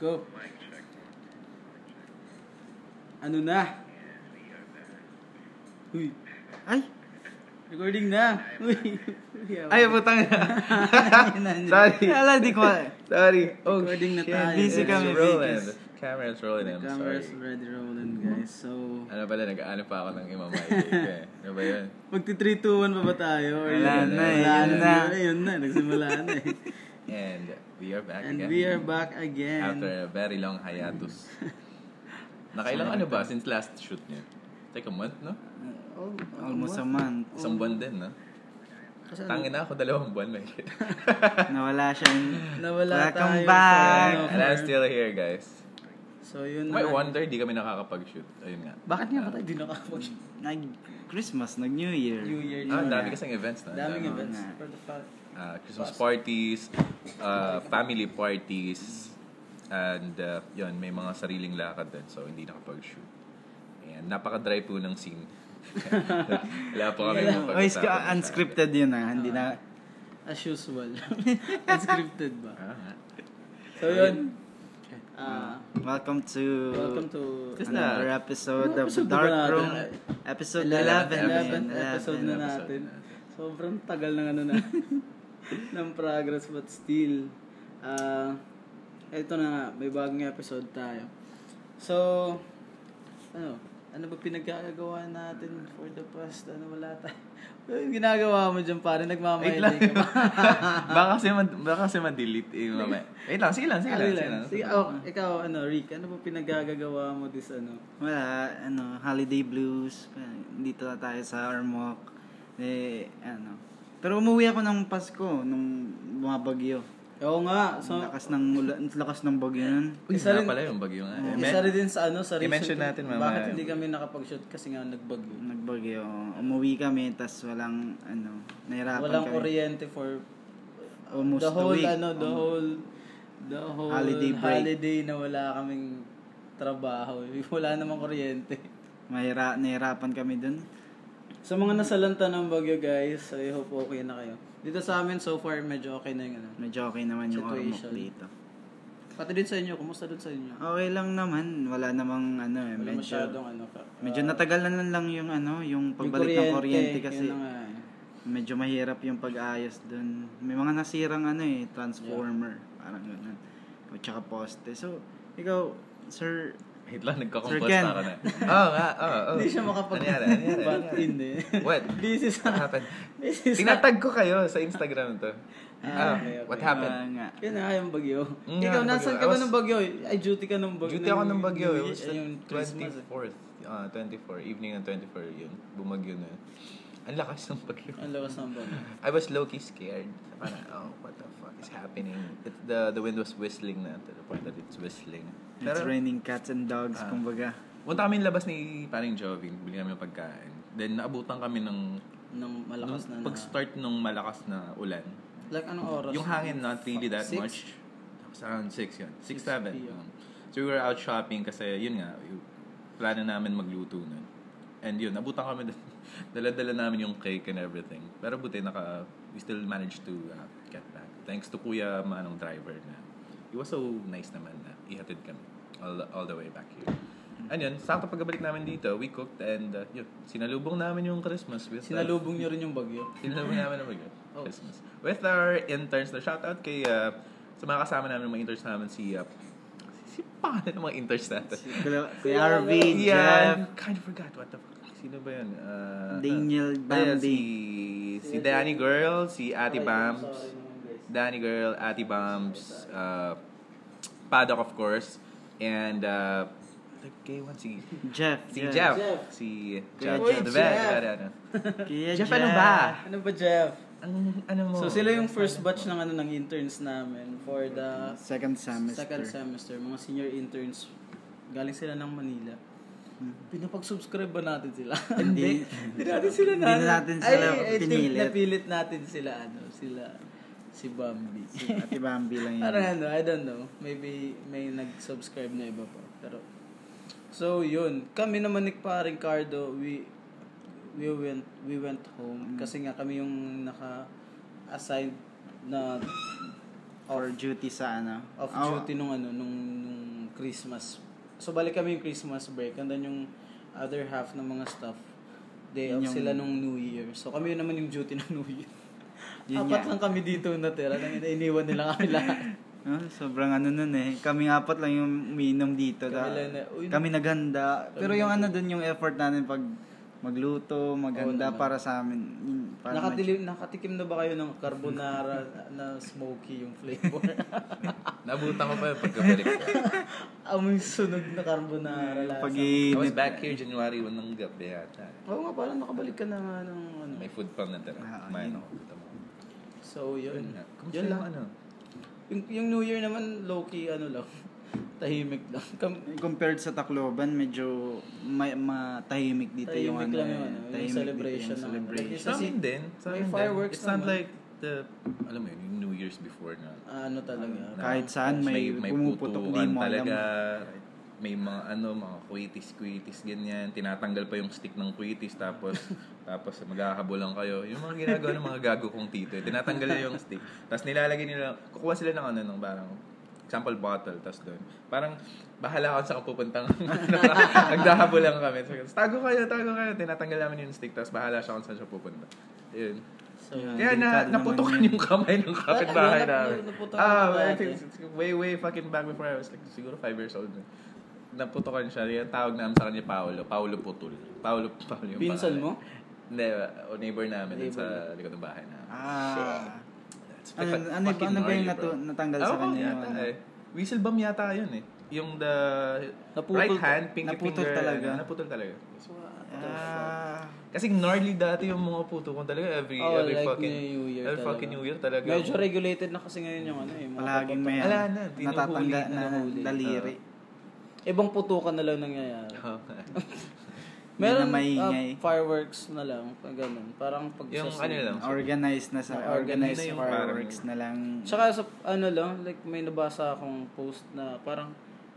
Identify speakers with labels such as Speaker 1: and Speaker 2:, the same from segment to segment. Speaker 1: Go. Ano na? Uy,
Speaker 2: Ay!
Speaker 1: recording na. Uy.
Speaker 2: Ay, putang
Speaker 1: Sorry.
Speaker 2: Ala, di ko ma-
Speaker 3: Sorry.
Speaker 2: Oh,
Speaker 1: Recording na
Speaker 2: shit.
Speaker 1: tayo.
Speaker 2: Busy
Speaker 1: It's
Speaker 2: kami,
Speaker 3: rolling.
Speaker 2: Vikis.
Speaker 3: Camera's rolling.
Speaker 1: The
Speaker 3: I'm
Speaker 1: camera's
Speaker 3: sorry.
Speaker 1: already rolling,
Speaker 2: Mm-hmm.
Speaker 1: guys. So,
Speaker 3: Ano pala, nag-ano pa ako ng imamay cake eh. Ano ba yun?
Speaker 1: magti 3, 2, 1 pa ba tayo? Or
Speaker 2: Wala
Speaker 1: yun
Speaker 2: na eh,
Speaker 1: Wala
Speaker 2: yun
Speaker 1: na.
Speaker 2: na.
Speaker 1: Yun na, nagsimula na eh.
Speaker 3: And we are back
Speaker 1: And
Speaker 3: again.
Speaker 1: we are back again.
Speaker 3: After a very long hiatus. Nakailang ano ba since last shoot niyo? Take a month, no?
Speaker 2: Oh, almost a month.
Speaker 3: Isang buwan din, no?
Speaker 1: Kasi ano,
Speaker 3: Tangin na ako, dalawang buwan may shit.
Speaker 2: Nawala siya.
Speaker 1: Nawala
Speaker 2: Welcome
Speaker 1: tayo
Speaker 2: back.
Speaker 1: sa- ano,
Speaker 3: And I'm still here, guys.
Speaker 1: So, yun
Speaker 3: May
Speaker 1: na.
Speaker 3: wonder, di kami nakakapag-shoot. Ayun nga.
Speaker 1: Bakit nga ba tayo di nakakapag
Speaker 2: Nag-Christmas, nag-New Year.
Speaker 1: New Year? yun
Speaker 3: Ah, dami
Speaker 1: na.
Speaker 3: kasing events na.
Speaker 1: Daming
Speaker 3: Dami.
Speaker 1: events.
Speaker 2: na.
Speaker 1: For the fact.
Speaker 3: Ah, Christmas parties, ah, family parties, and ah, yun, may mga sariling lakad din. So, hindi nakapag-shoot. Ayan, napaka-dry po ng scene. Wala po kami
Speaker 2: Wala.
Speaker 3: mapag-usapan
Speaker 2: Oh, is-
Speaker 3: masyado.
Speaker 2: unscripted yun ah. Hindi na...
Speaker 1: As usual. Unscripted ba?
Speaker 3: Ah, nga.
Speaker 1: So, yun. Ah,
Speaker 2: Welcome to...
Speaker 1: welcome to...
Speaker 3: Just
Speaker 2: another
Speaker 3: na-
Speaker 2: episode
Speaker 1: Ano
Speaker 2: of The
Speaker 1: episode ba
Speaker 2: Dark
Speaker 1: natin?
Speaker 2: Room. Episode
Speaker 1: 11th
Speaker 2: 11.
Speaker 1: 11th episode na natin. Sobrang tagal ng ano na. ng progress but still. ah ito na nga, may bagong episode tayo. So, ano, ano ba pinagkakagawa natin for the past, ano wala tayo. Ano yung ginagawa mo dyan pare,
Speaker 3: Wait
Speaker 1: nagmamahiling
Speaker 3: lang.
Speaker 1: ka ba?
Speaker 3: baka kasi man, baka kasi man-delete eh, mamaya. Wait lang, sige lang, sige
Speaker 1: Sige,
Speaker 3: lang. Sige lang.
Speaker 1: sige, oh, ikaw, ano, Rick, ano ba pinagkagagawa mo this, ano?
Speaker 2: Wala, ano, holiday blues. Dito na tayo sa Ormoc. Eh, ano. Pero umuwi ako ng Pasko nung bumabagyo.
Speaker 1: Oo nga, so,
Speaker 2: Ang lakas ng ulan, ang lakas ng bagyo nun.
Speaker 3: Uy,
Speaker 1: Isa
Speaker 3: isa
Speaker 1: rin-
Speaker 3: pala yung bagyo nga. Eh,
Speaker 1: isa
Speaker 3: men-
Speaker 1: rin din sa ano, sa reason
Speaker 3: I-mention
Speaker 1: kung
Speaker 3: natin mamaya.
Speaker 1: Bakit hindi kami nakapag-shoot kasi nga nagbagyo.
Speaker 2: Nagbagyo. Umuwi kami, tas walang, ano, nahirapan
Speaker 1: Walang
Speaker 2: kami.
Speaker 1: kuryente for
Speaker 2: Almost
Speaker 1: the
Speaker 2: a
Speaker 1: whole
Speaker 2: week. Um,
Speaker 1: ano, the whole the whole
Speaker 2: Holiday break.
Speaker 1: holiday na wala kaming trabaho. Wala namang kuryente.
Speaker 2: Mahira, nahirapan kami dun.
Speaker 1: Sa mga nasalanta ng bagyo guys, I hope okay na kayo. Dito sa amin so far medyo okay na yung ano.
Speaker 2: Medyo okay naman yung Ormoc
Speaker 1: Situation.
Speaker 2: dito.
Speaker 1: Pati din sa inyo, kumusta din sa inyo?
Speaker 2: Okay lang naman. Wala namang, ano eh,
Speaker 1: Wala
Speaker 2: medyo...
Speaker 1: masyadong ano ka.
Speaker 2: Medyo natagalan na lang yung ano, yung
Speaker 1: Yung
Speaker 2: pagbalik ng kuryente
Speaker 1: yun
Speaker 2: kasi
Speaker 1: na nga eh.
Speaker 2: medyo mahirap yung pag-ayos dun. May mga nasirang ano eh, transformer, parang ganun. O tsaka poste. So, ikaw, sir,
Speaker 3: Wait
Speaker 2: Sir
Speaker 3: lang, nagkakompost
Speaker 2: Ken.
Speaker 3: ako na. Oo nga, oo, oo.
Speaker 1: Hindi siya makapag-
Speaker 3: Ano yan, ano yan, ano
Speaker 1: Back
Speaker 3: yan?
Speaker 1: in eh.
Speaker 3: What?
Speaker 1: This is
Speaker 3: What happened?
Speaker 1: This is
Speaker 3: Tinatag ko kayo sa Instagram to.
Speaker 1: Ah,
Speaker 3: Ah,
Speaker 1: okay, okay.
Speaker 3: What
Speaker 2: ah,
Speaker 3: happened?
Speaker 2: nga.
Speaker 1: Yun na nga yung bagyo.
Speaker 3: Mm,
Speaker 1: Ikaw,
Speaker 3: yeah,
Speaker 1: nasan
Speaker 3: bagyo.
Speaker 1: ka
Speaker 3: I
Speaker 1: ba
Speaker 3: was-
Speaker 1: ng bagyo? eh? Ay, duty ka ng bagyo.
Speaker 3: Duty ako ng bagyo. It
Speaker 1: Yung-
Speaker 3: was the
Speaker 1: Yung Christmas. eh.
Speaker 3: 24th. ah 24. Evening ng 24 yun. Bumagyo na. yun. Ang lakas ng bagyo.
Speaker 1: Ang lakas ng bagyo.
Speaker 3: I was low-key scared. Parang, oh, what the fuck is happening? It, the the wind was whistling na to the point that it's whistling.
Speaker 2: It's raining cats and dogs,
Speaker 3: Ah.
Speaker 2: kumbaga.
Speaker 3: Punta kami labas ni paring Joving, bili kami ng pagkain. Then naabutan kami ng
Speaker 1: Nung malakas na
Speaker 3: nung
Speaker 1: na.
Speaker 3: pag-start ng malakas na ulan.
Speaker 1: Like, anong oras?
Speaker 3: Yung hangin not really that
Speaker 1: Six?
Speaker 3: much. Tapos around 6 yun. 6,
Speaker 1: 6
Speaker 3: 7.
Speaker 1: PM.
Speaker 3: Um, so we were out shopping kasi yun nga, yung plano namin magluto nun. And yun, nabutan kami dun. Dala-dala namin yung cake and everything. Pero buti naka, we still managed to uh, get back. Thanks to Kuya Manong driver na. He was so nice naman na ihatid kami all the, all the way back here. And yun, sakto pagkabalik namin dito, we cooked and uh, yun, sinalubong namin yung Christmas with uh,
Speaker 1: Sinalubong nyo rin yung bagyo.
Speaker 3: Tinanong namin na mag
Speaker 1: Oh.
Speaker 3: Christmas. With our interns na shoutout kay uh, sa mga kasama namin ng mga interns namin si uh, si pangalan ng mga interns natin.
Speaker 2: Si Kuya- Kuya
Speaker 1: Kuya
Speaker 2: RV,
Speaker 1: Arvin,
Speaker 2: Jeff,
Speaker 3: I kind of forgot what the fuck. Sino ba yun? Uh,
Speaker 2: Daniel
Speaker 3: ah, ayan,
Speaker 2: Bambi.
Speaker 3: si, si Danny Girl, si Ate
Speaker 1: Aray,
Speaker 3: Bams.
Speaker 1: sorry naman, guys.
Speaker 3: Danny Girl, Ate Bams, uh, Paddock of course, and uh, kay one si
Speaker 2: Jeff,
Speaker 3: si Jeff.
Speaker 1: Jeff.
Speaker 3: Si
Speaker 2: Kuya
Speaker 3: Jeff.
Speaker 2: Jeff.
Speaker 1: Jeff.
Speaker 3: The vet, the vet, ano.
Speaker 2: Kuya
Speaker 3: Jeff, ano ba?
Speaker 1: Ano ba, Jeff?
Speaker 3: Ang ano mo?
Speaker 1: So, sila yung first
Speaker 3: Ano
Speaker 1: batch
Speaker 3: mo?
Speaker 1: ng ano ng interns namin for the
Speaker 2: Second semester.
Speaker 1: second semester. Mga senior interns. Galing sila ng Manila. Pinapag-subscribe ba natin sila?
Speaker 2: Mm-hmm. Hindi.
Speaker 1: Hindi natin sila
Speaker 2: Hindi natin sila
Speaker 1: I, I think
Speaker 2: pinilit.
Speaker 1: napilit natin sila, ano, sila, si Bambi.
Speaker 2: Ati Bambi lang yun.
Speaker 1: Parang ano, I don't know. Maybe may nag-subscribe na iba pa. Pero, so yun. Kami naman ni Paring Cardo, we, we went, we went
Speaker 2: Mm.
Speaker 1: home. Kasi nga kami yung naka-assigned na
Speaker 2: Or duty Oh. sa ano.
Speaker 1: off
Speaker 2: Oh,
Speaker 3: Ah,
Speaker 1: duty nung ano, nung, nung Christmas. So, balik kami yung Christmas break. And then yung other half ng mga staff, day off
Speaker 2: Yun yung-
Speaker 1: sila nung New Year. So, kami yun naman yung duty ng New Year.
Speaker 2: Yun
Speaker 1: Apat
Speaker 2: yan.
Speaker 1: lang kami dito natira. Nang iniwan nila kami lahat.
Speaker 2: Ah, sobrang ano nun eh. Kaming apat lang yung umiinom
Speaker 1: Kami
Speaker 2: dito. Kami,
Speaker 1: lang na- uy,
Speaker 2: kami naghanda.
Speaker 1: Kami
Speaker 2: Pero yung ano dun, yung effort natin pag magluto, maghanda
Speaker 1: Oo naman.
Speaker 2: para sa amin. Yun, para
Speaker 1: Nakatilim, nakatikim na ba kayo ng carbonara na smoky yung flavor?
Speaker 3: Nabutan ko pa yung pagkabalik ko.
Speaker 1: Amoy sunog na carbonara
Speaker 2: mag-
Speaker 1: lasa.
Speaker 2: Pag
Speaker 3: I was back here January 1 ng gabi yata.
Speaker 1: Oo nga, parang nakabalik ka na nga ng ano.
Speaker 3: May food pang natira.
Speaker 2: Ah,
Speaker 3: Kumain
Speaker 2: yun.
Speaker 3: ako. Buta mo.
Speaker 1: So,
Speaker 3: Yun
Speaker 1: yun.
Speaker 3: nga. Kamusta
Speaker 1: Yun
Speaker 3: yung
Speaker 1: lang.
Speaker 3: ano?
Speaker 1: Yung, yung New Year naman, low-key, ano lang. tahimik lang. Kam-
Speaker 2: compared sa Tacloban, medyo may, matahimik dito yung
Speaker 1: tahimik
Speaker 2: ano.
Speaker 1: lang
Speaker 2: eh.
Speaker 1: yung, ano, yung
Speaker 2: Tahimik dito
Speaker 1: celebration
Speaker 2: yung
Speaker 1: ng-
Speaker 2: celebration.
Speaker 3: Sa
Speaker 1: Kasi
Speaker 3: amin din. Sa
Speaker 1: may
Speaker 3: amin din.
Speaker 1: fireworks
Speaker 3: It's not
Speaker 1: naman.
Speaker 3: like the, alam mo yun, yung New Year's before na.
Speaker 1: ano talaga.
Speaker 3: na
Speaker 2: Kahit saan, may pumuputok, di
Speaker 3: putukan
Speaker 2: mo alam.
Speaker 3: talaga. May mga ano, mga kuitis-kuitis, ganyan. Tinatanggal pa yung stick ng kuitis, tapos tapos maghahabolan kayo. Yung mga ginagawa ng mga gago kong tito, eh. tinatanggal nila yung stick. Tapos nilalagay nila, kukuha sila ng ano, ng parang example bottle, tapos doon. Parang, bahala ka sa kapupuntang nagdahabo lang kami. So, tago kayo, tago kayo. Tinatanggal namin yung stick, tapos bahala siya kung saan siya pupunta. Yun.
Speaker 1: So,
Speaker 2: Yeah.
Speaker 3: Kaya na,
Speaker 2: Delikado
Speaker 3: naputokan
Speaker 2: naman yun.
Speaker 3: yung kamay ng
Speaker 1: Ay,
Speaker 3: kapitbahay
Speaker 1: wala,
Speaker 3: namin.
Speaker 1: naputokan
Speaker 3: Ah,
Speaker 1: ko
Speaker 3: I
Speaker 1: dati.
Speaker 3: think it's way, way fucking back before I was like, siguro five years old na. Naputokan siya. Yung tawag namin sa kanya Paolo. Paolo Putul. Paolo, Paolo yung
Speaker 1: Pinsan
Speaker 3: pangalan.
Speaker 1: mo?
Speaker 3: Hindi, o neighbor namin dun
Speaker 1: Neighbor
Speaker 3: sa likod ng bahay namin.
Speaker 2: Ah.
Speaker 3: It's
Speaker 2: Ano,
Speaker 3: fucking
Speaker 2: ano, ba- ano ba yung
Speaker 3: gnarly,
Speaker 2: natu-
Speaker 3: bro.
Speaker 2: natanggal
Speaker 3: Ah,
Speaker 2: sa
Speaker 3: oo,
Speaker 2: kanya? yung
Speaker 3: yata
Speaker 2: ano?
Speaker 3: eh. Whistle bomb yata yun eh. Yung the
Speaker 1: Naputol
Speaker 3: right
Speaker 1: ta-
Speaker 3: hand, pinky
Speaker 2: naputol
Speaker 3: finger.
Speaker 2: talaga.
Speaker 3: Naputol talaga.
Speaker 2: Ah.
Speaker 3: Kasi gnarly dati yung mga puto ko talaga every
Speaker 1: Oh,
Speaker 3: every
Speaker 1: like
Speaker 3: fucking
Speaker 1: New Year
Speaker 3: every
Speaker 1: talaga.
Speaker 3: fucking New Year talaga.
Speaker 1: Medyo regulated na kasi ngayon yung ano eh. mga
Speaker 2: Palaging may
Speaker 3: Ala na, tinuhuli
Speaker 2: natatangga
Speaker 1: na
Speaker 2: na
Speaker 1: nahuli.
Speaker 2: daliri.
Speaker 1: putukan. Ibang putukan na lang nangyayari. Meron
Speaker 2: Meron na maingay.
Speaker 1: ah, fireworks na lang. pag Ganun. Parang pag
Speaker 3: Yung
Speaker 1: sa
Speaker 3: ano lang.
Speaker 2: organized na sa
Speaker 1: Na
Speaker 2: organized
Speaker 3: organized na yung
Speaker 2: fireworks
Speaker 3: parang-
Speaker 2: na lang.
Speaker 1: Tsaka sa ano lang, like may nabasa akong post na parang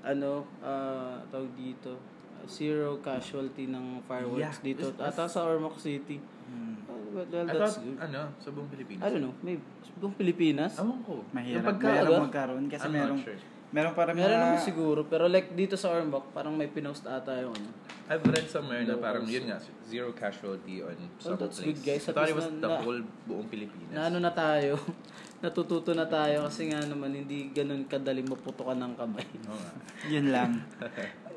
Speaker 1: ano, ah tawag dito, ah, zero casualty ng fireworks
Speaker 3: Yeah.
Speaker 1: dito.
Speaker 3: That's-
Speaker 1: Ata sa Ormoc City.
Speaker 2: Hmm.
Speaker 1: Oh, Well, well,
Speaker 3: I
Speaker 1: that's
Speaker 3: thought,
Speaker 1: good.
Speaker 3: ano, sa buong Pilipinas.
Speaker 1: I don't know, maybe. Buong Pilipinas?
Speaker 3: Ewan ko.
Speaker 2: Mahirap,
Speaker 3: Yung pagka,
Speaker 2: mahirap
Speaker 1: ano?
Speaker 2: magkaroon kasi
Speaker 3: I'm
Speaker 2: merong
Speaker 3: not sure.
Speaker 2: merong para
Speaker 1: Meron
Speaker 2: mga
Speaker 1: naman siguro, pero like dito sa Ormoc, parang may pinost ata yung ano.
Speaker 3: I've read somewhere na
Speaker 1: Locals.
Speaker 3: parang yun nga, zero casualty on some
Speaker 1: that's
Speaker 3: place.
Speaker 1: good, guys. At
Speaker 3: I thought
Speaker 1: least
Speaker 3: it was
Speaker 1: na-
Speaker 3: the
Speaker 1: na-
Speaker 3: whole buong Pilipinas.
Speaker 1: Na ano na tayo, natututo na tayo kasi nga naman hindi ganun kadali maputukan ng kamay.
Speaker 3: Oo nga.
Speaker 2: yun lang.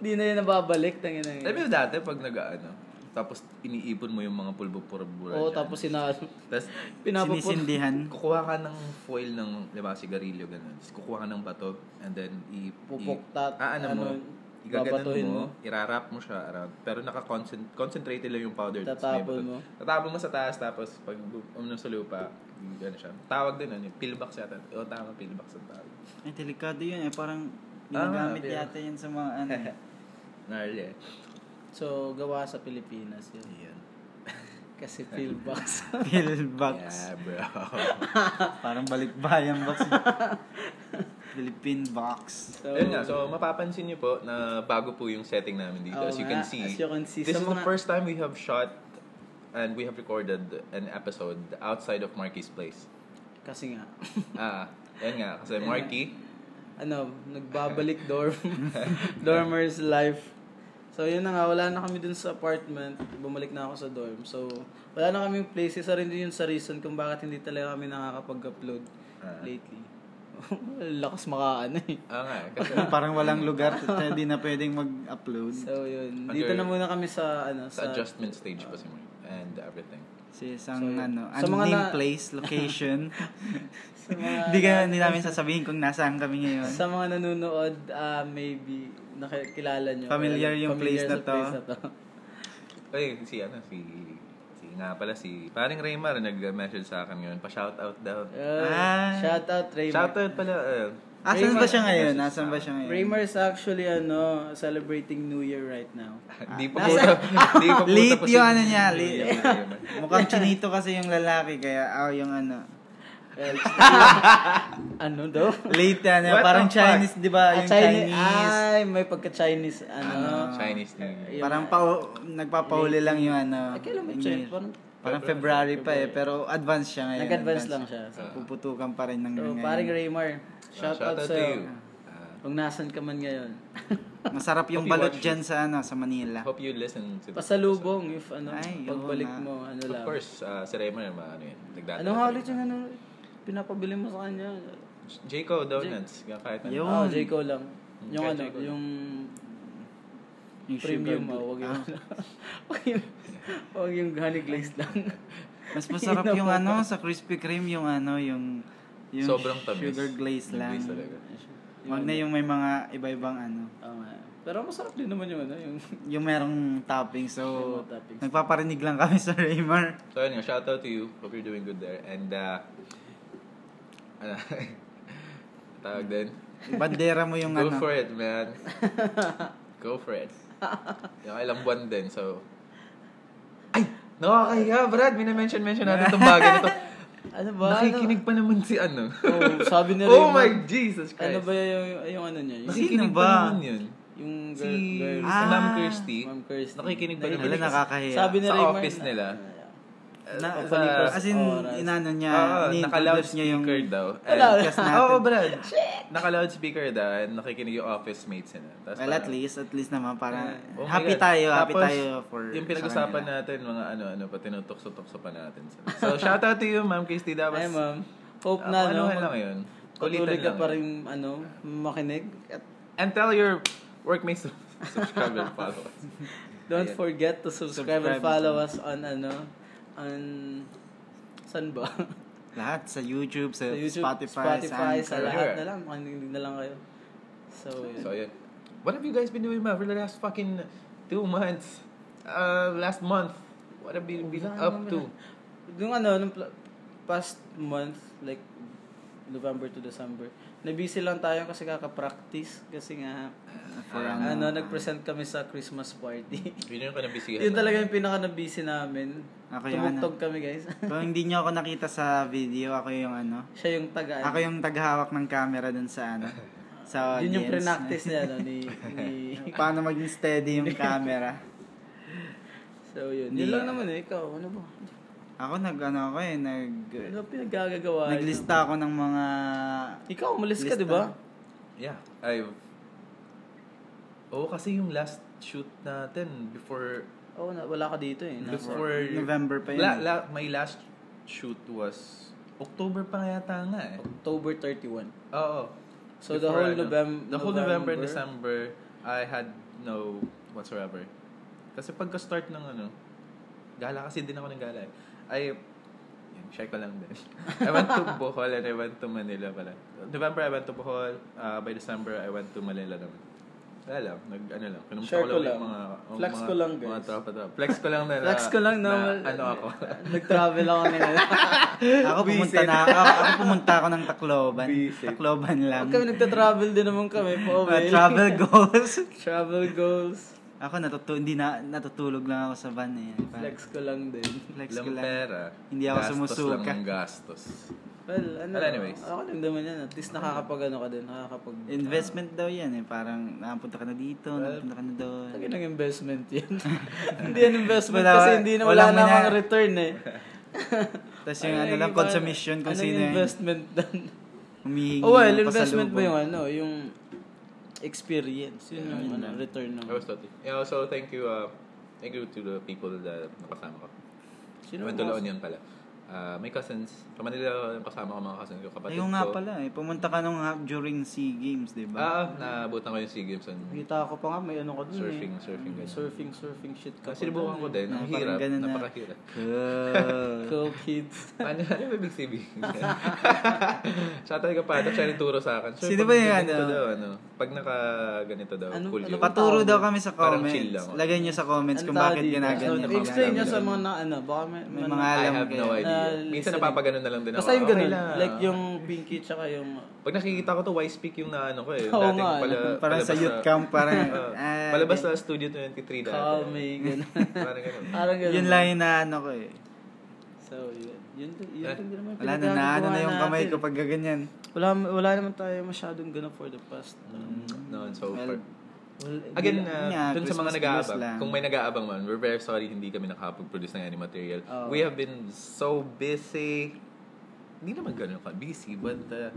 Speaker 1: hindi na yun nababalik, tangin na
Speaker 3: Alam mo yung dati pag nag ano, tapos iniipon mo yung mga pulbo-purbura
Speaker 1: Oo,
Speaker 3: dyan.
Speaker 1: tapos sinalo.
Speaker 3: Tapos,
Speaker 1: Pinapaput-
Speaker 2: Sinisindihan.
Speaker 3: kukuha ka ng foil ng, di ba, sigarilyo, ganun. Tapos kukuha ka ng bato, and then i...
Speaker 1: Pupuktat,
Speaker 3: i- ah, ano, mo,
Speaker 1: ano,
Speaker 3: igaganan
Speaker 1: babatuhin
Speaker 3: mo,
Speaker 1: mo.
Speaker 3: irarap mo siya around, pero naka-concentrated lang yung powder. Tapos may
Speaker 1: Tatapon
Speaker 3: bato.
Speaker 1: mo.
Speaker 3: Tatapon mo sa taas, tapos pag bu- umano sa lupa, yung ano siya. Tawag din, ano, yung pillbox yata. O, tama, pillbox ang tawag.
Speaker 2: Ay, delikado yun eh. Parang
Speaker 3: Ah,
Speaker 2: ginagamit
Speaker 3: pero-
Speaker 2: yata yun sa mga ano.
Speaker 3: Gnarly eh.
Speaker 1: So, gawa sa Pilipinas yun.
Speaker 3: Ayan.
Speaker 1: Kasi feel box.
Speaker 2: Pill box.
Speaker 3: Yeah, bro.
Speaker 2: Parang balikbayan box. Philippine box.
Speaker 1: So,
Speaker 3: Ayun nga, so mapapansin niyo po na bago po yung setting namin dito.
Speaker 1: Oo
Speaker 3: as you
Speaker 1: nga,
Speaker 3: can see,
Speaker 1: as you can see,
Speaker 3: this
Speaker 1: sa
Speaker 3: is the
Speaker 1: mga-
Speaker 3: first time we have shot and we have recorded an episode outside of Marky's place.
Speaker 1: kasi nga,
Speaker 3: ah, ayun nga, kasi Marky,
Speaker 1: ano, nagbabalik dorm. Dormer's life. So, yun na nga, wala na kami dun sa apartment. Bumalik na ako sa dorm. So, wala na kaming place. Isa rin din yun sa reason kung bakit hindi talaga kami nakakapag-upload
Speaker 3: Ah.
Speaker 1: lately. Lakas makaano eh.
Speaker 3: ah nga, eh, kasi
Speaker 2: Parang walang lugar na di na pwedeng mag-upload.
Speaker 1: So, yun.
Speaker 3: Under-
Speaker 1: Dito na muna kami sa, ano, sa...
Speaker 3: sa adjustment stage pa si Marky and everything.
Speaker 2: Sa isang
Speaker 1: So, yun.
Speaker 2: ano,
Speaker 1: Sa mga
Speaker 2: unnamed
Speaker 1: na-
Speaker 2: place, location.
Speaker 1: sa mga-
Speaker 2: Hindi ka hindi namin sasabihin kung nasaan kami ngayon.
Speaker 1: Sa mga nanonood, ah, maybe nakikilala nyo.
Speaker 2: Familiar yung place na
Speaker 1: sa
Speaker 2: to.
Speaker 3: Ay, si ano, si... Si nga pala, si paring Raymar nag-message sa akin ngayon. Pa-shoutout daw.
Speaker 1: Ayun.
Speaker 2: Ah.
Speaker 1: Shoutout, Uh, Raymar.
Speaker 3: Shoutout pala. eh.
Speaker 2: Asan Ah, ba siya ngayon?
Speaker 3: Raymar.
Speaker 2: Asan ba siya ngayon?
Speaker 1: Raymar is actually, ano, celebrating New Year right now.
Speaker 3: Di pa puta. Di pa puta
Speaker 2: Late
Speaker 3: pa si-
Speaker 2: yun, ano niya, late.
Speaker 3: Yung Raymar.
Speaker 2: Mukhang chinito kasi yung lalaki kaya aw yung ano.
Speaker 1: Well, ano daw?
Speaker 2: Late yan.
Speaker 3: What
Speaker 2: parang
Speaker 3: the fuck?
Speaker 2: Chinese, di ba?
Speaker 1: Ah,
Speaker 2: Yung
Speaker 1: Chini-
Speaker 2: Chinese.
Speaker 1: Ay, may pagka-Chinese, ano.
Speaker 3: Chinese New Year.
Speaker 2: Parang pa, nagpapauli lang yung ano.
Speaker 1: Ay, kailan may
Speaker 2: yung-
Speaker 1: Chinese? Parang,
Speaker 2: Parang February pa eh, pero advance siya ngayon.
Speaker 1: nag-advance
Speaker 2: advance
Speaker 1: lang siya. So,
Speaker 2: Puputukan pa rin ng
Speaker 1: so,
Speaker 2: ngayon.
Speaker 1: paring Raymar, shoutout
Speaker 3: Shoutout to
Speaker 1: sa'yo.
Speaker 3: you. Ah,
Speaker 1: Kung nasan ka man ngayon.
Speaker 2: Masarap yung
Speaker 3: Hope you
Speaker 2: balot
Speaker 3: watch
Speaker 2: dyan sa, ano, sa Manila.
Speaker 3: Hope you listen to this
Speaker 1: Pasalubong if ano,
Speaker 2: Ay, oo
Speaker 1: pagbalik
Speaker 2: nga.
Speaker 1: mo, ano
Speaker 3: episode.
Speaker 1: lang.
Speaker 3: Of course, uh, si Rema yung mga ano yun. Nagdadala.
Speaker 1: Ano nga ulit yung ano, pinapabili mo sa kanya?
Speaker 3: Jayco Donuts. Kahit ano.
Speaker 2: Yun.
Speaker 1: Oo, oh, Jayco lang. Yung
Speaker 3: Kahit
Speaker 1: ano,
Speaker 3: Jayco lang.
Speaker 1: yung
Speaker 2: Yung
Speaker 1: premium,
Speaker 2: sugar
Speaker 1: ah, wag yung,
Speaker 2: Ah,
Speaker 1: wag yung, wag yung honey glaze lang.
Speaker 2: Mas masarap yung ano, sa Krispy Kreme, yung ano, yung... Yung
Speaker 3: Sobrang tamis.
Speaker 2: Sugar glaze
Speaker 3: Yung
Speaker 2: lang.
Speaker 3: glaze talaga.
Speaker 2: Wag na yung may mga iba-ibang ano.
Speaker 1: Oo nga. Pero masarap din naman yung ano, yung
Speaker 2: Yung merong topping.
Speaker 1: May
Speaker 2: So,
Speaker 1: mga toppings.
Speaker 2: nagpaparinig lang kami sa Raymar.
Speaker 3: So anyway, shout out to you. Hope you're doing good there. And, uh, ano, tawag din.
Speaker 2: Bandera mo yung
Speaker 3: Go
Speaker 2: ano.
Speaker 3: for it, man. Go for it. Yung ilang buwan din, so... Ay! Nakakahiya, Brad. Minamention-mention natin itong bagay na to.
Speaker 1: ano ba?
Speaker 3: Nakikinig pa naman si ano.
Speaker 1: Ano? Oh, sabi ni Raymond,
Speaker 3: Oh my Jesus
Speaker 1: Ano
Speaker 3: Christ.
Speaker 1: ba yung, yung ano niya? Yung,
Speaker 3: Nakikinig
Speaker 2: Sino
Speaker 3: pa
Speaker 2: ba?
Speaker 3: naman yun.
Speaker 1: yung girl,
Speaker 3: Si
Speaker 1: girl.
Speaker 2: Ah,
Speaker 3: Ma'am Kirsty.
Speaker 1: Ma'am Kirsty.
Speaker 3: Nakikinig pa naman.
Speaker 2: Wala, nakakahiya.
Speaker 1: Sabi ni
Speaker 3: Sa
Speaker 1: Raymond, Ah,
Speaker 3: office nila.
Speaker 2: Na,
Speaker 3: Sa-
Speaker 2: as in,
Speaker 1: oras. Ah,
Speaker 2: inano niya,
Speaker 3: Oo,
Speaker 2: ni-introduce niya yung...
Speaker 3: naka-loudspeaker Ah, daw. Eh,
Speaker 2: Podcast natin.
Speaker 3: Oo, Brad. Naka-loudspeaker daw and nakikinig yung office mates nila. Tapos
Speaker 2: Well, at
Speaker 3: parang,
Speaker 2: least, at least naman, para
Speaker 3: Oh my
Speaker 2: happy
Speaker 3: God.
Speaker 2: tayo, happy
Speaker 3: Tapos,
Speaker 2: tayo for
Speaker 3: Yung
Speaker 2: sa
Speaker 3: pinag-usapan
Speaker 2: kanila.
Speaker 3: natin, mga ano-ano pa, tinutukso-tukso pa natin. So, shout out to you, Ma'am Christy. Dapat,
Speaker 1: Ay, ma'am. Hope
Speaker 3: Ah,
Speaker 1: na,
Speaker 3: ano
Speaker 1: no?
Speaker 3: nga lang yun. Ulitan
Speaker 1: Patuloy ka
Speaker 3: lang
Speaker 1: pa
Speaker 3: yun.
Speaker 1: rin, ano, makinig. At
Speaker 3: And tell your workmates to subscribe and follow us.
Speaker 1: don't
Speaker 3: Ayan.
Speaker 1: forget to subscribe, and
Speaker 2: Subscribe.
Speaker 1: follow us on, ano, on, saan ba?
Speaker 2: Lahat, sa YouTube, sa,
Speaker 1: Sa YouTube,
Speaker 2: Spotify,
Speaker 1: Spotify, sa
Speaker 2: Anchor.
Speaker 1: lahat na lang. Makinig na lang kayo. So,
Speaker 3: So, yun. What have you guys been doing, man, for the last fucking two months? Uh, last month? What have you been
Speaker 1: Wala
Speaker 3: up
Speaker 1: naman
Speaker 3: to?
Speaker 1: Nung ano, nung pla- past month, like November to December, nabisi lang tayo kasi kaka-practice. Kasi nga,
Speaker 2: For
Speaker 1: ano,
Speaker 2: ano,
Speaker 1: nag-present kami sa Christmas party.
Speaker 3: Yun yung kanabisihan.
Speaker 1: yun talaga yung pinaka-nabisi namin.
Speaker 2: Ako yung ano.
Speaker 1: Tumugtog kami, guys.
Speaker 2: Kung hindi niyo ako nakita sa video, ako yung ano,
Speaker 1: Siya yung taga. ano.
Speaker 2: ako yung taghawak ng camera dun sa ano, sa
Speaker 1: yun yung
Speaker 2: audience.
Speaker 1: pre-practice niya, ano, ni, ni...
Speaker 2: Paano maging steady yung camera.
Speaker 1: So, yun. Yun lang naman eh. Ikaw, ano ba?
Speaker 2: Ako nag, ano ako eh, nag,
Speaker 1: Ano ba pinaggagawa?
Speaker 2: naglista ako ng mga,
Speaker 1: Ikaw, umalis ka,
Speaker 2: Lista.
Speaker 1: di ba?
Speaker 3: Yeah, I've... Oo, kasi yung last shoot natin before...
Speaker 1: Oo, na, wala ka dito eh. Nasa-
Speaker 3: Before...
Speaker 2: November pa yun.
Speaker 3: La, la, my last shoot was... October pa nga yata nga eh.
Speaker 1: October 31.
Speaker 3: Oo.
Speaker 1: So, ano? the whole November...
Speaker 3: November... The whole November, and December, I had no whatsoever. Kasi pagka-start ng ano, gala kasi din ako ng gala eh. I, yun, share ko lang din. I went to Bohol and I went to Manila pala. November, I went to Bohol. Uh, by December, I went to Manila naman. Wala lang, nag, ano lang, kinumusta
Speaker 1: Share ko
Speaker 3: ulit
Speaker 1: lang.
Speaker 3: yung mga, yung
Speaker 1: Flex
Speaker 3: mga,
Speaker 1: ko lang,
Speaker 3: Mga
Speaker 1: guys.
Speaker 3: tropa, tropa. Flex ko lang na,
Speaker 1: Flex ko lang na,
Speaker 3: ano ako.
Speaker 1: Nag-travel ako na yun.
Speaker 2: eh. Ako pumunta na ako, ako pumunta ako ng Tacloban.
Speaker 3: Visit.
Speaker 2: Tacloban lang.
Speaker 1: Huwag kami nagta-travel din naman kami po.
Speaker 2: Mga travel goals.
Speaker 1: Travel goals.
Speaker 2: ako natutu hindi na natutulog lang ako sa van eh. Parang
Speaker 1: Flex ko lang din.
Speaker 2: flex
Speaker 3: Lang
Speaker 2: ko lang.
Speaker 3: pera.
Speaker 2: Hindi ako
Speaker 3: Gastos lang
Speaker 2: sumusuka.
Speaker 3: ng gastos.
Speaker 1: Well, ano.
Speaker 3: Well, anyways.
Speaker 1: Ako lang naman yan. At least nakakapag ano ka din. Nakakapag...
Speaker 2: Investment daw 'yan eh, parang nakapunta ka na dito, nakapunta ka na doon.
Speaker 1: Lagi ng investment yan. hindi yan investment
Speaker 2: Wala-
Speaker 1: kasi hindi na wala
Speaker 2: walang
Speaker 1: namang
Speaker 2: mina-
Speaker 1: return eh.
Speaker 2: Tapos yung
Speaker 1: Ay,
Speaker 2: ano lang
Speaker 1: iba-
Speaker 2: consumption kung
Speaker 1: anong
Speaker 2: sino yung
Speaker 1: investment doon?
Speaker 2: humihingi.
Speaker 1: Oh well,
Speaker 2: ng
Speaker 1: investment ba
Speaker 2: pasalubong.
Speaker 1: yung ano? Yung experience. Yun yung ano, return ng...
Speaker 3: I was totally. And also, thank you, uh, thank you to the people that nakasama ko. Sino
Speaker 1: Sino
Speaker 3: Went to
Speaker 1: ba?
Speaker 3: La Union pala. Ah, may cousins. Sa Manila, yung kasama ko mga cousins ko, kapatid
Speaker 2: Ayun
Speaker 3: ko.
Speaker 2: nga pala eh, pumunta ka nung ha- during SEA Games, 'di
Speaker 3: Ah,
Speaker 2: ba?
Speaker 3: ah, naabutan ko yung SEA Games on
Speaker 1: Nakita ko pa nga may ano ko dun
Speaker 3: surfing,
Speaker 1: eh.
Speaker 3: surfing. ganyan.
Speaker 1: Surfing, surfing shit ka.
Speaker 3: Kasi sinubukan ko din. Ang
Speaker 2: Parang
Speaker 3: hirap.
Speaker 2: ganun na.
Speaker 3: Napakahirap.
Speaker 2: Cool.
Speaker 1: Cool eh. kids.
Speaker 3: ano, ano yung ibig sabihin? Shout out ka pa. Tapos siya nagturo sa akin. Sir,
Speaker 2: Sino
Speaker 3: pag
Speaker 2: ba yung
Speaker 3: ganito
Speaker 2: ano?
Speaker 3: Daw, ano? Pag naka ganito daw,
Speaker 1: Ano-
Speaker 3: cool
Speaker 1: ano
Speaker 3: yun.
Speaker 1: pa to?
Speaker 2: Paturo daw kami sa
Speaker 3: Parang
Speaker 2: comments.
Speaker 3: chill lang ako.
Speaker 2: Lagay niyo sa comments kung bakit ginaganyan.
Speaker 1: So, explain
Speaker 3: Ganyan.
Speaker 1: nyo sa mga na, ano, baka may,
Speaker 2: May
Speaker 1: man-
Speaker 2: mga-
Speaker 3: I
Speaker 2: alam
Speaker 3: have
Speaker 2: ko
Speaker 3: no
Speaker 2: yun.
Speaker 1: Na
Speaker 3: idea. Minsan
Speaker 1: listening.
Speaker 3: napapaganon na lang din ako. Ah.
Speaker 1: Basta yung
Speaker 3: Okay
Speaker 1: ganun.
Speaker 3: lang.
Speaker 1: Like yung pinky tsaka yung...
Speaker 3: Pag nakikita ko to, why speak yung na ano ko eh.
Speaker 1: Oo
Speaker 3: Dating
Speaker 1: nga,
Speaker 3: pala,
Speaker 2: Parang sa
Speaker 3: palabas
Speaker 2: youth camp, parang...
Speaker 3: Oo.
Speaker 2: ah,
Speaker 3: palabas sa Studio 23 dati.
Speaker 1: Calm, may ganun.
Speaker 3: Parang ganun.
Speaker 1: Parang ganun.
Speaker 2: Yun lang yung naano ko eh.
Speaker 1: So, yun. Yun, yun,
Speaker 3: Eh.
Speaker 1: yun, din naman
Speaker 2: Wala na, naano na yung
Speaker 1: pinagagawa
Speaker 2: kamay
Speaker 1: natin.
Speaker 2: ko pag gaganyan.
Speaker 1: Wala, wala naman tayo masyadong ganun for the past. um,
Speaker 3: Mm, No, so
Speaker 2: Well,
Speaker 3: far. Again,
Speaker 2: yun
Speaker 3: uh,
Speaker 2: nga,
Speaker 3: dun sa
Speaker 2: Christmas blues
Speaker 3: mga nag-aabang,
Speaker 2: lang.
Speaker 3: kung may nag-aabang man, we're very sorry hindi kami nakapag-produce ng any material.
Speaker 2: Oh.
Speaker 1: Oo.
Speaker 3: We have been so busy. Hindi naman ganun ka busy, but uh,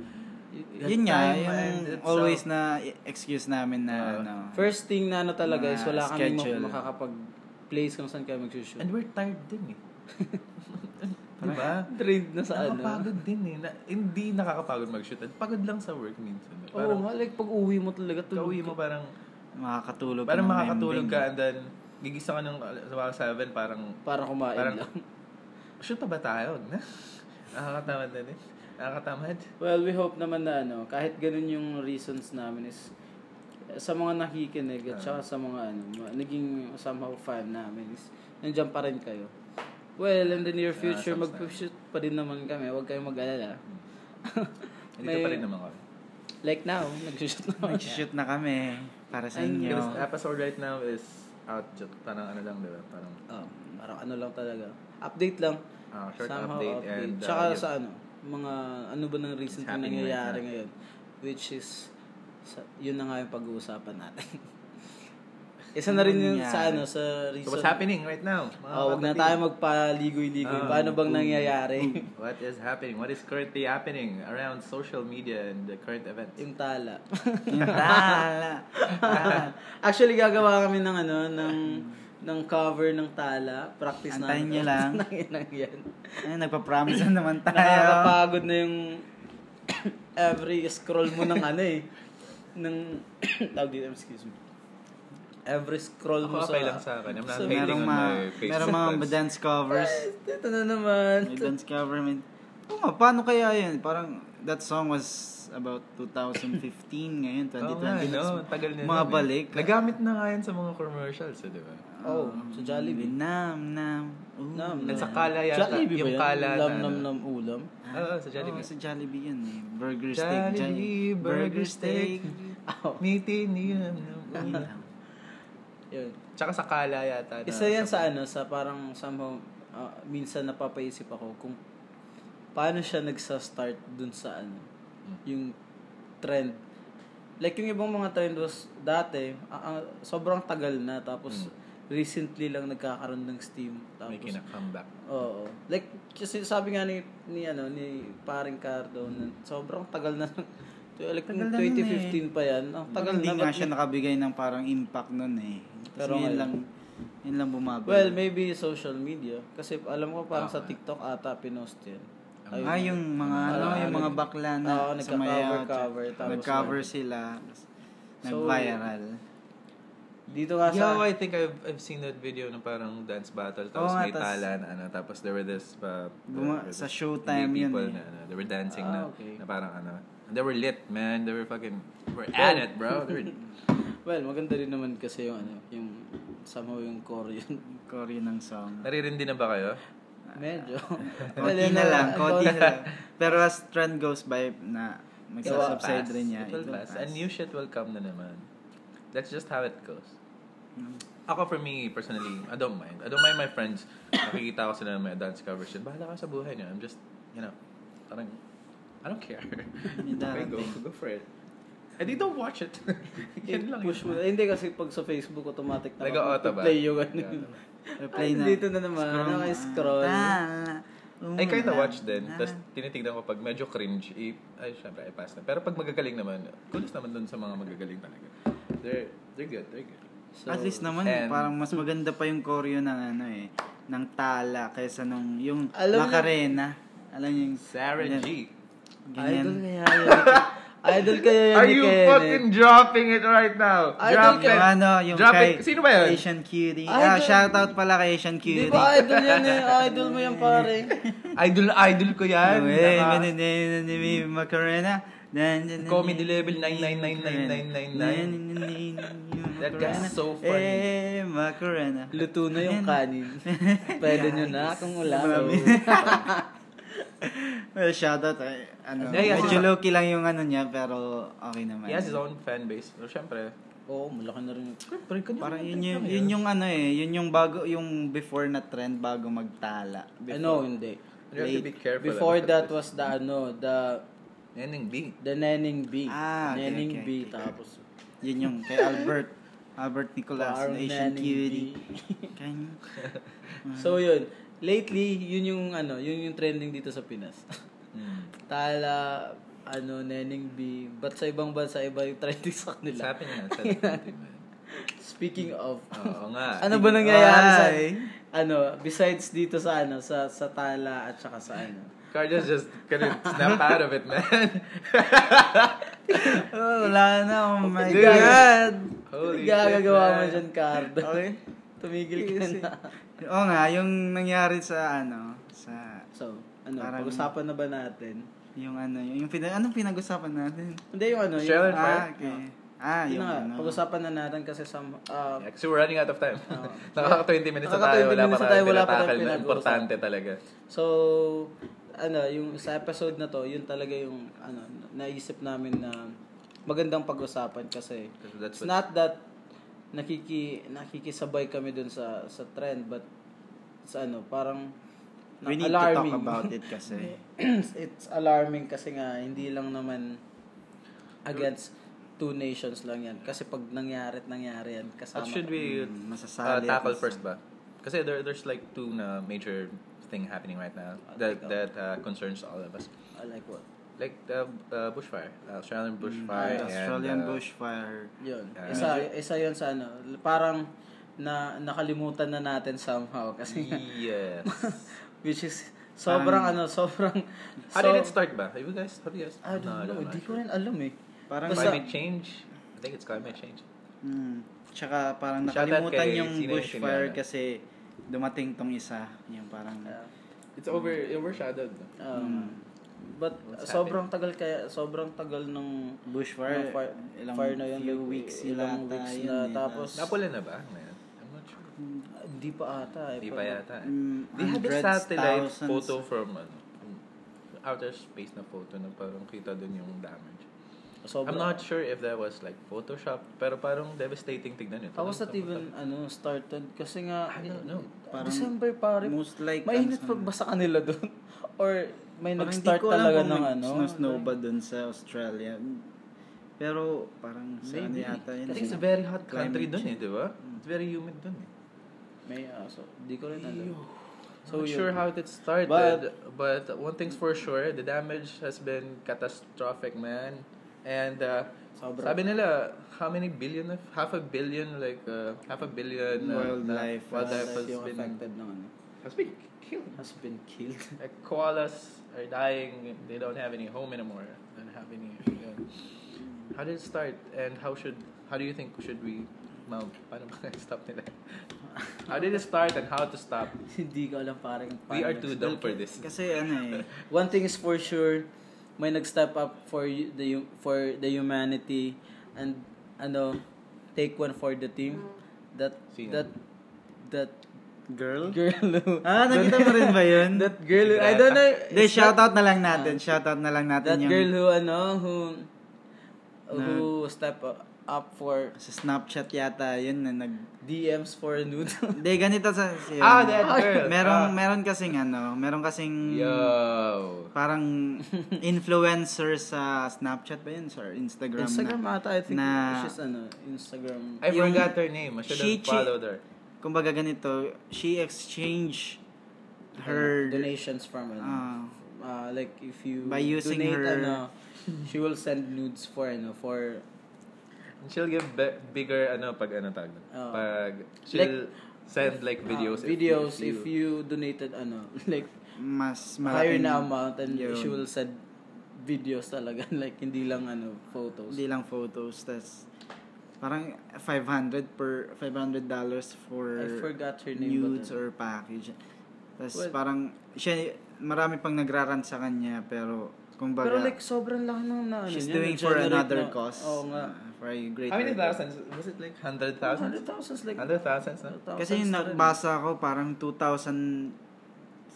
Speaker 1: Y-
Speaker 2: Yun nga,
Speaker 3: time,
Speaker 2: yung
Speaker 3: and it's
Speaker 2: always
Speaker 3: so-
Speaker 2: na excuse namin na
Speaker 3: Ah.
Speaker 2: ano.
Speaker 1: First thing na ano talaga is
Speaker 2: Mga
Speaker 1: wala kami
Speaker 2: schedule.
Speaker 1: makakapag-place kung saan kami magsushoot.
Speaker 3: And we're tired din eh. diba?
Speaker 1: Trained na sa ano.
Speaker 3: Nakakapagod din eh. Na, hindi nakakapagod mag-shoot. At pagod lang sa work minsan. eh.
Speaker 1: Oo
Speaker 3: Parang,
Speaker 1: nga, like pag uwi mo talaga, tulog
Speaker 3: kauwi mo parang,
Speaker 2: Makakatulog
Speaker 3: parang
Speaker 2: ng
Speaker 3: makakatulog
Speaker 2: membing.
Speaker 3: ka and then, gigisa ka ng uh, sa mga 7, parang,
Speaker 1: para kumain
Speaker 3: parang,
Speaker 1: lang.
Speaker 3: shoot na ba tayo? Na? Nakakatamad na din. eh. Nakakatamad.
Speaker 1: Well, we hope naman na ano, kahit ganun yung reasons namin is eh, sa mga nakikinig at saka sa mga ano, ma- naging somehow fan namin is nandiyan pa rin kayo. Well, in the near future,
Speaker 3: subscribe.
Speaker 1: mag-shoot pa rin naman kami. Huwag kayong mag-alala. Hmm.
Speaker 3: Dito
Speaker 1: May-
Speaker 3: pa rin naman kami.
Speaker 1: Like now, nag-shoot na.
Speaker 2: Nagsishoot na kami para sa
Speaker 1: And
Speaker 2: inyo.
Speaker 3: This episode right now is out. ju- Parang ano lang, diba? Parang
Speaker 1: Oh, parang ano lang talaga. Update lang.
Speaker 3: ah, short
Speaker 1: Somehow
Speaker 3: update, and uh,
Speaker 1: Tsaka
Speaker 3: yun.
Speaker 1: sa ano, mga ano ba ng recent
Speaker 3: It's
Speaker 1: na
Speaker 3: happening
Speaker 1: nangyayari
Speaker 3: right now.
Speaker 1: ngayon. Which is, sa, yun na nga yung pag-uusapan natin. Isa na rin
Speaker 2: Ano
Speaker 1: yun
Speaker 2: nangyari?
Speaker 1: sa ano, sa
Speaker 3: So
Speaker 1: recent.
Speaker 3: what's happening right now? mga
Speaker 1: Oh, wag na
Speaker 3: kapatid?
Speaker 1: tayo magpaligoy-ligoy.
Speaker 3: Ah,
Speaker 1: Paano bang nangyayari?
Speaker 3: What is happening? What is currently happening around social media and the current events?
Speaker 1: yung tala.
Speaker 2: Yung tala.
Speaker 1: Actually, gagawa kami ng ano, ng ng cover ng tala. Practice
Speaker 2: Antayin
Speaker 1: namin.
Speaker 2: nyo lang.
Speaker 1: Nanginang yan.
Speaker 2: Ay, nagpa-promise na naman tayo.
Speaker 1: Nakakapagod na yung every scroll mo ng ano eh. ng tawag dito, excuse me. Every scroll
Speaker 3: Ako
Speaker 1: mo
Speaker 3: okay
Speaker 1: sa...
Speaker 3: lang sa akin. I'm not
Speaker 1: sa-
Speaker 3: failing
Speaker 2: merong
Speaker 3: on
Speaker 2: mga,
Speaker 3: my Facebook.
Speaker 2: merong mga
Speaker 3: friends.
Speaker 2: dance covers.
Speaker 1: Ito na naman.
Speaker 2: May dance cover. May... Oo nga, paano kaya yun? Parang that song was about 2015 ngayon, 2020.
Speaker 3: Oo nga, eh, no? Ang Tagal na
Speaker 2: Mga
Speaker 3: nun eh.
Speaker 2: balik.
Speaker 3: Nagamit na nga yan sa mga commercials, eh, di ba?
Speaker 1: Oh, sa Jollibee.
Speaker 2: Nam, nam. Ooh.
Speaker 1: Nam,
Speaker 3: At sa kala yata,
Speaker 1: Mm. Jollibee ba
Speaker 3: yung
Speaker 1: yan?
Speaker 3: kala na
Speaker 1: Lam,
Speaker 3: ano.
Speaker 1: nam, nam, ulam.
Speaker 3: Oo, sa
Speaker 2: Ah.
Speaker 3: Jollibee.
Speaker 2: Oo, sa Jollibee yun eh. Burger steak.
Speaker 3: Jollibee, Oh.
Speaker 2: Jolli-
Speaker 3: burger steak,
Speaker 1: Ow.
Speaker 3: meaty, niyam,
Speaker 2: Yun lang.
Speaker 1: Yun.
Speaker 3: Tsaka sa kala yata. na-
Speaker 1: Isa yan sa ano, sa parang somehow, ah, minsan napapaisip ako kung paano siya nagsa-start dun sa ano,
Speaker 3: Hmm.
Speaker 1: yung trend. Like yung ibang mga trend was dati, ah, ah, sobrang tagal na, tapos recently lang nagkakaroon ng steam.
Speaker 3: Hmm. May
Speaker 1: Tapos,
Speaker 3: kinakambak.
Speaker 1: oo. Like, kasi sabi nga ni, ni, ano, ni paring Cardo, na sobrang tagal na, like,
Speaker 2: Tagal na nun eh.
Speaker 1: 2015 pa yan. Ang tagal na.
Speaker 2: Hindi nga
Speaker 1: ba't
Speaker 2: siya nakabigay ng parang impact nun eh.
Speaker 1: Pero
Speaker 2: Pero ngayon
Speaker 1: ngayon-
Speaker 2: lang, yun lang bumabalik.
Speaker 1: Well, maybe social media. Kasi alam ko parang sa
Speaker 3: Tama.
Speaker 1: TikTok ata pinost yun.
Speaker 2: ah, yung mga ano,
Speaker 1: Parang
Speaker 2: yung mga bakla na
Speaker 1: Oo, nagka-cover, cover, tapos
Speaker 2: nag-cover sila. Nag-viral.
Speaker 1: Dito nga sa...
Speaker 3: Yo, I think I've, I've seen that video ng parang dance battle tapos
Speaker 2: Oo nga,
Speaker 3: may
Speaker 2: tas-
Speaker 3: tala na ano tapos there were this pa
Speaker 2: Buma-
Speaker 3: there were
Speaker 2: sa
Speaker 3: this
Speaker 2: showtime
Speaker 3: gay
Speaker 2: yun
Speaker 3: people
Speaker 2: eh.
Speaker 3: na, ano, they were dancing
Speaker 1: Ah,
Speaker 3: na,
Speaker 1: okay.
Speaker 3: na parang ano and they were lit man they were fucking we're at it bro they were,
Speaker 1: Well, maganda rin naman kasi yung ano, yung somehow yung core yun.
Speaker 2: Koryo ng song. Ah,
Speaker 3: naririndi na ba kayo?
Speaker 1: Medyo. Well,
Speaker 2: Konti
Speaker 1: yun
Speaker 2: na lang, konti
Speaker 1: konti-
Speaker 2: na lang. Pero as trend goes by na magsasubside
Speaker 3: pass.
Speaker 2: rin niya.
Speaker 3: it will pass. and new shit will come na naman that's just how it goes
Speaker 2: Mm.
Speaker 3: ako for me personally I don't mind I don't mind my friends nakikita ko sila na may dance cover shit bahala ka sa buhay niyo I'm just you know parang I don't care
Speaker 2: May
Speaker 3: okay go,
Speaker 2: darating.
Speaker 3: go for it and they don't watch it yan lang
Speaker 1: Push mo. Eh, Hindi kasi pag sa Facebook automatic na
Speaker 3: Nag-auto ba?
Speaker 1: play yung ano. Ay,
Speaker 2: Play na.
Speaker 1: dito na naman, naka-scroll.
Speaker 2: Ah,
Speaker 3: I kinda
Speaker 2: ah,
Speaker 3: watch din.
Speaker 2: ah.
Speaker 3: Tapos tinitignan ko pag medyo cringe, i- ay, syempre, ay pass na. Pero pag magagaling naman, kudos naman dun sa mga magagaling talaga. They're, they're good, they're good.
Speaker 1: So,
Speaker 2: At least naman,
Speaker 3: and-
Speaker 2: parang mas maganda pa yung koryo ng ano eh, ng tala kaysa nung yung
Speaker 1: Alam na-
Speaker 2: Macarena. Alam niyo yung
Speaker 3: Sarah
Speaker 2: ganyan-
Speaker 3: G.
Speaker 2: Ganyan.
Speaker 1: Idol kaya yan. Idol kaya yan.
Speaker 3: Are
Speaker 1: ni
Speaker 3: you
Speaker 1: Kenneth.
Speaker 3: fucking dropping it right now?
Speaker 1: Ay,
Speaker 3: Drop
Speaker 1: don't
Speaker 2: Yung
Speaker 3: it.
Speaker 2: ano, yung
Speaker 3: Drop
Speaker 2: kay
Speaker 3: it. Sino ba yun?
Speaker 2: Asian Cutie.
Speaker 1: Idol.
Speaker 2: Ah, shoutout pala kay Asian
Speaker 1: Di
Speaker 2: Cutie.
Speaker 1: ba idol yan eh? Idol mo yan pare.
Speaker 3: Idol na idol ko yan.
Speaker 2: Uy,
Speaker 3: Naka-
Speaker 2: mananay ni Mi Macarena. Nan- nan- nan-
Speaker 3: Comedy level 9999999.
Speaker 2: Nan- nan- nan- nan-
Speaker 3: That guy's
Speaker 2: Macarena.
Speaker 3: so funny.
Speaker 2: Eh, Macarena.
Speaker 1: Luto na yung kanin. Pwede nyo na kung ulam.
Speaker 2: Well, shoutout. eh, Ano,
Speaker 3: Yeah, yeah,
Speaker 2: medyo
Speaker 3: so-
Speaker 2: low-key lang yung ano niya, pero okay naman.
Speaker 3: He has his own fan base. Pero syempre,
Speaker 1: Oo, malaki na rin.
Speaker 3: syempre, kanya-
Speaker 2: Parang yun yung, yun yung ano eh, yun yung bago, yung before na trend, bago magtala.
Speaker 1: Ano, hindi.
Speaker 3: You have to be careful
Speaker 1: Before
Speaker 3: about
Speaker 1: that
Speaker 3: this.
Speaker 1: was the ano, the
Speaker 3: Ending B.
Speaker 1: the Neneng B.
Speaker 2: Ah, okay,
Speaker 1: Neneng
Speaker 2: okay,
Speaker 1: B tapos
Speaker 2: Yun yung kay Albert. Albert Nicolas,
Speaker 1: parang
Speaker 2: Asian
Speaker 1: Neneng
Speaker 2: Cutie.
Speaker 1: B.
Speaker 2: Kanya.
Speaker 1: so yun, Hmm. lately yun yung ano, yun yung trending dito sa Pinas.
Speaker 3: Mm.
Speaker 1: Tala ano, Neneng B. Ba't sa ibang bansa, iba yung trending stock
Speaker 3: Sa
Speaker 1: nila?
Speaker 3: akin nga, sa atin, man.
Speaker 1: Speaking of,
Speaker 3: Oo nga.
Speaker 1: ano ba nangyayari sa,
Speaker 2: Ay.
Speaker 1: ano, besides dito sa, ano, sa, sa tala at saka sa, ano,
Speaker 3: Cardia's just gonna snap out of it, man.
Speaker 2: Oh, wala na. Oh my
Speaker 1: Dude.
Speaker 2: God.
Speaker 3: Holy shit,
Speaker 1: gagagawa mo
Speaker 3: man.
Speaker 1: dyan, Cardo.
Speaker 2: Okay.
Speaker 1: Tumigil ka na.
Speaker 2: Oo nga, yung nangyari sa ano, sa
Speaker 1: So, ano,
Speaker 2: Parang-
Speaker 1: pag-usapan na ba natin?
Speaker 2: yung ano, yung, yung pinag anong pinag-usapan natin?
Speaker 1: Hindi, yung ano, yung,
Speaker 3: Shell and
Speaker 1: ah,
Speaker 2: Ah, okay. Ah,
Speaker 1: yun
Speaker 2: yung
Speaker 1: na nga,
Speaker 2: ano.
Speaker 1: pag-usapan na natin kasi sa, ah,
Speaker 3: Yeah, kasi we're running out of time.
Speaker 1: Oo.
Speaker 3: Nakaka-20 minutes na
Speaker 1: Nakaka-
Speaker 3: tayo.
Speaker 1: 20
Speaker 3: Wala pa
Speaker 1: minutes na
Speaker 3: tayo,
Speaker 1: tayo, wala pa
Speaker 3: tinatakal
Speaker 1: tayong
Speaker 3: na
Speaker 1: pinag-uusapan.
Speaker 3: importante talaga.
Speaker 1: So, ano, yung sa episode na to, yun talaga yung ano, naisip namin na magandang pag-usapan kasi
Speaker 3: Kasi that's
Speaker 1: it's not that nakiki nakikisabay kami dun sa sa trend but sa ano, parang
Speaker 2: We need to talk
Speaker 1: alarming.
Speaker 2: about it kasi. Mm,
Speaker 1: it's alarming kasi nga hindi lang naman against two nations lang yan kasi pag nangyari at nangyari yan kasama
Speaker 3: What should we
Speaker 1: Hmm.
Speaker 2: Mm,
Speaker 3: uh,
Speaker 2: masasali at
Speaker 3: tackle
Speaker 2: masasali.
Speaker 3: first ba? Kasi there, there's like two na major thing happening right now
Speaker 1: Ah,
Speaker 3: that that uh, concerns all of us.
Speaker 1: I like what
Speaker 3: Like the uh, bushfire, uh, Australian
Speaker 2: Mm,
Speaker 3: bushfire.
Speaker 1: Hmm.
Speaker 3: and,
Speaker 2: Australian
Speaker 3: uh,
Speaker 2: bushfire.
Speaker 1: Yun.
Speaker 3: Ah.
Speaker 1: isa, isa yun sa ano. Parang na, nakalimutan na natin somehow. Kasi nga,
Speaker 3: Yes.
Speaker 1: which is sobrang ano, sobrang...
Speaker 3: How did it start ba? Have you guys, have you guys?
Speaker 1: I don't know. Hindi ko rin alam eh.
Speaker 2: Parang
Speaker 1: Basta-
Speaker 3: Climate change? I think it's climate change.
Speaker 2: Mm. Tsaka parang
Speaker 3: Shout out
Speaker 2: nakalimutan
Speaker 3: kay-
Speaker 2: yung
Speaker 3: sino yung
Speaker 2: bushfire
Speaker 3: kilala?
Speaker 2: kasi dumating tong isa. Yung parang...
Speaker 1: Uh,
Speaker 3: It's over, overshadowed.
Speaker 1: Um, But
Speaker 3: Hmm. What's
Speaker 1: sobrang tagal kaya, sobrang tagal ng
Speaker 2: Bushfire,
Speaker 1: ng fire,
Speaker 2: ilang
Speaker 1: fire na yun.
Speaker 2: few
Speaker 1: like,
Speaker 2: weeks
Speaker 1: ilang
Speaker 2: yata
Speaker 1: weeks
Speaker 2: yun
Speaker 1: na.
Speaker 2: eh,
Speaker 1: tapos,
Speaker 3: Napula na ba? Man, I'm not sure.
Speaker 1: ah, hindi pa ata. eh,
Speaker 3: Hindi pa
Speaker 1: parang-
Speaker 3: yata. eh.
Speaker 2: Mm,
Speaker 3: They had a
Speaker 2: hundreds,
Speaker 3: satellite
Speaker 2: thousands.
Speaker 3: photo from ano, outer space na photo na parang kita dun yung damage.
Speaker 1: Sobrang,
Speaker 3: I'm not sure if that was like Photoshop, pero parang devastating tignan yun.
Speaker 1: How was that even ano, started? Kasi nga,
Speaker 3: I don't know.
Speaker 2: Parang
Speaker 1: December pare.
Speaker 2: Most like...
Speaker 1: Mainit pa
Speaker 2: ano sa-
Speaker 1: ba sa kanila doon? Or may
Speaker 2: Parang
Speaker 1: nag-start
Speaker 2: hindi ko alam
Speaker 1: talaga
Speaker 2: kung
Speaker 1: ng
Speaker 2: may
Speaker 1: ano?
Speaker 2: Snow-snow ba dun sa Australia? Pero parang sa ano
Speaker 3: Maybe.
Speaker 2: yata yun.
Speaker 3: Kasi
Speaker 2: eh.
Speaker 3: it's a very hot country
Speaker 2: Climate
Speaker 3: dun eh, di ba?
Speaker 1: Hmm.
Speaker 3: It's very humid dun eh.
Speaker 1: May aso. Di ko rin alam.
Speaker 3: So
Speaker 1: So,
Speaker 3: Not
Speaker 1: yun.
Speaker 3: sure how that started, but,
Speaker 1: But-
Speaker 3: one thing's for sure, the damage has been catastrophic, man. And uh,
Speaker 1: Sobra.
Speaker 3: sabi nila, how many billion of half a billion like uh, half a billion uh,
Speaker 2: Wildlife.
Speaker 3: na- wildlife has
Speaker 1: Wildlife yung
Speaker 3: been
Speaker 1: affected ng ano.
Speaker 3: has been killed.
Speaker 1: Has been killed.
Speaker 3: Like koalas are dying. They don't have any home anymore. Don't have any. yeah. How did it start? And how should? How do you think should we? Ma'am, paano ba stop nila? How did it start and how to stop?
Speaker 1: Hindi ko alam parang
Speaker 3: We
Speaker 1: paano
Speaker 3: are too
Speaker 1: nag-
Speaker 3: dumb for this.
Speaker 2: Kasi ano eh.
Speaker 1: One thing is for sure, may nag-step up for you- the hu- for the humanity and ano, take one for the team. That
Speaker 3: Sino?
Speaker 1: that that
Speaker 2: Girl?
Speaker 1: girl. who-
Speaker 2: Ah, nakita mo rin ba yun?
Speaker 1: that girl. who- I don't know.
Speaker 2: Hindi, shoutout na lang natin. shoutout na lang natin
Speaker 1: That
Speaker 2: yung
Speaker 1: girl who ano, who who step up for
Speaker 2: sa Snapchat yata yun na nag...
Speaker 1: DMs for nude.
Speaker 2: Hindi, ganito sa... siya.
Speaker 3: Ah, that girl.
Speaker 2: Merong,
Speaker 3: Ah.
Speaker 2: meron kasing ano, meron kasing
Speaker 3: Yo.
Speaker 2: parang influencer sa Snapchat ba yun? Or Instagram,
Speaker 1: Instagram
Speaker 2: na.
Speaker 1: ata, I think
Speaker 2: na-
Speaker 1: she's ano, Instagram.
Speaker 3: I
Speaker 2: Yung-
Speaker 3: forgot her name. I should
Speaker 2: She-
Speaker 3: have followed her.
Speaker 2: Kumbaga ganito, she exchange her...
Speaker 1: Ano, donations from ano.
Speaker 2: ah,
Speaker 1: uh, like if you
Speaker 2: By using
Speaker 1: donate
Speaker 2: her-
Speaker 1: ano, she will send nudes for ano for
Speaker 3: And she'll give bi- bigger ano pag ano tag.
Speaker 1: Oh.
Speaker 3: Pag she'll send like
Speaker 1: uh,
Speaker 3: videos. if-
Speaker 1: videos if
Speaker 3: if
Speaker 1: you donated ano like
Speaker 2: mas
Speaker 1: higher
Speaker 2: malaking...
Speaker 1: na amount and
Speaker 2: yun.
Speaker 1: she will send videos talaga like hindi lang ano photos.
Speaker 2: Hindi lang photos. Tapos, parang 500 per, 500 dollars for
Speaker 1: I forgot her name. but- uh,
Speaker 2: nudes or package. Tapos,
Speaker 1: Well-
Speaker 2: parang, siya, marami pang nagraran sa kanya, pero, kumbaga,
Speaker 1: Pero like sobrang laki ng na ano
Speaker 2: she's
Speaker 1: niya,
Speaker 2: doing for
Speaker 1: na-generate
Speaker 2: another
Speaker 1: na-
Speaker 2: cause.
Speaker 1: Oo nga.
Speaker 2: uh, for a greater
Speaker 3: How many
Speaker 2: good.
Speaker 3: thousands? Was it like hundred thousands?
Speaker 1: 100,000 like
Speaker 3: Hundred thousands, no?
Speaker 2: Kasi yung nakbasa ko, parang 2,000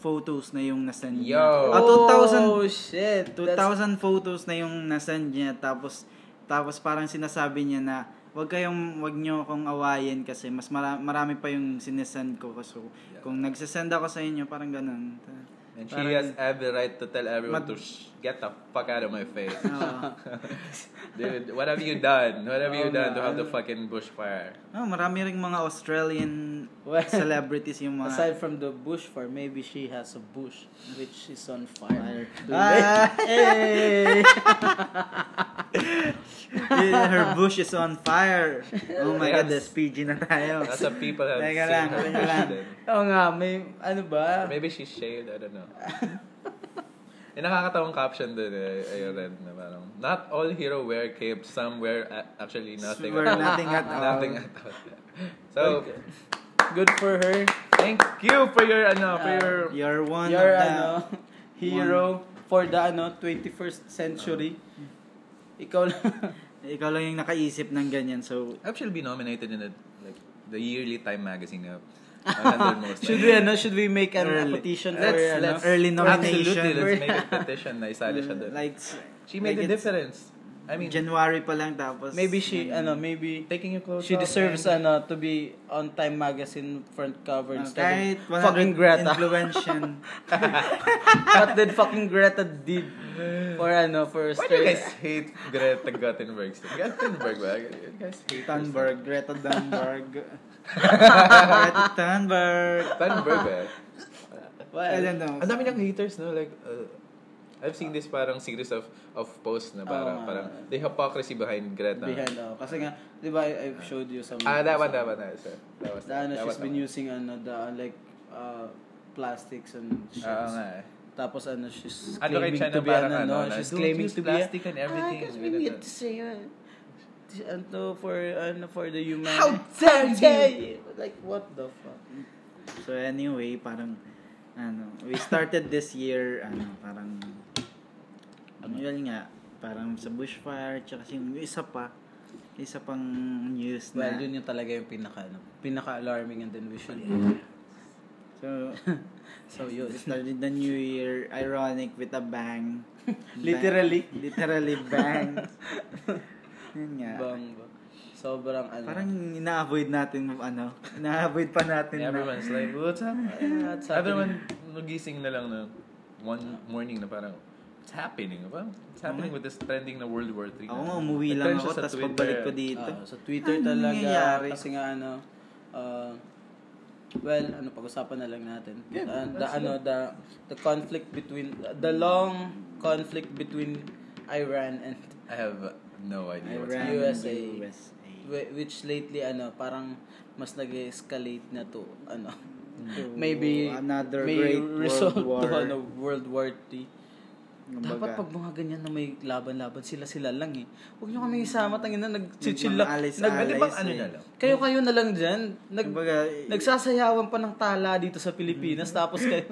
Speaker 2: photos na yung nasend niya.
Speaker 3: Yo!
Speaker 2: Ah, 2,000
Speaker 1: Oh, shit. That's-
Speaker 2: 2,000 photos na yung nasend niya tapos tapos parang sinasabi niya na wag kayong wag niyo akong awayin kasi mas mara- marami pa yung sinesend ko so kung nagsesend ako sa inyo parang ganun. Ta-
Speaker 3: And she
Speaker 1: Parang-
Speaker 3: has every right to tell everyone
Speaker 2: Mat-
Speaker 3: to sh- get the fuck out of my face.
Speaker 2: Oo.
Speaker 3: Dude, what have you done? What have
Speaker 1: Oo
Speaker 3: you
Speaker 1: nga.
Speaker 3: done to have the fucking bushfire?
Speaker 2: Oh, marami ring mga Australian
Speaker 1: Well,
Speaker 2: celebrities yung mga...
Speaker 1: Aside from the bush fire, maybe she has a bush which is on fire.
Speaker 2: Ah!
Speaker 1: hey!
Speaker 2: Yeah, Her bush is on fire. Oh my God,
Speaker 3: Yes.
Speaker 2: that's PG na tayo.
Speaker 3: That's what people have
Speaker 2: Teka
Speaker 3: seen
Speaker 2: lang,
Speaker 3: her
Speaker 2: teka
Speaker 3: bush
Speaker 2: lang.
Speaker 3: then.
Speaker 1: Oo nga, may ano ba?
Speaker 3: Or maybe she's shaved, I don't know. Yung nakakatawang caption dun, eh, I read na parang, Not all hero wear capes, some wear a- actually nothing
Speaker 2: Wear
Speaker 3: at all.
Speaker 2: nothing at all.
Speaker 3: Nothing at all. So,
Speaker 1: Good for her.
Speaker 3: thank you for your, ano, for
Speaker 2: Um,
Speaker 1: Uh,
Speaker 3: your,
Speaker 2: You're one
Speaker 1: Your
Speaker 2: of the...
Speaker 1: ano, hero for the ano, 21st century. Ikaw lang.
Speaker 2: Ikaw lang yung nakaisip ng ganyan, so...
Speaker 3: I hope she'll be nominated in the, like, the yearly Time magazine na 100 most.
Speaker 1: should we ano, should we make an
Speaker 2: Early.
Speaker 1: petition for
Speaker 3: Let's,
Speaker 1: her, ano?
Speaker 3: let's,
Speaker 2: Early nomination.
Speaker 3: Absolutely, let's make a petition na isali siya dun.
Speaker 2: Mm, Like,
Speaker 3: She made
Speaker 2: like
Speaker 3: a
Speaker 2: it's
Speaker 3: difference. I mean,
Speaker 2: January pa lang tapos...
Speaker 1: Maybe she
Speaker 2: Mm.
Speaker 1: ano, maybe
Speaker 3: taking your clothes
Speaker 1: she
Speaker 3: off
Speaker 1: deserves
Speaker 3: and-
Speaker 1: ano to be on Time magazine front cover
Speaker 2: Uh,
Speaker 1: instead
Speaker 2: kahit
Speaker 1: of
Speaker 2: 100
Speaker 1: fucking Greta.
Speaker 2: influential.
Speaker 1: What did fucking Greta did for ano for
Speaker 3: Why do you guys hate Greta Guttenberg? so- Guttenberg ba? You guys hate her so-
Speaker 2: Thunberg, Greta Thunberg. Greta Thunberg.
Speaker 3: Thunberg ba?
Speaker 2: I
Speaker 1: Well,
Speaker 2: don't know.
Speaker 3: Ang dami niyang haters, no? Like, uh, I've seen this parang series of of posts na
Speaker 1: Oo.
Speaker 3: parang, parang the hypocrisy behind Greta.
Speaker 1: Ah. behind oh. Kasi nga, 'di ba I, I've showed you some
Speaker 3: Ah, that one, that one. That one. That was,
Speaker 1: The ano,
Speaker 3: that
Speaker 1: she's
Speaker 3: one,
Speaker 1: been
Speaker 3: that one.
Speaker 1: using ano, the like uh, plastics and shit.
Speaker 3: Oo nga eh.
Speaker 1: Tapos ano, she's
Speaker 3: Ano kay
Speaker 1: claiming
Speaker 3: China
Speaker 1: to be
Speaker 3: parang
Speaker 1: ano,
Speaker 3: ano,
Speaker 1: no?
Speaker 3: na,
Speaker 1: she's
Speaker 3: don't
Speaker 1: claiming
Speaker 3: use
Speaker 1: to be
Speaker 3: plastic and everything.
Speaker 1: Ah, 'cause we need to say uh, ano for ano for the human. dare you? Like what the fuck?
Speaker 2: So anyway, parang ano, we started this year ano, parang ano yun nga, parang sa bushfire tsaka yung isa pa, isa pang news na.
Speaker 1: Well, yun yung talaga yung pinaka ano, pinaka alarming and then we should
Speaker 2: So
Speaker 1: So yun.
Speaker 2: yun, we started the new year ironic with a bang.
Speaker 1: Literally.
Speaker 2: Bang- literally bang. yun nga.
Speaker 1: Bang, bang. Sobrang ano.
Speaker 2: Parang ina-avoid natin ano, ina-avoid pa natin na-
Speaker 3: Everyone's like, what's up?
Speaker 1: Yeah, it's happening.
Speaker 3: Everyone nagising na lang na one morning na parang, what's happening? Ba? What's happening with this trending na World War III?
Speaker 2: Ako nga, umuwi lang
Speaker 3: Nag-trend siya
Speaker 2: ako,
Speaker 3: sa
Speaker 2: tapos
Speaker 3: Twitter.
Speaker 2: pagbalik ko dito.
Speaker 1: Ah, sa Twitter
Speaker 2: Ano
Speaker 1: talaga.
Speaker 2: nangyayari?
Speaker 1: Kasi nga ano, ah, well, ano, pag-usapan na lang natin.
Speaker 3: Yeah,
Speaker 1: Ah, the,
Speaker 3: that's
Speaker 1: ano, the, the conflict between, the long conflict between Iran and
Speaker 3: I have no idea what's
Speaker 2: Iran,
Speaker 3: happening.
Speaker 1: USA.
Speaker 2: USA.
Speaker 1: whi- which lately, ano, parang mas nag-escalate na to, ano, maybe
Speaker 2: Oh, another
Speaker 1: may
Speaker 2: great
Speaker 1: result
Speaker 2: world war.
Speaker 1: to ano, World War III. Dapat
Speaker 2: Kumbaga,
Speaker 1: pag mga ganyan na may laban-laban, sila-sila lang eh. Huwag nyo kami isama, tangin na, nag-chill
Speaker 2: Yung
Speaker 1: lang.
Speaker 2: mga alis-
Speaker 1: Nag-
Speaker 3: Pwede
Speaker 2: alis
Speaker 3: bang ano na lang?
Speaker 1: Kayo-kayo na lang dyan. Nag,
Speaker 2: Kumbaga, eh,
Speaker 1: nagsasayawan pa ng tala dito sa Pilipinas.
Speaker 3: Mm.
Speaker 1: Tapos kayo,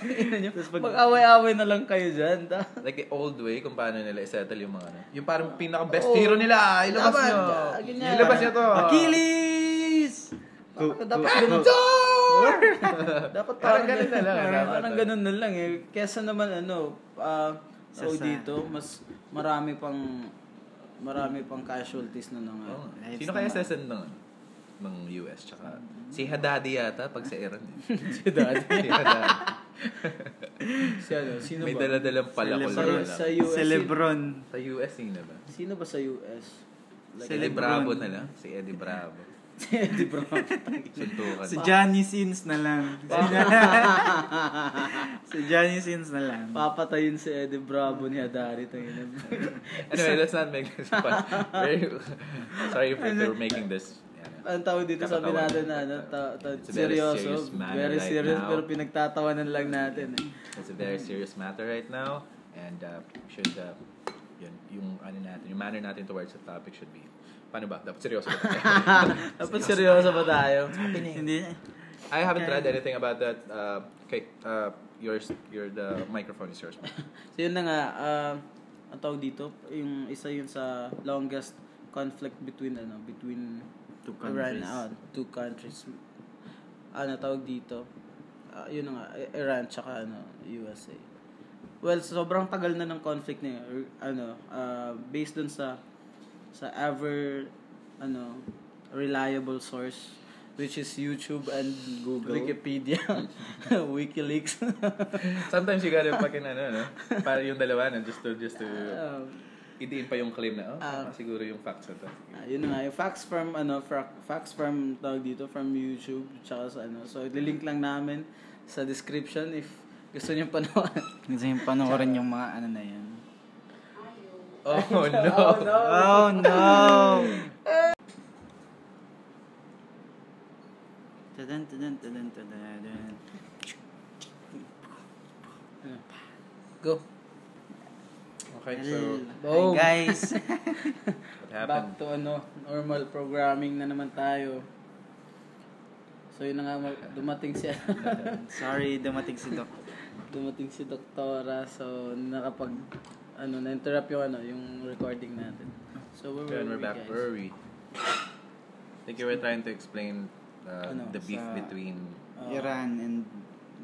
Speaker 1: tingnan nyo,
Speaker 2: Tapos pag-
Speaker 1: mag-away-away na lang kayo dyan. Ta-
Speaker 3: Like the old way kung paano nila isettle yung mga ano. Yung parang pinaka best hero nila. ah, Ilabas
Speaker 1: Dapat,
Speaker 3: nyo.
Speaker 1: ah, ganyan.
Speaker 3: Ilabas nyo to.
Speaker 2: Achilles! Go,
Speaker 1: Dapat
Speaker 2: go,
Speaker 1: ganun.
Speaker 2: go.
Speaker 1: Dapat parang
Speaker 3: Parang ganun na lang.
Speaker 1: Parang,
Speaker 3: Dapat,
Speaker 1: parang
Speaker 3: ah.
Speaker 1: ganun na lang eh. Kesa naman ano, ah,
Speaker 2: Sa-
Speaker 1: oh,
Speaker 2: sa-
Speaker 1: dito, mas marami pang marami pang casualties na naman.
Speaker 3: Oo nga.
Speaker 2: Lives
Speaker 3: Sino kaya
Speaker 2: naman.
Speaker 3: sasend ng ano? ng US tsaka
Speaker 2: Mm.
Speaker 3: si Haddadi yata pag sa Iran. eh.
Speaker 1: si Dad.
Speaker 3: si Haddadi.
Speaker 1: Si ano, sino
Speaker 3: May
Speaker 1: ba?
Speaker 3: daladalang pala ko
Speaker 1: Sa-
Speaker 3: lang.
Speaker 1: sa US.
Speaker 2: Si Lebron.
Speaker 3: Sa US yun na ba?
Speaker 1: Sino ba sa US?
Speaker 3: Si
Speaker 2: Si
Speaker 3: Eddie
Speaker 2: Lebron.
Speaker 3: Bravo na lang. Si Eddie Bravo.
Speaker 1: Si Eddie Brown.
Speaker 3: Suntukan.
Speaker 2: Si Johnny Sins na lang. Si si Johnny Sins na lang.
Speaker 1: Papatayin si Eddie Bravo ni Adari. Tangin na.
Speaker 3: anyway, let's not make this fun. Very, sorry for, for making this. Yeah.
Speaker 1: ang tawag dito sabi
Speaker 3: Katatawanan.
Speaker 1: natin na ano, ta, ta,
Speaker 3: It's a very serious
Speaker 1: seryoso,
Speaker 3: matter
Speaker 1: very
Speaker 3: right
Speaker 1: serious,
Speaker 3: now.
Speaker 1: pero pinagtatawanan lang natin. eh.
Speaker 3: It's a very serious matter right now. And uh, we should, uh, yun, yung ano natin, yung manner natin towards the topic should be, paano ba? Dapat seryoso ba tayo?
Speaker 1: Dapat seryoso ba tayo?
Speaker 3: eh.
Speaker 2: Hindi.
Speaker 3: I haven't read anything about that. Uh, okay, uh, yours, your, the microphone is yours. Mark.
Speaker 1: So yun na nga, ah, ang tawag dito, yung isa yun sa longest conflict between ano, between
Speaker 2: Two
Speaker 1: Iran,
Speaker 2: countries.
Speaker 1: ah, two countries. Ano tawag dito? Ah, yun na nga, I- Iran tsaka ano, USA. Well, sobrang tagal na ng conflict na yun, or, ano, ah, based dun sa sa ever ano reliable source which is YouTube and Google.
Speaker 2: Wikipedia.
Speaker 1: Wikileaks.
Speaker 3: Sometimes you gotta fucking ano, ano, para yung dalawa na, just to, just to,
Speaker 2: Uh,
Speaker 1: Um,
Speaker 3: idiin pa yung claim na, oh,
Speaker 1: Ah.
Speaker 3: tama siguro yung facts na to.
Speaker 1: Ah, yun na nga, yung facts from, ano, fra- facts from, tawag dito, from YouTube, tsaka sa, ano, so, ililink lang namin sa description if gusto nyo panoorin.
Speaker 2: Kasi yung panoorin yung mga ano na yan.
Speaker 3: Oh no!
Speaker 2: Oh no! Tadan, tadan, tadan, tadan.
Speaker 1: Go.
Speaker 3: Okay, so,
Speaker 1: Boom.
Speaker 2: Hi guys!
Speaker 3: what
Speaker 1: Back
Speaker 3: happened?
Speaker 1: to, ano, normal programming na naman tayo. So, yun na nga, ma- dumating si,
Speaker 2: Sorry, dumating si Doc.
Speaker 1: Oh. dumating si Doktora, so, nakapag, ano, na-interrupt yung, ano, yung recording natin. So, where
Speaker 3: Then
Speaker 1: were
Speaker 3: we're
Speaker 1: we,
Speaker 3: back. Where
Speaker 1: guys?
Speaker 3: are we? I think you were trying to explain uh,
Speaker 1: Ano,
Speaker 3: the beef
Speaker 2: sa-
Speaker 3: between...
Speaker 1: Oh.
Speaker 2: Iran and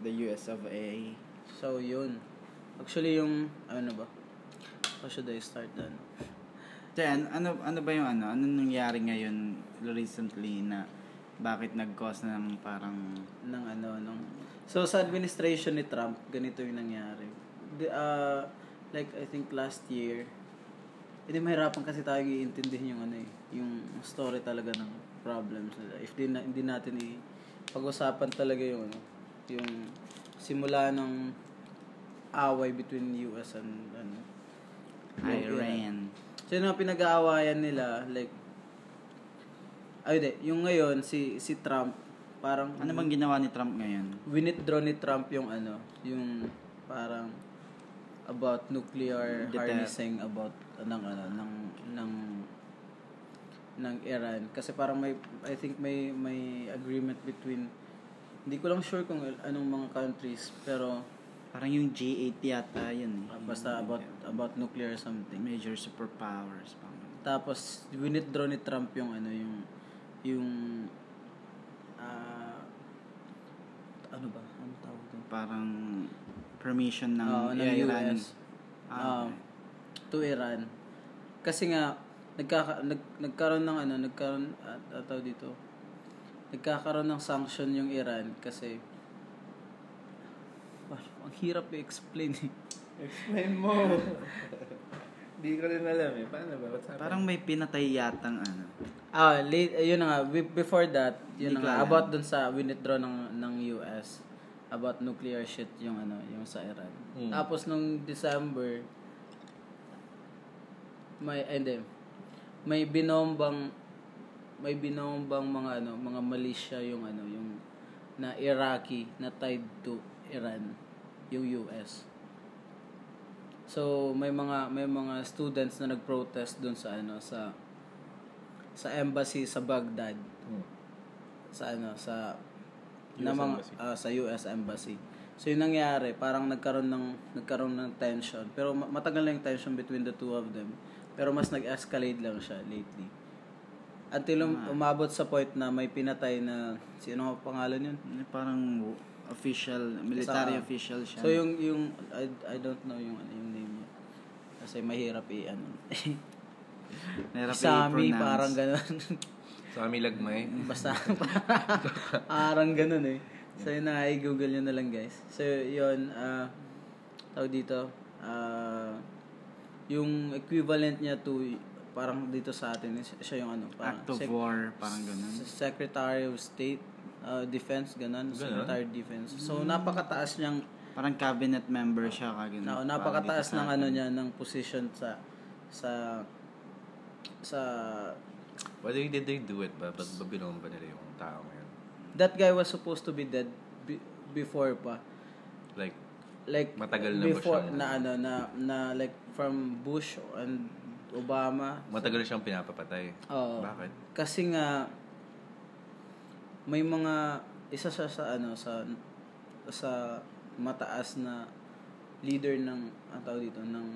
Speaker 2: the US of A.
Speaker 1: So, yun. Actually, yung, ano ba? How should I start ano? then?
Speaker 2: Then, ano, ano ba yung ano? Ano nangyari ngayon recently na bakit nag-cause na ng parang...
Speaker 1: Ng ano, nung... So, sa administration ni Trump, ganito yung nangyari. The, uh, like, I think last year, hindi mahirapan kasi tayo iintindihin yung ano eh, yung story talaga ng problems nila. If di na, hindi natin i pag-usapan talaga yung ano, yung simula ng away between US and ano, yung
Speaker 2: Iran.
Speaker 1: So yun ang pinag-aawayan nila, like, ay di, yung ngayon, si, si Trump, parang,
Speaker 2: Ano bang ginawa ni Trump ngayon?
Speaker 1: withdraw ni Trump yung ano, yung parang about nuclear
Speaker 2: Deter-
Speaker 1: harnessing about uh, ng ano ng ng ng Iran kasi parang may I think may may agreement between hindi ko lang sure kung anong mga countries pero
Speaker 2: Parang yung G8 yata yun.
Speaker 1: ah,
Speaker 2: eh.
Speaker 1: basta about about nuclear something
Speaker 2: Major superpowers. Parang.
Speaker 1: Tapos withdraw ni Trump yung ano yung yung ah ano ba? Ano tawag doon?
Speaker 2: parang permission ng
Speaker 1: Oo, ng
Speaker 2: Iran.
Speaker 1: US. Ah,
Speaker 2: Ah,
Speaker 1: to Iran. Kasi nga nagkaka nag, nagkaroon ng ano, nagkaroon at ataw dito. Nagkakaroon ng sanction yung Iran kasi Wow, ang hirap i-explain eh.
Speaker 3: Explain mo! Hindi ko rin alam eh. Paano ba? What's happening?
Speaker 2: parang may pinatay yatang ano.
Speaker 1: Ah, late, ayun na nga, be- before that, yun na
Speaker 2: Hindi ko
Speaker 1: nga,
Speaker 2: alam.
Speaker 1: about dun sa withdraw ng, ng US, about nuclear shit yung ano, yung sa Iran.
Speaker 3: Mm.
Speaker 1: Tapos nung December, may, hindi, may binombang, may binombang mga ano, mga militia yung ano, yung na Iraqi na tied to Iran, yung US. So may mga may mga students na nagprotest doon sa ano sa sa embassy sa Baghdad
Speaker 3: Hmm.
Speaker 1: sa ano sa
Speaker 3: US
Speaker 1: na mga-
Speaker 3: embassy.
Speaker 1: ah, sa US embassy. So yung nangyari, parang nagkaroon ng nagkaroon ng tension. Pero ma- matagal na yung tension between the two of them. Pero mas nag-escalate lang siya lately. Until um-
Speaker 2: Ah.
Speaker 1: umabot sa point na may pinatay na sino ang pangalan yun?
Speaker 2: Parang official, military
Speaker 1: Isa-
Speaker 2: official siya.
Speaker 1: So yung yung I, I don't know yung ano, yung name niya. Kasi mahirap i ano.
Speaker 2: Nahirap
Speaker 1: Sami
Speaker 2: i-pronounce.
Speaker 1: parang ganun.
Speaker 3: Sa kami lagmay.
Speaker 1: Basta parang ganun eh. So yun na nga, i-google nyo na lang guys. So yun, ah tawag dito, ah yung equivalent niya to parang dito sa atin, is- siya yung ano, parang
Speaker 2: Act of
Speaker 1: sec-
Speaker 2: war, parang ganun.
Speaker 1: s- Secretary of State, ah, Defense, ganun,
Speaker 3: Ganun?
Speaker 1: Secretary of Defense. So
Speaker 2: Hmm.
Speaker 1: napakataas niyang
Speaker 2: Parang cabinet member siya kaganoon.
Speaker 1: na,
Speaker 2: Parang
Speaker 1: napakataas
Speaker 2: dito sa
Speaker 1: ng ano
Speaker 2: atin.
Speaker 1: niya ng position sa sa sa
Speaker 3: Why they- did they do it? Ba, ba, ba binuhon ba nila yung tao ngayon?
Speaker 1: that guy was supposed to be dead be- before pa
Speaker 3: Like,
Speaker 1: like
Speaker 3: Matagal na ba
Speaker 1: before
Speaker 3: siyang-
Speaker 1: na ano na na like from Bush and Obama
Speaker 3: matagal siyang pinapapatay.
Speaker 1: Oo.
Speaker 3: Bakit?
Speaker 1: kasi nga may mga isa siya sa ano sa sa mataas na leader ng ang tawag dito ng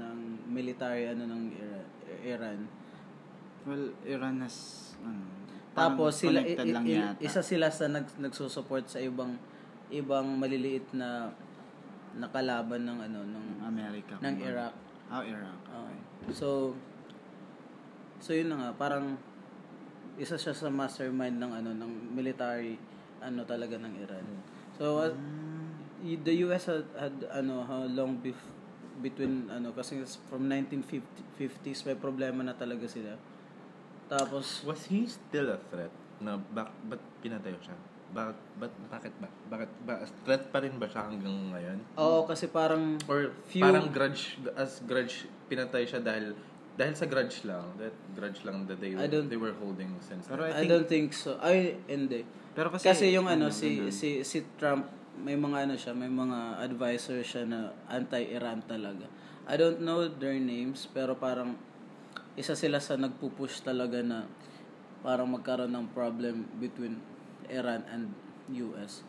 Speaker 1: ng military ano ng Ira- Iran.
Speaker 2: Well, Iran has, ano, parang
Speaker 1: Tapos sila i-
Speaker 2: connected
Speaker 1: i-
Speaker 2: lang
Speaker 1: i-
Speaker 2: yata.
Speaker 1: isa sila sa nag nagsusupport sa ibang ibang maliliit na nakalaban ng ano ng
Speaker 2: America.
Speaker 1: ng Iraq.
Speaker 2: Oh, Iraq.
Speaker 1: Oo. so, so yun na nga, parang isa siya sa mastermind ng ano ng military ano talaga ng Iran. So as- y- the US had, had ano how long bef- between ano kasi from 1950s may problema na talaga sila. Tapos
Speaker 3: Was he still a threat? Na bak ba't pinatayo siya? Bakit, ba't, bakit ba? Bakit ba? As threat pa rin ba siya hanggang ngayon?
Speaker 1: oo kasi parang
Speaker 3: Or
Speaker 1: Few-
Speaker 3: parang grudge, as grudge, pinatay siya dahil dahil sa grudge lang. That grudge lang that they,
Speaker 1: I don't-
Speaker 3: they were holding since
Speaker 2: Pero
Speaker 3: then.
Speaker 2: I
Speaker 1: I,
Speaker 2: think-
Speaker 1: don't think so. Ay hindi.
Speaker 2: Pero kasi,
Speaker 1: Kasi, yung ano si si si Trump may mga ano siya, may mga advisor siya na anti-Iran talaga. I don't know their names pero parang isa sila sa nagpupush talaga na parang magkaroon ng problem between Iran and US.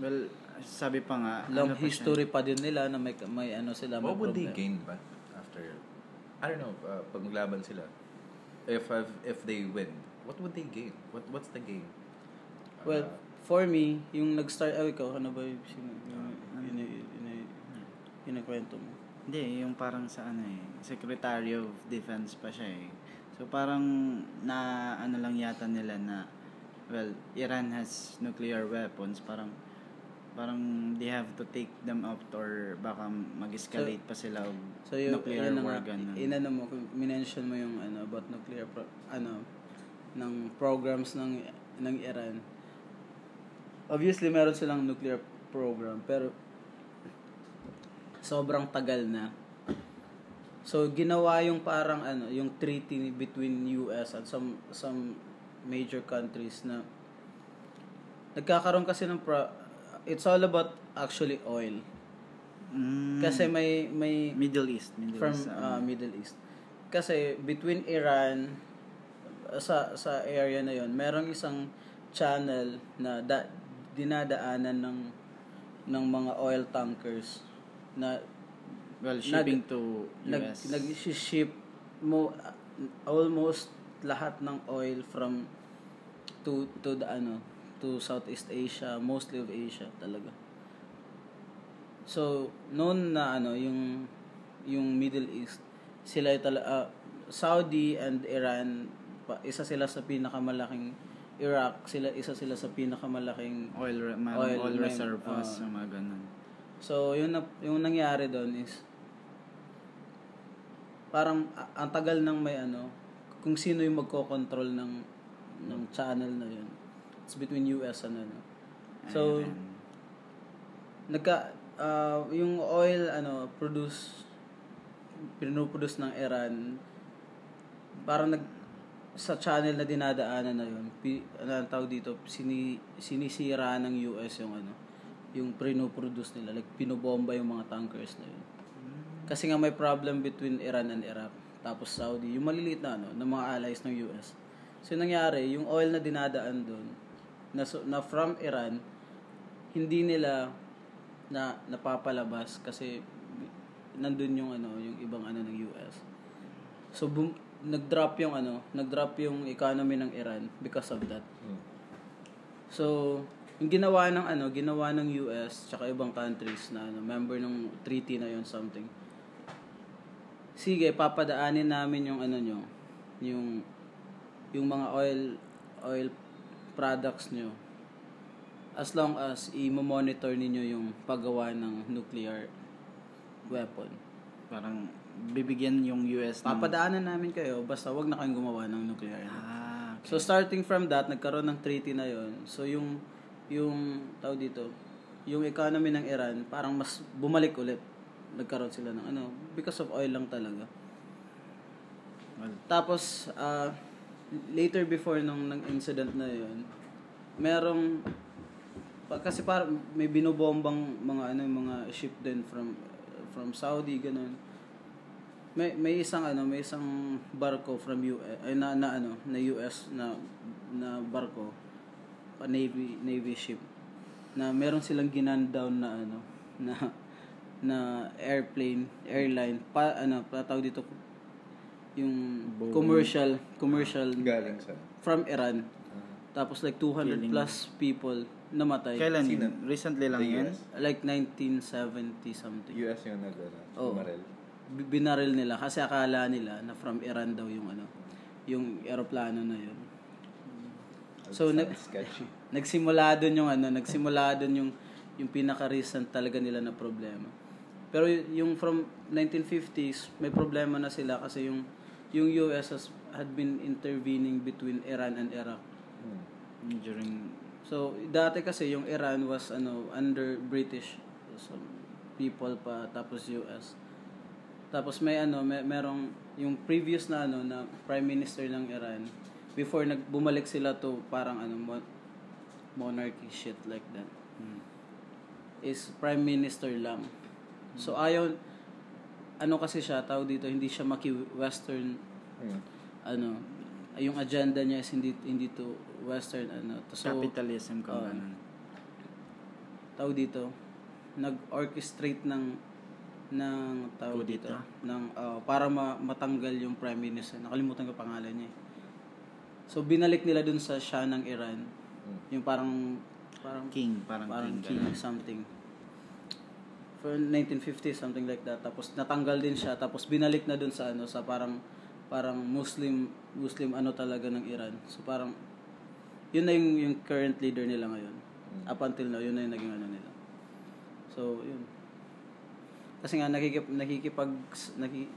Speaker 2: well, sabi pa nga,
Speaker 1: Long
Speaker 2: ano pa siya?
Speaker 1: history pa din nila na may may ano sila may
Speaker 3: What would they
Speaker 1: problem.
Speaker 3: gain ba after, I don't know, uh, pag maglaban sila? If, I've- if they win, what would they gain? What What's the gain? Uh,
Speaker 1: Well, for me, yung nag-start oh, ikaw ano ba yung sino- yung- yun yun yun kwento mo.
Speaker 2: Hindi, yung parang sa ano eh, Secretary of Defense pa siya eh. So parang na ano lang yata nila na, well, Iran has nuclear weapons, parang parang they have to take them out or baka mag-escalate pa sila of
Speaker 1: So yung yun
Speaker 2: nuclear
Speaker 1: na
Speaker 2: war
Speaker 1: nga,
Speaker 2: ganun.
Speaker 1: inano mo, kung minention mo yung ano about nuclear pro, ano ng programs ng ng Iran. Obviously meron silang nuclear program pero sobrang tagal na. So ginawa yung parang ano, yung treaty between US and some some major countries na nagkakaroon kasi ng pro, it's all about actually oil.
Speaker 2: Mm,
Speaker 1: Kasi may may
Speaker 2: Middle East, Middle
Speaker 1: from
Speaker 2: East. ano. um,
Speaker 1: uh, Middle East. Kasi between Iran uh, sa sa area na 'yon, merong isang channel na da, dinadaanan ng ng mga oil tankers na
Speaker 2: well, shipping to
Speaker 1: nag
Speaker 2: US.
Speaker 1: nag-ship mo uh, almost lahat ng oil from to to the ano to Southeast Asia, mostly of Asia talaga. So, noon na ano yung yung Middle East, sila talaga Saudi and Iran pa, isa sila sa pinakamalaking Iraq, sila isa sila sa pinakamalaking
Speaker 2: oil, re- mga
Speaker 1: oil,
Speaker 2: oil,
Speaker 1: may-
Speaker 2: reservoirs,
Speaker 1: ah.
Speaker 2: mga ganun.
Speaker 1: So, yun na, yung nangyari doon is parang a- ang tagal ng may ano, kung sino yung magko-control ng ng channel na yun. It's between US and ano. So,
Speaker 2: Ayan.
Speaker 1: nagka ah, yung oil ano produce pinoproduce ng Iran parang nag sa channel na dinadaanan na yun pi, ano ang tawag dito sini, sinisira ng US yung ano yung pinoproduce nila like pinobomba yung mga tankers na yun kasi nga may problem between Iran and Iraq tapos Saudi yung maliliit na ano ng mga allies ng US so yung nangyari yung oil na dinadaan doon na, so- na from Iran hindi nila na napapalabas kasi nandun yung ano yung ibang ano ng US so bum- nag-drop yung ano nag-drop yung economy ng Iran because of that
Speaker 3: hmm.
Speaker 1: So, yung ginawa ng ano, ginawa ng US tsaka ibang countries na ano, member ng treaty na yon something. Sige, papadaanin namin yung ano nyo, yung yung mga oil oil products nyo as long as i-monitor ninyo yung paggawa ng nuclear weapon.
Speaker 2: parang bibigyan yung US ng...
Speaker 1: Papadaanan namin kayo basta wag na kayong gumawa ng nuclear.
Speaker 2: Ah,
Speaker 1: So starting from that, nagkaroon ng treaty na yon. So yung yung tao dito, yung economy ng Iran parang mas bumalik ulit. Nagkaroon sila ng ano, because of oil lang talaga.
Speaker 2: Well.
Speaker 1: Tapos ah, later before nung nang incident na yon, merong pa- kasi parang may binobombang mga ano mga ship din from from Saudi ganun. May may isang ano, may isang barko from US ay na, na ano, na US na na barko pa navy navy ship na meron silang ginan down na ano na na airplane airline pa ano patawag dito yung commercial commercial
Speaker 3: Galing Uh, sa...
Speaker 1: from Iran tapos like 200 plus people namatay
Speaker 2: Kailan yun?
Speaker 3: Sino?
Speaker 2: Recently lang
Speaker 3: The
Speaker 2: yun?
Speaker 3: US?
Speaker 1: like 1970 something
Speaker 3: US yung nag
Speaker 1: Oo.
Speaker 3: bumaril.
Speaker 1: Bi- binaril nila kasi akala nila na from Iran daw yung ano yung eroplano na yun So, nag-
Speaker 3: sketchy.
Speaker 1: nagsimula doon yung ano, nagsimula doon yung yung pinaka-recent talaga nila na problema. Pero y- yung from 1950s, may problema na sila kasi yung yung US has, had been intervening between Iran and Iraq.
Speaker 2: During
Speaker 1: So, dati kasi yung Iran was ano under British so, people pa tapos US. Tapos may ano may merong yung previous na ano na prime minister ng Iran before nagbumalik sila to parang ano mon- monarchy shit like that. Hmm. Is prime minister lang. So ayaw ano kasi siya tao dito hindi siya maki-western
Speaker 3: Hmm.
Speaker 1: ano yung agenda niya is hindi hindi to western ano to so oh.
Speaker 2: capitalism ka
Speaker 1: Oo.
Speaker 2: ganun.
Speaker 1: tao dito nag-orchestrate ng ng tao dito
Speaker 2: Kudeta?
Speaker 1: ng ah, para ma- matanggal yung prime minister nakalimutan ko pangalan niya eh. so binalik nila dun sa siya ng Iran yung parang parang
Speaker 2: King, parang,
Speaker 1: parang
Speaker 2: king.
Speaker 1: king something for 1950 something like that tapos natanggal din siya tapos binalik na dun sa ano sa parang parang Muslim Muslim ano talaga ng Iran so parang yun na yung, yung current leader nila ngayon up until now yun na yung naging ano nila so yun kasi nga nakikip nakikipag naki,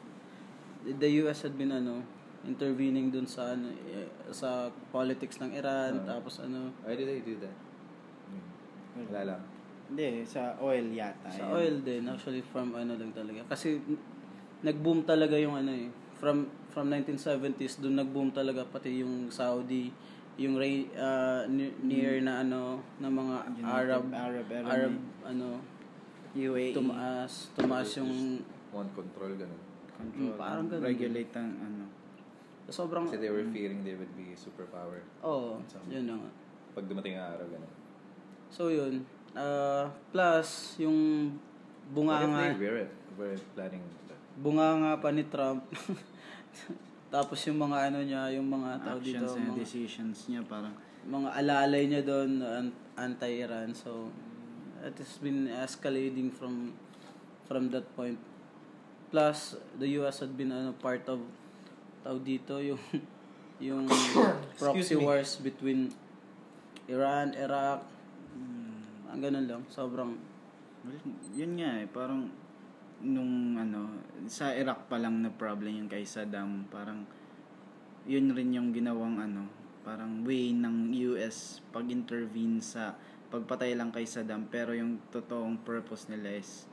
Speaker 1: the US had been ano intervening dun sa ano, eh, sa politics ng Iran
Speaker 3: Oo.
Speaker 1: tapos ano
Speaker 3: Why did they do that? Hmm. Wala lang.
Speaker 2: Hindi, sa oil yata.
Speaker 1: Sa
Speaker 2: yun.
Speaker 1: oil din, actually from ano lang talaga. Kasi n- nag-boom talaga yung ano eh. From from 1970s doon nag-boom talaga pati yung Saudi, yung Ray, ah, ne- near na ano ng mga
Speaker 2: Hmm. United
Speaker 1: Arab
Speaker 2: Arab, Arab, E
Speaker 1: Arab ano
Speaker 2: UAE.
Speaker 1: tumaas, tumaas yung
Speaker 3: Want control, ganun.
Speaker 1: Mm,
Speaker 2: control.
Speaker 1: parang ganun.
Speaker 2: Regulate ang ano.
Speaker 1: sobrang
Speaker 3: Kasi they were fearing they would be superpower.
Speaker 1: oh, yun na nga.
Speaker 3: Pag dumating ang araw, ganun.
Speaker 1: So yun, ah, plus yung
Speaker 3: What if
Speaker 1: bunganga
Speaker 3: they wear it? We're planning that.
Speaker 1: bunganga pa ni Trump. Tapos yung mga ano niya, yung mga tao dito,
Speaker 2: Actions and
Speaker 1: mga-
Speaker 2: decisions niya parang
Speaker 1: mga alalay niya doon an- anti-Iran. So it has been escalating from from that point. Plus the US had been ano part of tao dito yung yung proxy wars between Iran, Iraq. Hmm, Ang ganun lang, sobrang
Speaker 2: Well, yun nga eh, parang nung ano, sa Iraq pa lang na problem yung kay Saddam, parang yun rin yung ginawang ano, parang way ng US pag-intervene sa pagpatay lang kay Saddam, pero yung totoong purpose nila is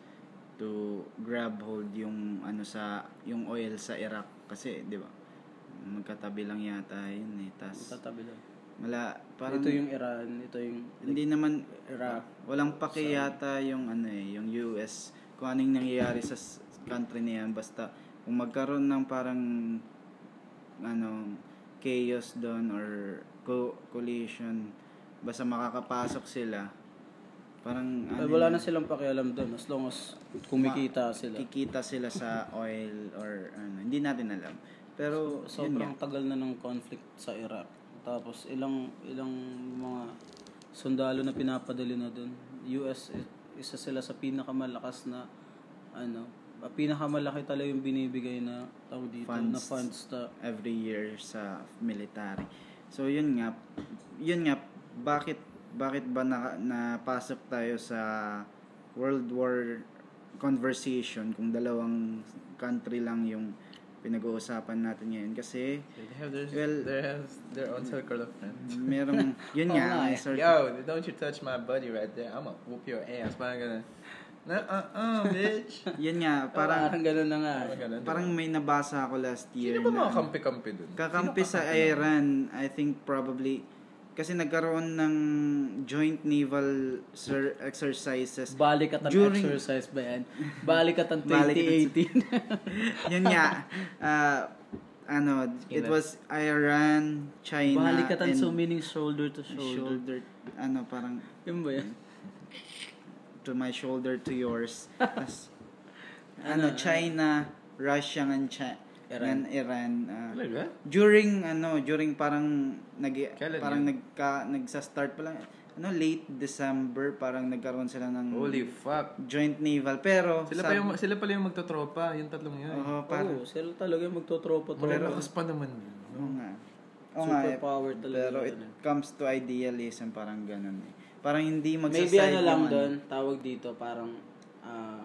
Speaker 2: to grab hold yung ano sa yung oil sa Iraq kasi 'di ba? Magkatabi lang yata yun eh. Tas
Speaker 1: tatabi lang.
Speaker 2: wala parang
Speaker 1: ito yung Iran, ito yung
Speaker 2: hindi naman
Speaker 1: Iraq.
Speaker 2: Walang pake yata yung ano eh, yung US kung anong nangyayari sa s- country na yan basta kung magkaroon ng parang ano chaos doon or co- collision basta makakapasok sila parang ano,
Speaker 1: Eh, wala na silang pakialam doon as long as kumikita sila.
Speaker 2: kikita sila sa oil or ano hindi natin alam pero
Speaker 1: So,
Speaker 2: yun
Speaker 1: sobrang tagal na ng conflict sa Iraq. Tapos ilang ilang mga sundalo na pinapadali na doon. US i- isa sila sa pinakamalakas na ano, ah, pinakamalaki talaga yung binibigay na tao dito na
Speaker 2: Funds.
Speaker 1: funds ta.
Speaker 2: every year sa military. So yun nga, yun nga bakit bakit ba na napasok tayo sa World War conversation kung dalawang country lang yung pinag-uusapan natin ngayon kasi
Speaker 3: They have their,
Speaker 2: Well-
Speaker 3: they have their own circle of friends.
Speaker 2: merong yun
Speaker 1: Oo nga
Speaker 2: nga
Speaker 1: eh.
Speaker 2: ang sort
Speaker 3: Yo, don't you touch my buddy right there. I'ma whoop your ass. Parang ganun. Nuh-uh-uh, bitch.
Speaker 2: yun nga parang
Speaker 1: parang ganun na nga.
Speaker 3: Parang ganun, di ba?
Speaker 2: parang may nabasa ako last year
Speaker 3: Sino ba
Speaker 2: na- ano,
Speaker 3: mga kampi-kampi dun?
Speaker 2: Kakampi sa Iran, I think probably kasi nagkaroon ng joint naval sir- exercises.
Speaker 1: Balik at ang
Speaker 2: During-
Speaker 1: exercise ba yan? Balik at ang
Speaker 2: Balik at-
Speaker 1: 2018.
Speaker 2: Yun nga. ah, ano, it was Iran, China,
Speaker 1: Balik at ang
Speaker 2: and
Speaker 1: sumining shoulder to shoulder.
Speaker 2: shoulder. Ano, parang
Speaker 1: Yun ba yan?
Speaker 2: to my shoulder to yours. Tas, ano, China, Russia, and, Chi-
Speaker 1: Iran.
Speaker 2: and Iran. ah,
Speaker 3: Talaga?
Speaker 2: during ano during parang nag
Speaker 3: Kailan
Speaker 2: parang
Speaker 3: yun?
Speaker 2: nagka nagsa-start pa lang ano late December parang nagkaroon sila ng
Speaker 3: Holy fuck.
Speaker 2: joint naval pero
Speaker 3: Sila pa
Speaker 2: sabi-
Speaker 3: yung sila pala yung magtotropa, yung tatlong yun.
Speaker 2: Oo, parang
Speaker 1: Oo, sila talaga yung magtotropa-tropa.
Speaker 3: Malalakas pa naman.
Speaker 2: oo nga Oo nga eh,
Speaker 1: Superpower talaga
Speaker 2: Pero
Speaker 1: yun,
Speaker 2: it
Speaker 1: ano.
Speaker 2: comes to idealism, parang ganun eh. Parang hindi magsaside
Speaker 1: Maybe ano lang
Speaker 2: yung ano,
Speaker 1: doon, tawag dito, parang, ah,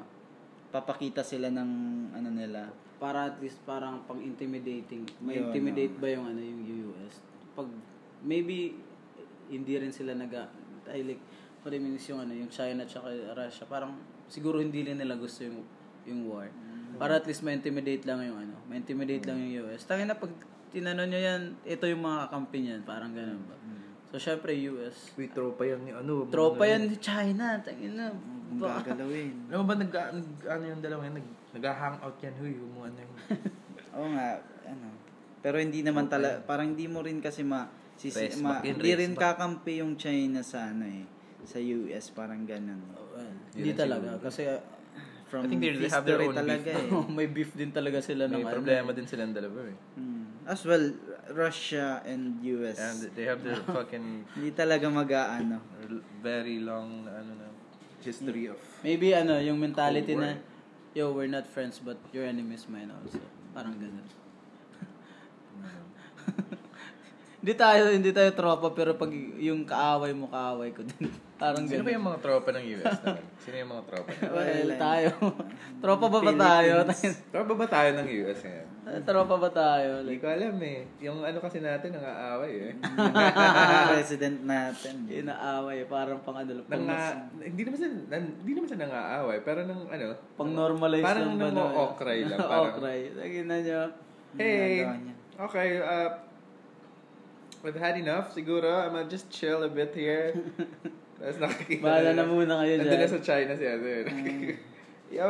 Speaker 2: Papakita sila ng ano nila.
Speaker 1: para at least parang pang-intimidating. May
Speaker 2: Yun, ah.
Speaker 1: intimidate ba yung ano yung US? Pag maybe hindi rin sila nag I like for the minutes yung ano yung China at Russia parang siguro hindi rin nila gusto yung yung war.
Speaker 2: Mm.
Speaker 1: Para at least ma-intimidate lang yung ano, ma-intimidate lang yung US. Tangina na pag tinanong nyo yan, ito yung mga kakampi niyan, parang ganun ba.
Speaker 2: Mm.
Speaker 1: So syempre US.
Speaker 3: Uy, tropa yan ni ano. mga-
Speaker 1: Tropa yan ni China, tangina.
Speaker 2: Ang gagalawin.
Speaker 3: Alam mo ba, nag, nag, ano yung dalawa yan? Nag, nag-hangout yan, huy. Yung mga ano yun.
Speaker 2: Oo nga, ano. Pero hindi naman tala, parang hindi mo rin kasi ma, sisi,
Speaker 3: Race
Speaker 2: ma
Speaker 3: back yun,
Speaker 2: hindi
Speaker 3: race
Speaker 2: rin
Speaker 3: back.
Speaker 2: kakampi yung China sa ano eh, sa US, parang ganun.
Speaker 1: Well,
Speaker 3: Yun
Speaker 1: Hindi
Speaker 3: ang
Speaker 1: talaga
Speaker 3: siguro.
Speaker 1: kasi ah,
Speaker 2: From
Speaker 3: I think they have
Speaker 2: history
Speaker 3: their own
Speaker 2: talaga eh.
Speaker 1: may beef din talaga sila ng
Speaker 3: May
Speaker 1: ano,
Speaker 3: problema din silang dalawa eh.
Speaker 2: Mm. As well, Russia and US.
Speaker 3: And they have their fucking
Speaker 2: hindi talaga mag-aano.
Speaker 3: very long na ano na history of
Speaker 1: Maybe ano, yung mentality
Speaker 3: Cold
Speaker 1: na, yo, we're not friends but your enemy is mine also. Parang ganun.
Speaker 3: Mm-hmm.
Speaker 1: hindi tayo, hindi tayo tropa pero pag yung kaaway mo, kaaway ko din. Parang
Speaker 3: Sino ba
Speaker 1: ganun.
Speaker 3: yung mga tropa ng US naman? Sino yung mga tropa?
Speaker 1: Well, tayo. tropa ba ba tayo?
Speaker 3: tropa ba tayo ng US ngayon?
Speaker 1: tropa ba tayo?
Speaker 3: Hindi
Speaker 1: Like,
Speaker 3: ko alam eh. Yung ano kasi natin, ang aaway eh.
Speaker 2: President natin.
Speaker 1: inaaway, parang pang ano, pang,
Speaker 3: Nang, ah, hindi naman sa, nan- hindi naman sa nangaaway, pero nang ano,
Speaker 1: pang normalize
Speaker 3: parang
Speaker 1: lang ba
Speaker 3: nang okray eh, lang, parang-
Speaker 1: okray. Lagi Oh, na nyo.
Speaker 3: hey,
Speaker 2: Ginagawa niya.
Speaker 3: okay, uh, I've had enough, siguro. I'm gonna just chill a bit here. Tapos nakikita
Speaker 1: Bahala na
Speaker 3: nila.
Speaker 1: muna kayo
Speaker 3: Nandun na
Speaker 1: dyan.
Speaker 3: sa China si ano yun. Yo,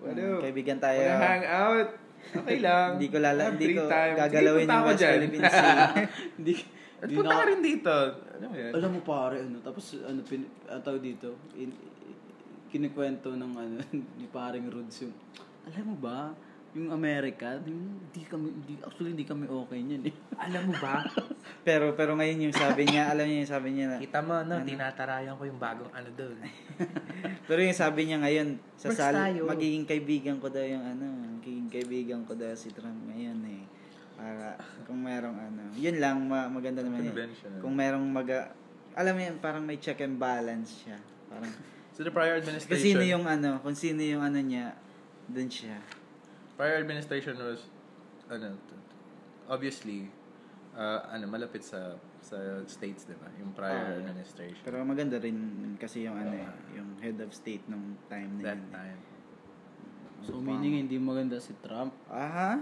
Speaker 3: what
Speaker 2: Mm,
Speaker 3: up?
Speaker 2: kaibigan tayo.
Speaker 3: Wanna hang out? Okay lang.
Speaker 2: Hindi ko lala,
Speaker 3: Have
Speaker 2: hindi
Speaker 3: free
Speaker 2: ko
Speaker 3: time. Sige,
Speaker 2: gagalawin
Speaker 3: punta
Speaker 2: yung
Speaker 3: ako
Speaker 2: West
Speaker 3: dyan.
Speaker 2: Philippine Sea.
Speaker 1: Hindi,
Speaker 3: At
Speaker 1: hindi
Speaker 3: Eh, punta
Speaker 1: na-
Speaker 3: ka rin dito. Ano mo yun?
Speaker 1: Alam mo pare, ano, tapos ano, pin, ataw dito, in, kinikwento ng ano, ni paring Rudes yung, alam mo ba, yung Amerika, yung, di kami, di, actually di kami okay niyan eh.
Speaker 3: Alam mo ba?
Speaker 2: pero pero ngayon yung sabi niya, alam niya yung sabi niya na,
Speaker 3: Kita mo, no? Tinatarayan ko yung bagong ano doon.
Speaker 2: pero yung sabi niya ngayon, sa
Speaker 3: Friends tayo.
Speaker 2: magiging kaibigan ko daw yung ano, magiging kaibigan ko daw si Trump ngayon eh. Para kung merong ano, yun lang ma- maganda naman eh.
Speaker 3: Convention. ano?
Speaker 2: Kung merong maga, alam mo yun, parang may check and balance siya. Parang,
Speaker 3: So the prior
Speaker 2: kasi
Speaker 3: administration,
Speaker 2: sino yung ano, kung sino yung ano niya, dun siya.
Speaker 3: prior administration was, ano, t- obviously, uh, ano, malapit sa sa states, di ba? Yung
Speaker 2: Ah,
Speaker 3: prior
Speaker 2: yeah.
Speaker 3: administration.
Speaker 2: Pero maganda rin kasi yung ano eh, yung head of state nung time na
Speaker 3: Ah. that
Speaker 2: yun. eh.
Speaker 3: time.
Speaker 1: So meaning hindi maganda si Trump.
Speaker 2: Aha?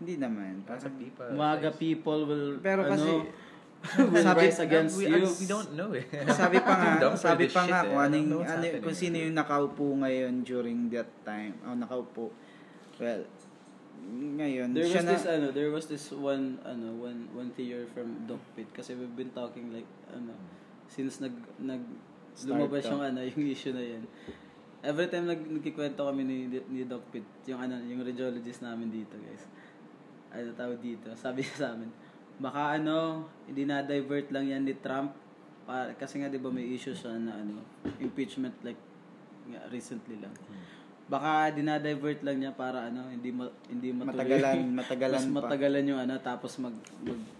Speaker 2: Hindi naman.
Speaker 3: Lots
Speaker 2: Parang,
Speaker 3: of people.
Speaker 1: Maga people will,
Speaker 2: Pero
Speaker 1: ano,
Speaker 2: kasi,
Speaker 1: will
Speaker 2: sabi-
Speaker 1: rise against
Speaker 3: we,
Speaker 1: you.
Speaker 3: We don't know eh.
Speaker 2: Ano, sabi pa nga,
Speaker 3: Dumb for
Speaker 2: sabi
Speaker 3: this
Speaker 2: pa nga
Speaker 3: shit,
Speaker 2: kung, ano,
Speaker 3: eh. I don't
Speaker 2: yung-
Speaker 3: know what's
Speaker 2: ano,
Speaker 3: happening
Speaker 2: kung sino
Speaker 3: here.
Speaker 2: yung nakaupo ngayon during that time. Oh, nakaupo. Well, ngayon,
Speaker 1: There
Speaker 2: siya
Speaker 1: was
Speaker 2: na,
Speaker 1: this ano, there was this one ano, one one theory from Doc Pitt kasi we've been talking like ano since nag nag
Speaker 2: Start
Speaker 1: lumabas
Speaker 2: to.
Speaker 1: yung ano, yung issue na yan. Every time nag nagkikwento kami ni ni Doc Pitt, yung ano, yung radiologist namin dito, guys. Ano tawag dito? Sabi niya sa amin, baka ano, dinadivert lang yan ni Trump para, kasi nga 'di ba may issue siya na ano, impeachment like nga, recently lang.
Speaker 2: Hmm.
Speaker 1: Baka dinadivert lang niya para ano, hindi ma, hindi matuloy.
Speaker 2: matagalan, matagalan
Speaker 1: Mas
Speaker 2: pa.
Speaker 1: matagalan yung ano, tapos mag,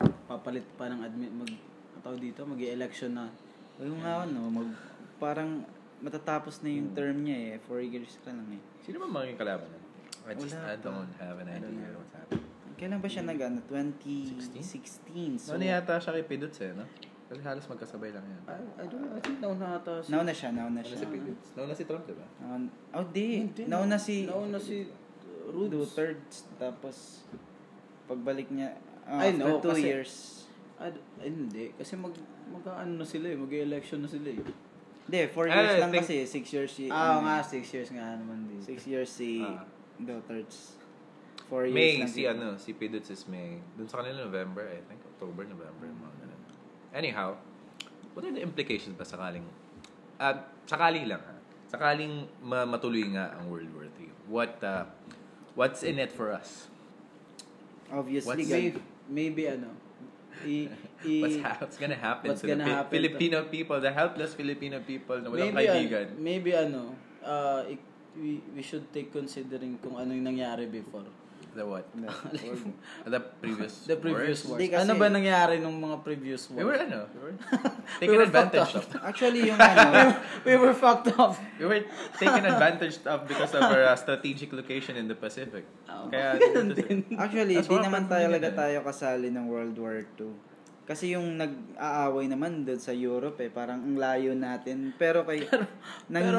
Speaker 1: magpapalit pa ng admin, mag, ang tawag dito, mag election na.
Speaker 3: uh,
Speaker 2: Yung nga, ano, mag, parang matatapos na
Speaker 3: Hmm.
Speaker 2: yung term niya eh. Four years ka lang eh.
Speaker 3: Sino ba magiging kalaban nun? I just,
Speaker 2: Wala
Speaker 3: I don't have an idea what's happening.
Speaker 2: Kailan ba siya nag, ano, 2016? So,
Speaker 3: Noon Hmm. Ano yata siya kay Pidots eh, no? Kasi halos magkasabay lang yan.
Speaker 1: I, I don't, I think nauna ata si...
Speaker 2: nauna siya, nauna
Speaker 3: Ano
Speaker 2: Ah, siya.
Speaker 3: si Pidots? Nauna si Trump, di ba?
Speaker 2: Nauna, oh, di. Nauna si,
Speaker 1: Nauna si uh, Rudes.
Speaker 2: two-thirds. Tapos, pagbalik niya, ah,
Speaker 1: Ay, no,
Speaker 2: after two
Speaker 1: kasi-
Speaker 2: years.
Speaker 1: Ay, d- ay, hindi. Kasi mag, mag ano na sila eh, mag election na sila eh.
Speaker 2: Hindi, four
Speaker 3: Ah,
Speaker 2: years
Speaker 3: I
Speaker 2: lang
Speaker 3: think-
Speaker 2: kasi. Six years si...
Speaker 1: Ah,
Speaker 2: ano,
Speaker 1: nga, six years nga naman din.
Speaker 2: Six years si
Speaker 3: Ah.
Speaker 2: Dotards. Four years
Speaker 3: May,
Speaker 2: lang
Speaker 3: si ano, si Pidots is May. Dun sa kanila November, I think. October, November, mga ganun. Anyhow, what are the implications ba sakaling, at sakali lang ha, sakaling ma- matuloy nga ang World War III, what, uh, what's in it for us?
Speaker 2: Obviously,
Speaker 3: What's-
Speaker 2: gan-
Speaker 1: Maybe, maybe ano, i, i,
Speaker 3: What's, ha- what's gonna happen
Speaker 1: What's
Speaker 3: to
Speaker 1: gonna
Speaker 3: the Pi-
Speaker 1: happen to-
Speaker 3: Filipino people, the helpless Filipino people na
Speaker 1: maybe,
Speaker 3: walang
Speaker 1: ano,
Speaker 3: kaibigan?
Speaker 1: maybe ano, uh, i- we, we should take considering kung ano yung nangyari before.
Speaker 3: The what?
Speaker 2: Hindi.
Speaker 3: The previous
Speaker 1: The previous wars.
Speaker 3: wars?
Speaker 2: Hindi kasi-
Speaker 1: ano ba nangyari nung mga previous
Speaker 3: We were,
Speaker 1: wars?
Speaker 3: ano?
Speaker 1: We
Speaker 3: Taken
Speaker 1: were
Speaker 3: advantage of.
Speaker 1: fucked
Speaker 2: Actually, yung ano,
Speaker 1: we were fucked up.
Speaker 3: We were taken advantage of because of our uh, strategic location in the Pacific.
Speaker 1: Oh,
Speaker 3: Kaya,
Speaker 1: ganun din.
Speaker 2: Actually,
Speaker 3: That's
Speaker 2: hindi
Speaker 3: one
Speaker 2: naman
Speaker 3: part ng
Speaker 2: talaga
Speaker 3: yun eh.
Speaker 2: tayo kasali ng World War II. Kasi yung nag-aaway naman doon sa Europe eh, parang ang layo natin. Pero kay
Speaker 1: pero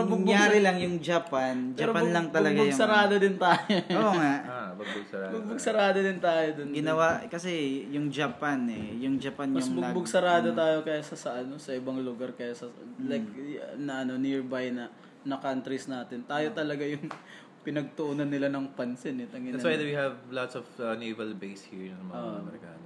Speaker 1: bugbog-
Speaker 2: nangyari lang yung Japan,
Speaker 1: Pero
Speaker 2: Japan
Speaker 1: bug-
Speaker 2: lang talaga
Speaker 1: bugbog
Speaker 2: yung... ano.
Speaker 1: sarado din tayo.
Speaker 2: Oo nga.
Speaker 3: Ah, bagbog sarado.
Speaker 1: bugbog sarado din tayo dun.
Speaker 2: Ginawa, kasi yung Japan eh, yung Japan
Speaker 1: Mas
Speaker 2: yung
Speaker 1: bugbog
Speaker 2: nag-
Speaker 1: sarado
Speaker 2: ano,
Speaker 1: tayo kaysa sa ano, sa ibang lugar kaysa
Speaker 2: Mm.
Speaker 1: like y- na ano nearby na na countries natin.
Speaker 2: Mm.
Speaker 1: Tayo talaga yung pinagtuunan nila ng pansin eh. Tangina.
Speaker 3: That's why we have lots of uh, naval base here ng mga
Speaker 2: Oh.
Speaker 3: Amerikano.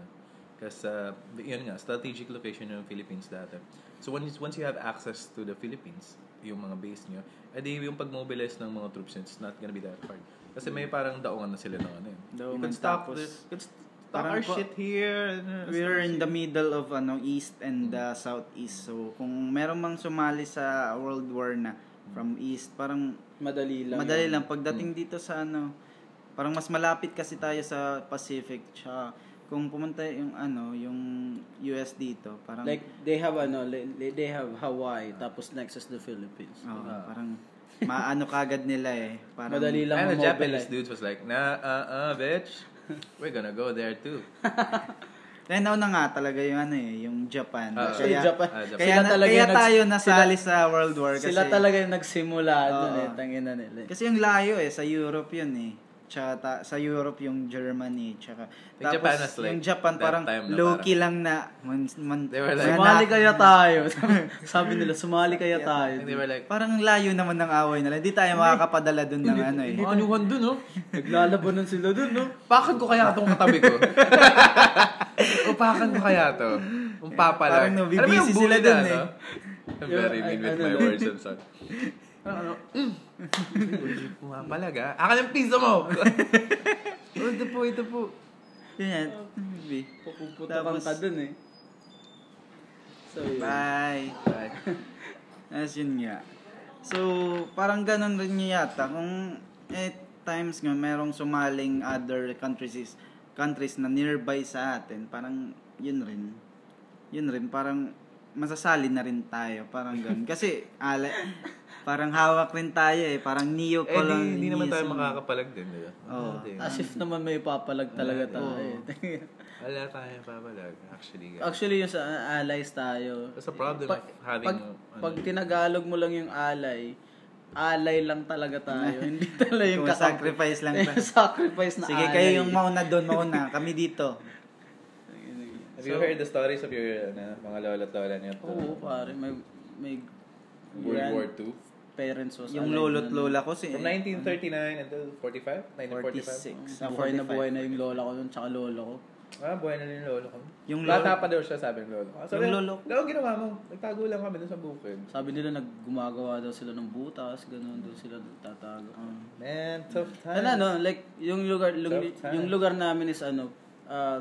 Speaker 3: Kasi, uh, yun nga, strategic location ng Philippines dati. So, once, once you have access to the Philippines, yung mga base nyo, edi yung pag-mobilize ng mga troops, it's not gonna be that hard. Kasi may parang daungan na sila ng ano eh. You
Speaker 2: Daungan,
Speaker 3: can stop
Speaker 2: tapos-
Speaker 3: this. You can stop
Speaker 2: Parang
Speaker 3: our
Speaker 2: ko-
Speaker 3: shit here. and-
Speaker 2: We're in the middle of ano east and uh, southeast. So kung meron mang sumali sa World War na from east, parang
Speaker 1: madali lang. yun.
Speaker 2: Madali
Speaker 1: Hmm.
Speaker 2: lang. Pagdating dito sa ano, parang mas malapit kasi tayo sa Pacific. Tsaka kung pumunta yung ano, yung US dito, parang...
Speaker 1: Like they have ano, li- li- they have Hawaii tapos next is the Philippines.
Speaker 2: oo, parang maano kagad nila eh. Parang,
Speaker 1: ah. Madali lang
Speaker 3: And the Japanese
Speaker 1: mamobilize.
Speaker 3: dudes was like, nah, uh, uh, bitch. We're gonna go there too.
Speaker 2: Kaya nauna nga talaga yung ano eh, yung Japan.
Speaker 3: Ah,
Speaker 1: Actually,
Speaker 2: kaya,
Speaker 1: Japan,
Speaker 3: ah, Japan.
Speaker 2: kaya,
Speaker 1: sila
Speaker 2: na-
Speaker 1: talaga
Speaker 2: kaya
Speaker 1: yung nags-
Speaker 2: tayo nasali sa World War kasi...
Speaker 1: sila talaga yung nagsimula
Speaker 2: Oo.
Speaker 1: doon eh, tangina nila. eh.
Speaker 2: Kasi yung layo eh, sa Europe yun eh. Tsaka ta- sa Europe yung Germany. Tsaka,
Speaker 3: Yung
Speaker 2: tapos
Speaker 3: Japan was like,
Speaker 2: yung Japan
Speaker 3: that
Speaker 2: parang
Speaker 3: time na
Speaker 2: low-key lang na. Man, man,
Speaker 3: They were like,
Speaker 1: Sumali kaya tayo. Sabi nila, sumali kaya
Speaker 3: And
Speaker 1: tayo.
Speaker 3: they were like,
Speaker 2: Parang ang layo naman ng away nila. Hindi tayo makakapadala dun ng ano eh.
Speaker 3: mga anuhan dun, oh.
Speaker 1: Naglalabanan sila doon, no?
Speaker 3: Pakan ko kaya itong katabi ko? Upakan ko kaya to? Ang papa
Speaker 2: Parang
Speaker 3: lang.
Speaker 2: nabibisi
Speaker 3: Alam mo yung
Speaker 2: sila
Speaker 3: bully
Speaker 2: dun
Speaker 3: na,
Speaker 2: eh.
Speaker 3: no? I'm very mean with my words and such. Ano, ano? Mm. Pumapalaga. Akin ang pizza mo! oh, ito po, ito po.
Speaker 2: Yun yan.
Speaker 1: Pupuputukan
Speaker 2: Tapos-
Speaker 1: ka doon eh. So, yun.
Speaker 2: Bye. As yun nga. So, parang ganun rin niya yata. Kung eh, times nga merong sumaling other countries is- countries na nearby sa atin, parang yun rin. Yun rin, parang masasali na rin tayo. Parang ganun. Kasi, ala, parang hawak rin tayo eh. Parang
Speaker 3: Eh, di,
Speaker 2: neo-colonialism.
Speaker 3: di naman tayo makakapalag din, di ba?
Speaker 2: Oo.
Speaker 1: As if naman may papalag talaga tayo. eh.
Speaker 2: Oh.
Speaker 3: Wala tayong papalag, actually. guys.
Speaker 1: Actually, yung sa allies tayo.
Speaker 3: That's the problem
Speaker 1: Pag-
Speaker 3: of having...
Speaker 1: pag,
Speaker 3: ano,
Speaker 1: pag tinagalog mo lang yung alay, alay lang talaga tayo. Hindi talaga yung
Speaker 2: Kung sacrifice lang
Speaker 1: tayo. sacrifice na
Speaker 2: Sige,
Speaker 1: alay.
Speaker 2: kayo yung mauna doon, mauna. Kami dito.
Speaker 3: Have you heard the stories of your ano, mga lola at lola niyo? to
Speaker 1: Oo, pare. May, may
Speaker 3: World War II?
Speaker 1: parents was
Speaker 2: Yung
Speaker 1: alay
Speaker 2: lolo't
Speaker 1: na-
Speaker 2: lola ko si...
Speaker 3: From 1939 until 45? 1945?
Speaker 2: 46.
Speaker 1: Na buhay na buhay na yung lola ko nun, tsaka lolo ko.
Speaker 3: Ah, buhay na rin yung lolo ko.
Speaker 2: Yung
Speaker 3: Bata
Speaker 2: lolo-
Speaker 3: pa daw siya, sabi ng lolo ko. Ah, Sabi,
Speaker 2: Yung lolo-
Speaker 3: Lolo, ginawa mo. Nagtago lang kami dun sa bukid.
Speaker 1: Sabi nila naggumagawa daw sila ng butas, ganun daw sila tatago.
Speaker 2: Um,
Speaker 3: Man, tough
Speaker 1: Ano
Speaker 3: time.
Speaker 1: ano, like yung lugar yung,
Speaker 3: Tough time.
Speaker 1: yung lugar namin is ano, ah,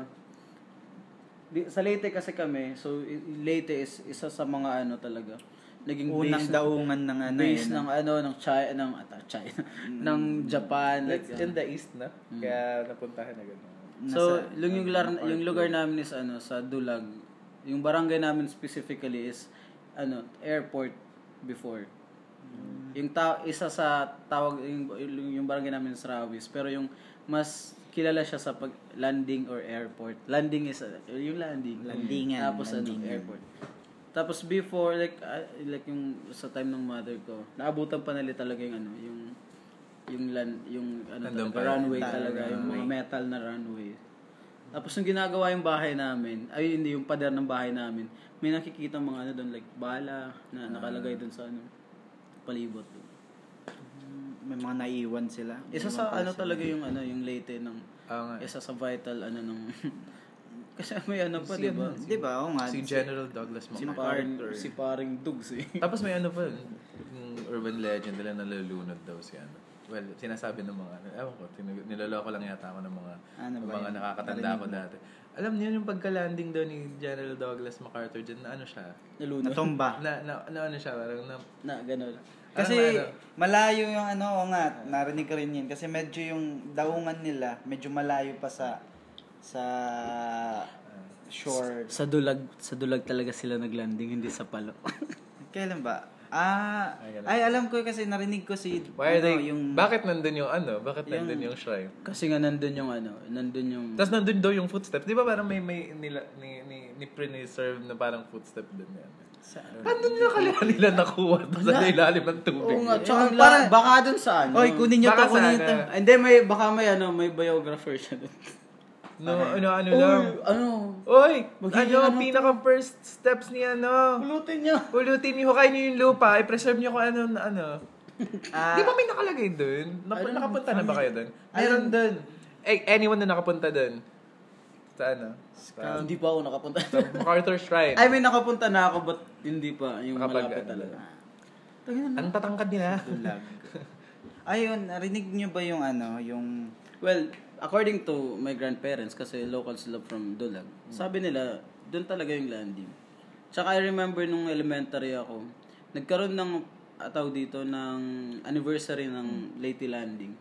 Speaker 1: di, sa Leyte kasi kami, so i- Leyte is isa sa mga ano talaga naging
Speaker 2: Unang
Speaker 1: base
Speaker 2: daungan ng ano
Speaker 1: base
Speaker 2: yun.
Speaker 1: ng ano ng China ng ata China ng Japan like,
Speaker 3: That's in Mm. the east na. Kaya napuntahan na gano'n.
Speaker 1: So, yung, yung, lugar, yung lugar namin is ano, sa Dulag. Yung barangay namin specifically is ano, airport before.
Speaker 2: Hmm.
Speaker 1: Yung ta- isa sa tawag yung, yung barangay namin is Rawis, pero yung mas kilala siya sa pag landing or airport. Landing is uh, yung landing.
Speaker 2: Landingan,
Speaker 1: Tapos ano,
Speaker 2: landingan.
Speaker 1: airport. Tapos before like ah, like yung sa time ng mother ko, naabutan pa nila talaga yung ano, yung yung land, yung ano talaga,
Speaker 3: Nandun pa yun.
Speaker 1: runway talaga, yung mga metal na runway. Tapos yung ginagawa yung bahay namin, ay hindi, yung pader ng bahay namin, may nakikita mga ano doon, like bala na nakalagay doon sa ano, palibot.
Speaker 2: May mga naiwan sila.
Speaker 1: Isa sa ano talaga yung ano, yung Leyte ng,
Speaker 3: Oo nga.
Speaker 1: isa sa vital ano ng, kasi may ano pa, di ba?
Speaker 2: Di ba? diba? Oo nga.
Speaker 3: Si General Douglas
Speaker 1: Si
Speaker 3: MacArthur.
Speaker 1: paring, si paring Dugs eh.
Speaker 3: Tapos may ano pa, yung urban legend nila nalulunod daw si ano. Well, sinasabi ng mga, ano, ewan ko, tinag- niloloko lang yata ako ng mga,
Speaker 2: Ano
Speaker 3: ng
Speaker 2: ba
Speaker 3: mga
Speaker 2: yun?
Speaker 3: nakakatanda ko dati. Alam niyo yung pagka-landing daw ni General Douglas MacArthur dyan, na ano siya?
Speaker 1: Nalunod.
Speaker 2: Natumba.
Speaker 3: Na, na, na ano siya, parang na,
Speaker 1: Na, ganun.
Speaker 2: Kasi
Speaker 3: Ano,
Speaker 2: malayo yung ano, oo nga, narinig ko rin yun. Kasi medyo yung daungan nila, medyo malayo pa sa sa shore.
Speaker 1: Sa dulag, sa dulag talaga sila naglanding, hindi sa palo.
Speaker 2: Kailan ba? Ah, ay alam ko kasi narinig ko si
Speaker 3: Why are
Speaker 2: ano,
Speaker 3: they,
Speaker 2: yung
Speaker 3: bakit nandun yung ano? Bakit nandun yung shrine?
Speaker 1: Kasi nga nandun yung ano, nandun yung...
Speaker 3: Tapos nandun daw yung footsteps. Di ba parang may, may nila, ni, ni, ni preserve na parang footstep dun yan? Paano nila kaya nila nakuha to sa ilalim ng tubig?
Speaker 1: Oo nga, tsaka
Speaker 2: Eh,
Speaker 1: parang,
Speaker 2: parang-
Speaker 1: baka dun sa ano.
Speaker 2: Oy, kunin niyo
Speaker 3: Baka
Speaker 2: to, kunin niyo
Speaker 3: sana.
Speaker 2: to.
Speaker 1: Ah, Hindi, may, baka may ano, may biographer siya dun.
Speaker 3: No, ano, ano
Speaker 1: Uy,
Speaker 3: lang.
Speaker 1: ano,
Speaker 3: Oy!
Speaker 1: Magiging ano to?
Speaker 3: ano, pinaka first steps ni ano?
Speaker 1: pulutin niya.
Speaker 3: Ulutin niyo, hukayin niyo yung lupa, i-preserve niyo kung ano, ano.
Speaker 2: Ah,
Speaker 3: Di ba may nakalagay dun? Nap-
Speaker 1: Alam,
Speaker 3: nakapunta na ba kayo dun?
Speaker 2: Meron doon.
Speaker 3: Eh, anyone na nakapunta dun? Sa ano? Sa
Speaker 1: Hindi pa ako nakapunta.
Speaker 3: MacArthur Shrine.
Speaker 1: I mean, nakapunta na ako, but hindi pa, yung
Speaker 3: Nakapag-
Speaker 1: malapit
Speaker 3: ano.
Speaker 1: talaga.
Speaker 3: Ang tatangkad nila.
Speaker 2: Ayun, narinig niyo ba yung ano, yung
Speaker 1: Well, according to my grandparents, kasi local sila from Dulag, sabi nila, doon talaga yung landing. Tsaka I remember nung elementary ako, nagkaroon ng ataw dito ng anniversary ng Leyte Landing.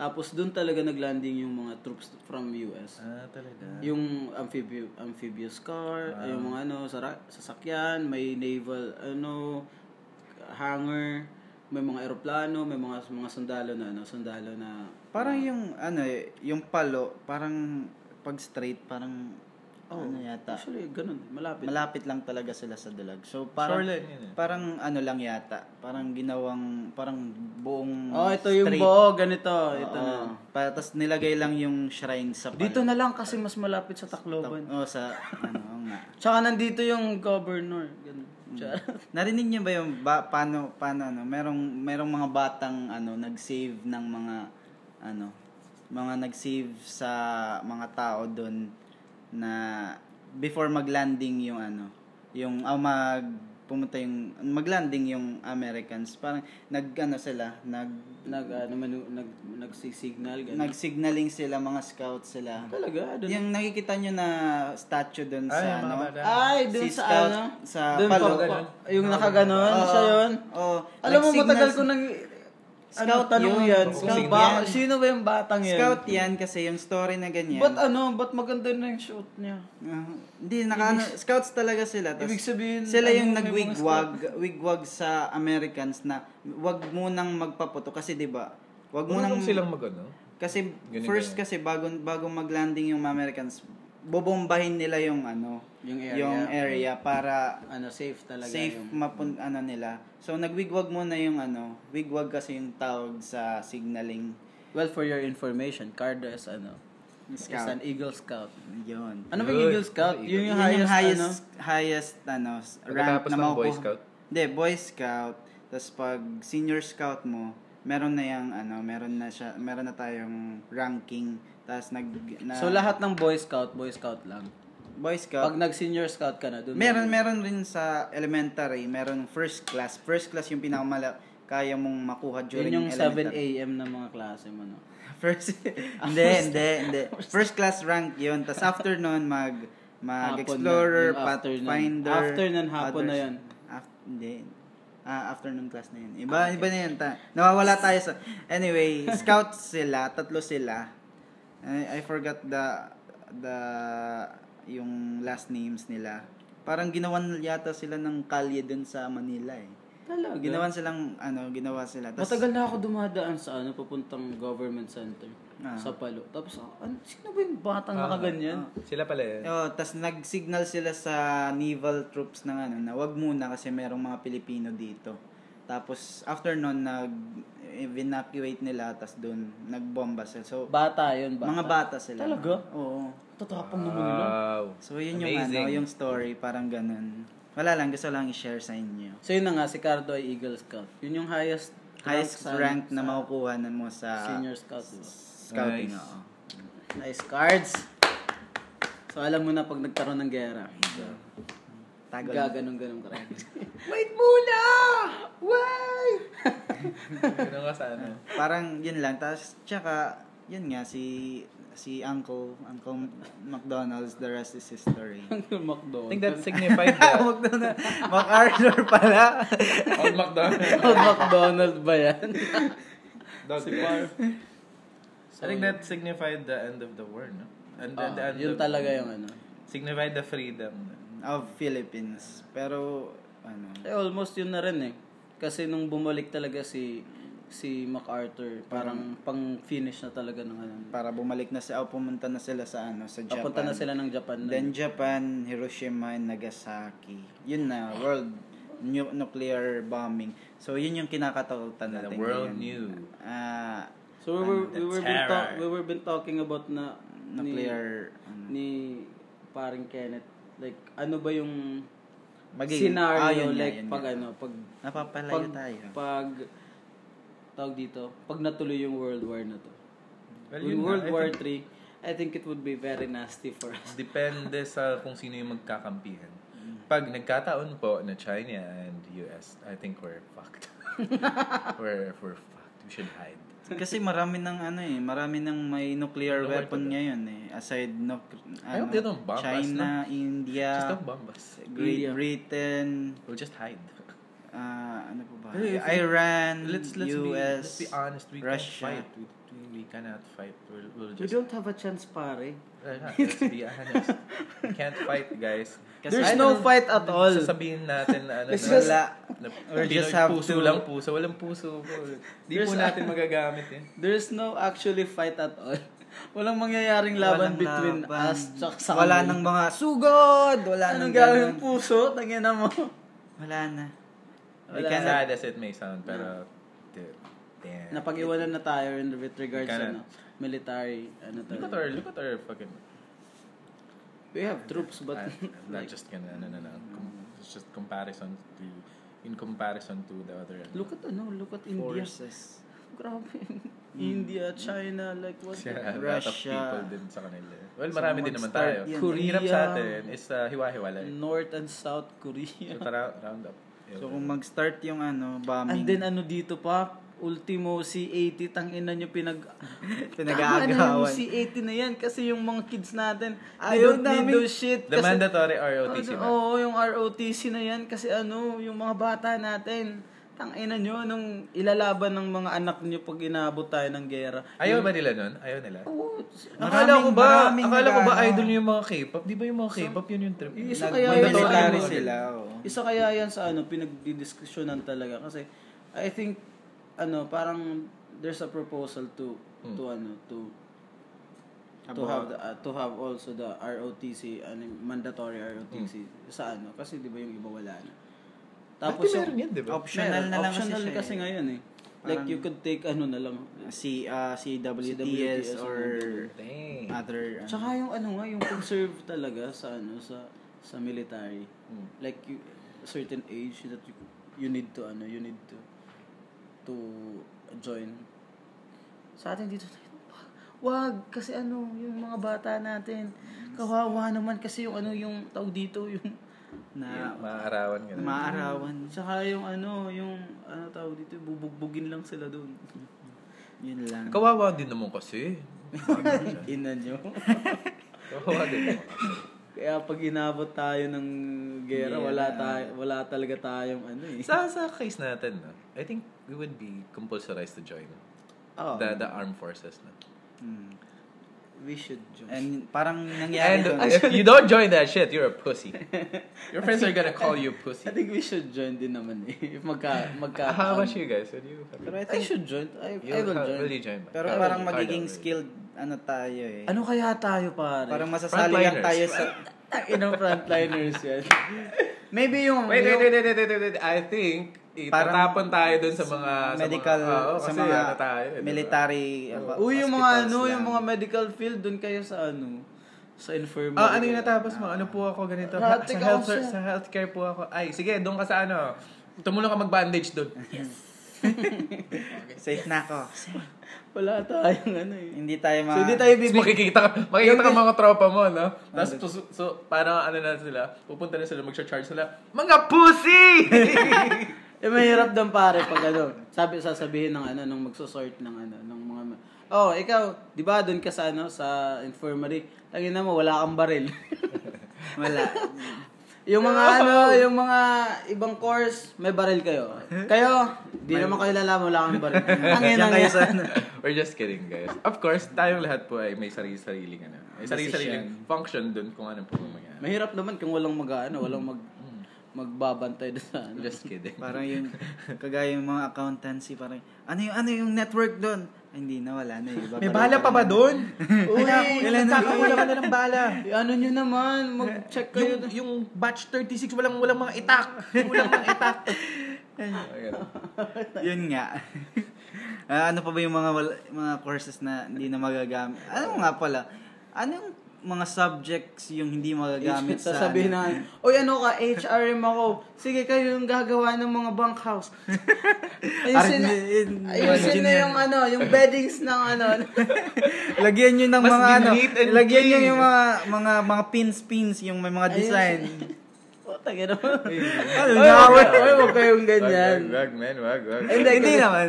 Speaker 1: Tapos doon talaga naglanding yung mga troops from US.
Speaker 3: Ah, talaga.
Speaker 1: Yung amphibious, amphibious car, yung mga ano, sara- sasakyan, may naval, ano, hangar, may mga eroplano, may mga mga sundalo na ano, sundalo na
Speaker 2: parang yung ano, eh, yung palo, parang pag straight parang
Speaker 3: Oh.
Speaker 2: ano yata.
Speaker 1: Actually, ganun. Malapit.
Speaker 2: Malapit lang talaga sila sa dalag. So parang
Speaker 3: Shoreline yun eh.
Speaker 2: parang ano lang yata, parang ginawang parang buong
Speaker 1: oh, ito yung
Speaker 2: straight.
Speaker 1: buo. Ganito. Ito na.
Speaker 2: Oo. Pa, tas nilagay lang yung shrine sa palo.
Speaker 1: Dito na lang kasi mas malapit sa Tacloban.
Speaker 2: Oh, sa ano oo nga.
Speaker 1: Tsaka nandito yung governor. Ganun.
Speaker 2: Hmm.
Speaker 1: Tsaka-
Speaker 2: Mm. Narinig niyo ba yung ba, paano paano ano, merong merong mga batang ano nag-save ng mga ano, mga nag-save sa mga tao doon na before mag-landing yung ano, yung ah, mag pumunta yung mag-landing yung Americans. Parang nag ano sila, nag
Speaker 1: Nag, ano, manu, nag, nagsisignal. Ganun.
Speaker 2: nag-signaling sila mga scouts sila.
Speaker 1: Talaga. Dun.
Speaker 2: Yung nakikita nyo na statue doon sa
Speaker 3: Ay,
Speaker 2: ano?
Speaker 3: mga bata.
Speaker 1: Ay, dun
Speaker 2: Si
Speaker 1: sa
Speaker 2: Scout
Speaker 1: ano.
Speaker 2: sa
Speaker 1: dun
Speaker 2: palo. Oh,
Speaker 1: pa-
Speaker 3: Ganun.
Speaker 1: pa- yung nakaganon.
Speaker 2: Oo.
Speaker 1: siya yun.
Speaker 2: Oo.
Speaker 1: Alam mo,
Speaker 2: Nag-signal
Speaker 1: matagal
Speaker 2: si-
Speaker 1: ko nang... ano,
Speaker 2: Scout
Speaker 1: tanong
Speaker 2: yun.
Speaker 1: yan.
Speaker 2: Scout
Speaker 1: Kung
Speaker 2: yun.
Speaker 1: ba- Sino ba yung batang yan?
Speaker 2: Scout yan kasi yung story na ganyan.
Speaker 1: Ba't ano? Ba't maganda na yung shoot niya?
Speaker 2: Ah, hindi, naka, ano, scouts talaga sila. Tas
Speaker 1: Ibig sabihin,
Speaker 2: sila yung
Speaker 1: ano, may mga
Speaker 2: nagwigwag, wigwag sa Americans na wag munang magpaputo kasi 'di ba? Wag munang
Speaker 3: Ano silang mag ano?
Speaker 2: kasi
Speaker 1: eh.
Speaker 3: Ganun
Speaker 2: first kasi bago bago mag-landing yung Americans, bobombahin nila yung ano,
Speaker 1: Yung area.
Speaker 2: yung area para
Speaker 1: Ano, safe talaga
Speaker 2: safe
Speaker 1: yung...
Speaker 2: mapun ano nila. So nagwigwag muna yung ano, wigwag kasi yung tawag sa signaling.
Speaker 1: Well, for your information, Cardo is ano, is
Speaker 2: Scout.
Speaker 1: an Eagle Scout.
Speaker 2: Yun.
Speaker 1: Ano ba yung Eagle Scout? Yun
Speaker 2: Yun
Speaker 1: yung highest,
Speaker 2: yung highest,
Speaker 1: ano?
Speaker 2: highest, ano, s- rank
Speaker 3: Pagkatapos
Speaker 2: na
Speaker 3: ng
Speaker 2: makukuha.
Speaker 3: Boy Scout?
Speaker 2: Hindi, Boy Scout. Tapos pag Senior Scout mo, meron na yung, ano, meron na siya, meron na tayong ranking. Tapos nag, na,
Speaker 1: So, lahat ng Boy Scout, Boy Scout lang.
Speaker 2: Boy Scout.
Speaker 1: Pag nag-senior scout ka na, dun.
Speaker 2: meron, meron rin sa elementary, meron first class. First class yung pinakamala, kaya mong makuha
Speaker 1: Yun
Speaker 2: during
Speaker 1: yung 7
Speaker 2: elementary.
Speaker 1: a.m. na mga klase mo, no?
Speaker 2: First, hindi, hindi, hindi. First class rank yun. Tapos after nun, mag,
Speaker 1: Hapon na, yung
Speaker 2: mag-explorer,
Speaker 1: after nun.
Speaker 2: pathfinder.
Speaker 1: After nun, hapon na
Speaker 2: others.
Speaker 1: yun.
Speaker 2: Af- hindi. Ah, afternoon class na yun. Iba, iba na yun. Ta- nawawala tayo sa... Anyway, scouts sila, tatlo sila. I, I forgot the the yung last names nila. Parang ginawan yata sila ng kalye dun sa Manila eh.
Speaker 1: Talaga.
Speaker 2: Ginawan silang ano, ginawa sila. Tas-
Speaker 1: Matagal na ako dumadaan sa ano, papuntang government center.
Speaker 2: Ah.
Speaker 1: Sa Palo. Tapos, ah, ano, sino ba yung batang nakaganyan?
Speaker 3: Sila pala yun.
Speaker 2: Oh, tas nag-signal sila sa naval troops ng ano na wag muna kasi merong mga Pilipino dito. Tapos after nun nag evacuate nila tas doon nagbomba sila. So
Speaker 1: Bata yun, bata.
Speaker 2: mga Ah. bata sila.
Speaker 1: Talaga?
Speaker 2: Oo.
Speaker 1: Tatapang naman nila.
Speaker 3: Wow.
Speaker 2: So yun
Speaker 3: Amazing.
Speaker 2: yung ano, yung story parang ganun. Wala lang gusto lang i-share sa inyo.
Speaker 1: So, yun na nga, si Cardo ay Eagle Scout. Yun yung highest
Speaker 2: Highest
Speaker 1: sa-
Speaker 2: rank na
Speaker 1: sa
Speaker 2: makukuha na mo sa
Speaker 1: Senior Scout. diba?
Speaker 2: scouting.
Speaker 3: Nice.
Speaker 2: oo.
Speaker 1: Nice cards. So alam mo na pag nagkaroon ng gera.
Speaker 2: Tagal.
Speaker 1: Gaganon-ganon ka rin.
Speaker 3: Wait muna! Wait! Ganun ka sana.
Speaker 2: parang yun lang. Tapos, tsaka, yun nga, si si Uncle, Uncle McDonald's, the rest is history.
Speaker 1: Uncle
Speaker 3: I
Speaker 1: McDonald.
Speaker 3: think that signified that.
Speaker 2: Huwag na na. MacArthur pala.
Speaker 3: Old McDonald.
Speaker 1: Uncle McDonald Oh, ba yan?
Speaker 3: Dog
Speaker 1: Si
Speaker 3: days.
Speaker 1: Par.
Speaker 3: I think that signified the end of the war, no? And the, the
Speaker 1: Ah,
Speaker 3: end
Speaker 1: yun
Speaker 3: of-
Speaker 1: talaga yung ano.
Speaker 3: Signified the freedom.
Speaker 2: of Philippines. Pero, ano,
Speaker 1: Eh, almost yun na rin eh. Kasi nung bumalik talaga si si MacArthur, parang
Speaker 3: Hmm.
Speaker 1: pang-finish na talaga ng ano.
Speaker 2: para bumalik na sila, o pumunta na sila sa, ano, sa Japan.
Speaker 1: Papunta na sila ng Japan. nun.
Speaker 2: Then Japan, Hiroshima, and Nagasaki. Yun na, world nu- nuclear bombing. So, yun yung kinakatakutan natin.
Speaker 3: The world
Speaker 2: ngayon.
Speaker 3: knew.
Speaker 2: Ah,
Speaker 1: so we were,
Speaker 2: ano,
Speaker 1: we were been ta- we were been talking about na ni-
Speaker 2: nuclear, ano,
Speaker 1: ni paring Kenneth like ano ba yung
Speaker 2: Magiging-
Speaker 1: scenario
Speaker 2: ah, yun nga,
Speaker 1: like
Speaker 2: yun
Speaker 1: pag
Speaker 2: nga.
Speaker 1: ano pag
Speaker 2: napapalayo
Speaker 1: pag,
Speaker 2: tayo.
Speaker 1: pag tawag dito pag natuloy yung World War na to
Speaker 3: Well,
Speaker 1: yung
Speaker 3: yun
Speaker 1: World
Speaker 3: nga, I
Speaker 1: War
Speaker 3: think-
Speaker 1: 3 I think it would be very nasty for us
Speaker 3: Depende sa kung sino yung magkakampihan.
Speaker 1: Mm.
Speaker 3: Pag nagkataon po na China and US, I think we're fucked. we're, we're fucked. We should hide.
Speaker 2: Kasi marami ng ano eh, marami ng may nuclear
Speaker 3: Nowhere
Speaker 2: weapon
Speaker 3: to go.
Speaker 2: ngayon eh. Aside no,
Speaker 3: Ayaw,
Speaker 2: ano,
Speaker 3: they don't bomb us,
Speaker 2: China,
Speaker 3: Just
Speaker 2: India,
Speaker 3: don't bomb us.
Speaker 2: Great
Speaker 1: India.
Speaker 2: Britain,
Speaker 3: We'll just hide.
Speaker 2: ah, ano pa ba?
Speaker 3: Hey, if we-
Speaker 2: Iran,
Speaker 3: Let's, let's, be,
Speaker 2: US,
Speaker 3: let's be honest. We
Speaker 2: Russia.
Speaker 3: can't fight. We, we- we cannot fight. We'll, we'll
Speaker 1: we
Speaker 3: just...
Speaker 1: don't have a chance pare
Speaker 3: Uh, let's be honest. We can't fight, guys.
Speaker 2: Kasi
Speaker 1: there's
Speaker 2: I
Speaker 1: no
Speaker 2: don't-
Speaker 1: fight at all
Speaker 3: Sasabihin natin na ano
Speaker 1: Let's
Speaker 3: na-
Speaker 1: just-
Speaker 2: Wala.
Speaker 3: na,
Speaker 2: or
Speaker 3: Pinoy
Speaker 2: just have
Speaker 3: puso
Speaker 2: to-
Speaker 3: lang puso. Walang puso po. Di po
Speaker 1: There's-
Speaker 3: natin magagamit eh. yun.
Speaker 1: there's no actually fight at all walang mangyayaring laban
Speaker 2: Walang
Speaker 1: between
Speaker 2: laban.
Speaker 1: us tsaka sa
Speaker 2: Wala
Speaker 1: kanila.
Speaker 2: nang mga sugod, wala nang
Speaker 1: Anong
Speaker 2: ganun.
Speaker 1: gagawin puso? Tangin na mo.
Speaker 2: Wala na. We
Speaker 1: Wala.
Speaker 2: cannot-
Speaker 3: Sad as it may sound, pero... Dude, damn.
Speaker 1: Napag-iwanan na tayo in with regards sa ano,
Speaker 3: Kanan.
Speaker 1: military. Ano
Speaker 3: Look at
Speaker 1: tayo.
Speaker 3: our, look at our fucking...
Speaker 1: We have troops but
Speaker 3: I- I'm not just gonna, no, no, no. Com- It's just comparison to, in comparison to the other. ano.
Speaker 1: look at ano, look at India.
Speaker 2: forces.
Speaker 1: Grabe. India, China, like what?
Speaker 3: Kasi
Speaker 1: the-
Speaker 3: a lot of
Speaker 2: Russia.
Speaker 3: people din sa kanila. Well,
Speaker 2: So,
Speaker 3: marami din naman
Speaker 2: mag-start
Speaker 3: tayo.
Speaker 2: yun.
Speaker 3: Ang hirap
Speaker 1: Korea.
Speaker 3: sa atin is uh, hiwa-hiwalay.
Speaker 1: North and South Korea.
Speaker 3: So tara, round up.
Speaker 2: So kung mag-start yung ano, bombing,
Speaker 1: And then ano dito pa? Ultimo C80 tangina nyo pinag Tama na yung
Speaker 2: pinag-aagawan.
Speaker 1: C80 na yan kasi yung mga kids natin they
Speaker 2: Ayaw
Speaker 1: don't need
Speaker 2: namin-
Speaker 1: those shit
Speaker 3: the
Speaker 1: kasi
Speaker 3: mandatory
Speaker 2: Oh,
Speaker 3: ROTC
Speaker 1: Oo,
Speaker 3: ba?
Speaker 1: Ano, Oo, yung ROTC na yan. Kasi ano, yung mga bata natin, tangina nyo, nung ilalaban ng mga anak nyo pag inabot tayo ng gera.
Speaker 3: Ayaw ba nila nun? Ayaw nila?
Speaker 1: Oo,
Speaker 3: akala ko ba,
Speaker 2: Oh. maraming
Speaker 3: akala ko ba
Speaker 2: nag-ano.
Speaker 3: idol yung mga K-pop? Di ba yung mga K-pop yun yung trip?
Speaker 1: Isa kaya yun sa
Speaker 2: Nag-military
Speaker 1: ano,
Speaker 2: sila. oo.
Speaker 1: Isa kaya yan sa ano, pinagdidiskusyonan talaga. Kasi, I think, ano, parang, there's a proposal to,
Speaker 3: Hmm.
Speaker 1: to ano, to, to
Speaker 2: About-
Speaker 1: have the, uh, to have also the ROTC ano, yung mandatory ROTC sa ano kasi 'di ba yung iba wala na.
Speaker 3: Tapos
Speaker 1: yung-
Speaker 3: Hmm. meron yan, di ba?
Speaker 1: Meron.
Speaker 2: Optional na lang
Speaker 1: Optional
Speaker 2: kasi, siya eh.
Speaker 1: ngayon eh. Like
Speaker 2: Parang-
Speaker 1: you could take ano na lang.
Speaker 2: si ah, CWTS,
Speaker 1: CWTS
Speaker 2: or
Speaker 3: Dang.
Speaker 2: other ano,
Speaker 1: Tsaka yung ano nga, yung conserve talaga sa ano sa sa military.
Speaker 2: Hmm.
Speaker 3: Mm.
Speaker 1: Like you, certain age that you, you need to ano, you need to to join. Sa atin dito Wag kasi ano, yung mga bata natin,
Speaker 2: Hmm.
Speaker 1: kawawa naman kasi yung ano yung tawag dito, yung
Speaker 2: na
Speaker 3: Yeah, Maaarawan ka na.
Speaker 2: maarawan.
Speaker 1: Tsaka yung ano, yung ano tawag dito, bubugbugin lang sila doon.
Speaker 2: Yun lang.
Speaker 3: Kawawa din naman kasi.
Speaker 1: Ina nyo.
Speaker 3: Kawawa din naman kasi.
Speaker 1: Kaya pag inabot tayo ng gera,
Speaker 2: Yeah.
Speaker 1: wala tayo, wala talaga tayong ano eh.
Speaker 3: Sa, sa case natin, no, I think we would be compulsorized to join
Speaker 1: Oh,
Speaker 3: the, the armed forces. No?
Speaker 2: Mm.
Speaker 1: we should join.
Speaker 2: And parang nangyari
Speaker 3: And
Speaker 2: doon.
Speaker 3: if you don't join that shit, you're a pussy. Your friends are gonna call you
Speaker 1: I
Speaker 3: pussy.
Speaker 1: think we should join din naman eh. If magka, magka. ano.
Speaker 3: How about you guys? Would you,
Speaker 2: um, Pero
Speaker 1: Ah, I
Speaker 2: I think-
Speaker 1: should join. I,
Speaker 3: you
Speaker 1: I will
Speaker 3: how-
Speaker 1: join.
Speaker 3: will you join? ba?
Speaker 2: pero
Speaker 3: How
Speaker 2: parang
Speaker 3: will you-
Speaker 2: magiging
Speaker 3: how will
Speaker 2: skilled
Speaker 3: you-
Speaker 2: ano tayo eh.
Speaker 1: Ano kaya tayo pare?
Speaker 2: Parang masasali lang
Speaker 3: Frontliners.
Speaker 2: tayo sa
Speaker 1: Inang frontliners yan. Maybe yung...
Speaker 3: Wait, wait,
Speaker 1: yung-
Speaker 3: wait, wait, wait, wait, wait. I think
Speaker 2: Parang
Speaker 3: itatapon tayo dun Ah, sa mga
Speaker 2: medical
Speaker 3: sa mga, oo,
Speaker 2: sa
Speaker 3: kasi
Speaker 2: mga
Speaker 3: ano tayo, eh, di ba?
Speaker 2: military uh,
Speaker 1: Uy, yung mga
Speaker 2: hospitals
Speaker 1: ano, yung
Speaker 2: lang.
Speaker 1: mga medical field, doon kayo sa ano, sa infirmary.
Speaker 3: Ah, ano yung natapos mo? Ano po ako ganito? Ha,
Speaker 1: Lahat
Speaker 3: sa,
Speaker 1: ikaw
Speaker 3: health,
Speaker 1: siya.
Speaker 3: sa healthcare po ako. Ay, sige, doon ka sa ano. Tumulong ka mag-bandage doon.
Speaker 2: safe na ako.
Speaker 1: Wala tayong ano eh.
Speaker 2: hindi tayo mga
Speaker 1: So, hindi tayo
Speaker 3: Tapos makikita ka, makikita ka mga tropa mo, no? Tapos, so, so, parang ano na sila, pupunta na sila, mag-charge sila, mga pussy!
Speaker 1: Eh, mahirap daw pare pag ano, sabi sasabihin ng ano nung magso-sort ng ano ng mga Oh, ikaw, di ba doon ka sa, ano, sa infirmary? Tangin na mo, wala kang baril.
Speaker 2: Wala.
Speaker 1: yung mga ano, yung mga ibang course, may baril kayo. Kayo, di naman kayo lalaman, wala kang baril. Ang ina
Speaker 2: Diyan kayo
Speaker 1: niya.
Speaker 2: sa ano.
Speaker 3: We're just kidding, guys. Of course, tayong lahat po ay may sarili-sariling ano. May sarili-sariling function dun kung ano po mangyari.
Speaker 1: Mahirap naman kung walang mag, ano, walang mag, magbabantay doon sa, ano.
Speaker 3: Just kidding.
Speaker 2: Parang yung, kagaya yung mga accountancy, parang, ano yung, ano yung network doon? Ay, Hindi na, wala na. eh. Iba
Speaker 3: May
Speaker 2: pala.
Speaker 3: bala pa ba dun?
Speaker 1: Uy,
Speaker 2: wala na.
Speaker 3: Saka wala ka na ng bala.
Speaker 1: Eh, ano nyo naman, mag-check kayo.
Speaker 3: Yung, yung batch 36, walang, walang mga itak. Walang mga itak. Ayun.
Speaker 2: Yun nga. Ah, ano pa ba yung mga wal- mga courses na hindi na magagamit? Ano nga pala? Anong mga subjects yung hindi magagamit sa...
Speaker 1: sasabihin na, Uy, ano ka, HRM ako. Sige, kayo yung gagawa ng mga bunk house. ayusin na,
Speaker 2: Armin,
Speaker 1: ayusin na
Speaker 2: engineer.
Speaker 1: yung ano, yung beddings ng ano.
Speaker 2: Lagyan nyo ng
Speaker 3: Mas
Speaker 2: mga ano,
Speaker 3: dinate and
Speaker 2: lagyan nyo
Speaker 3: clean.
Speaker 2: yung mga, mga, mga pins-pins, yung may mga design.
Speaker 1: Puta, gano'n.
Speaker 2: Ano,
Speaker 1: Uy,
Speaker 2: nawa-
Speaker 1: wag- uy, wag kayong ganyan.
Speaker 3: Wag, wag, man. Wag, wag.
Speaker 2: Hindi, hindi naman.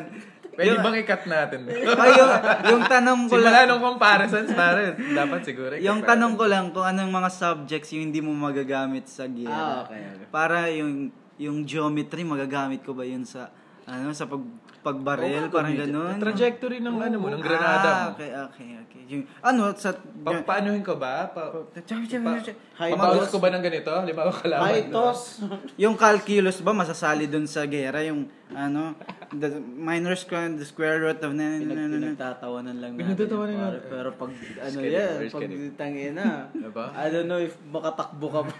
Speaker 3: Pwede bang i-cut natin?
Speaker 2: Ay, yung, yung tanong ko
Speaker 3: Simula
Speaker 2: lang,
Speaker 3: nung comparisons, pare. Dapat siguro. i-cut
Speaker 2: yung
Speaker 3: natin.
Speaker 2: tanong ko lang kung anong mga subjects yung hindi mo magagamit sa gera.
Speaker 1: Ah, okay, okay.
Speaker 2: Para yung yung geometry magagamit ko ba yun sa ano sa pag pagbaril
Speaker 3: Oo,
Speaker 2: parang
Speaker 3: gamitin.
Speaker 2: ganun.
Speaker 3: Trajectory ng ano mo, ng
Speaker 2: Ah,
Speaker 3: granada mo.
Speaker 2: okay, okay, okay. Yung, ano sa
Speaker 3: Pa- Paanohin ko ba? Pa,
Speaker 1: High
Speaker 3: Pamagos
Speaker 1: toss.
Speaker 3: ko ba ng ganito? Halimbawa kalaban.
Speaker 1: Ay,
Speaker 3: no?
Speaker 1: tos.
Speaker 2: yung calculus ba masasali dun sa gera yung ano the minor square the square root of na na- na na- na-
Speaker 1: Pinagtatawanan lang natin.
Speaker 3: Pinagtatawanan
Speaker 1: pare.
Speaker 3: natin.
Speaker 1: Pero pag, ano
Speaker 3: kidding,
Speaker 1: yan,
Speaker 3: we're just
Speaker 1: pag
Speaker 3: kidding.
Speaker 1: tangin na.
Speaker 3: Diba?
Speaker 1: I don't know if makatakbo ka pa.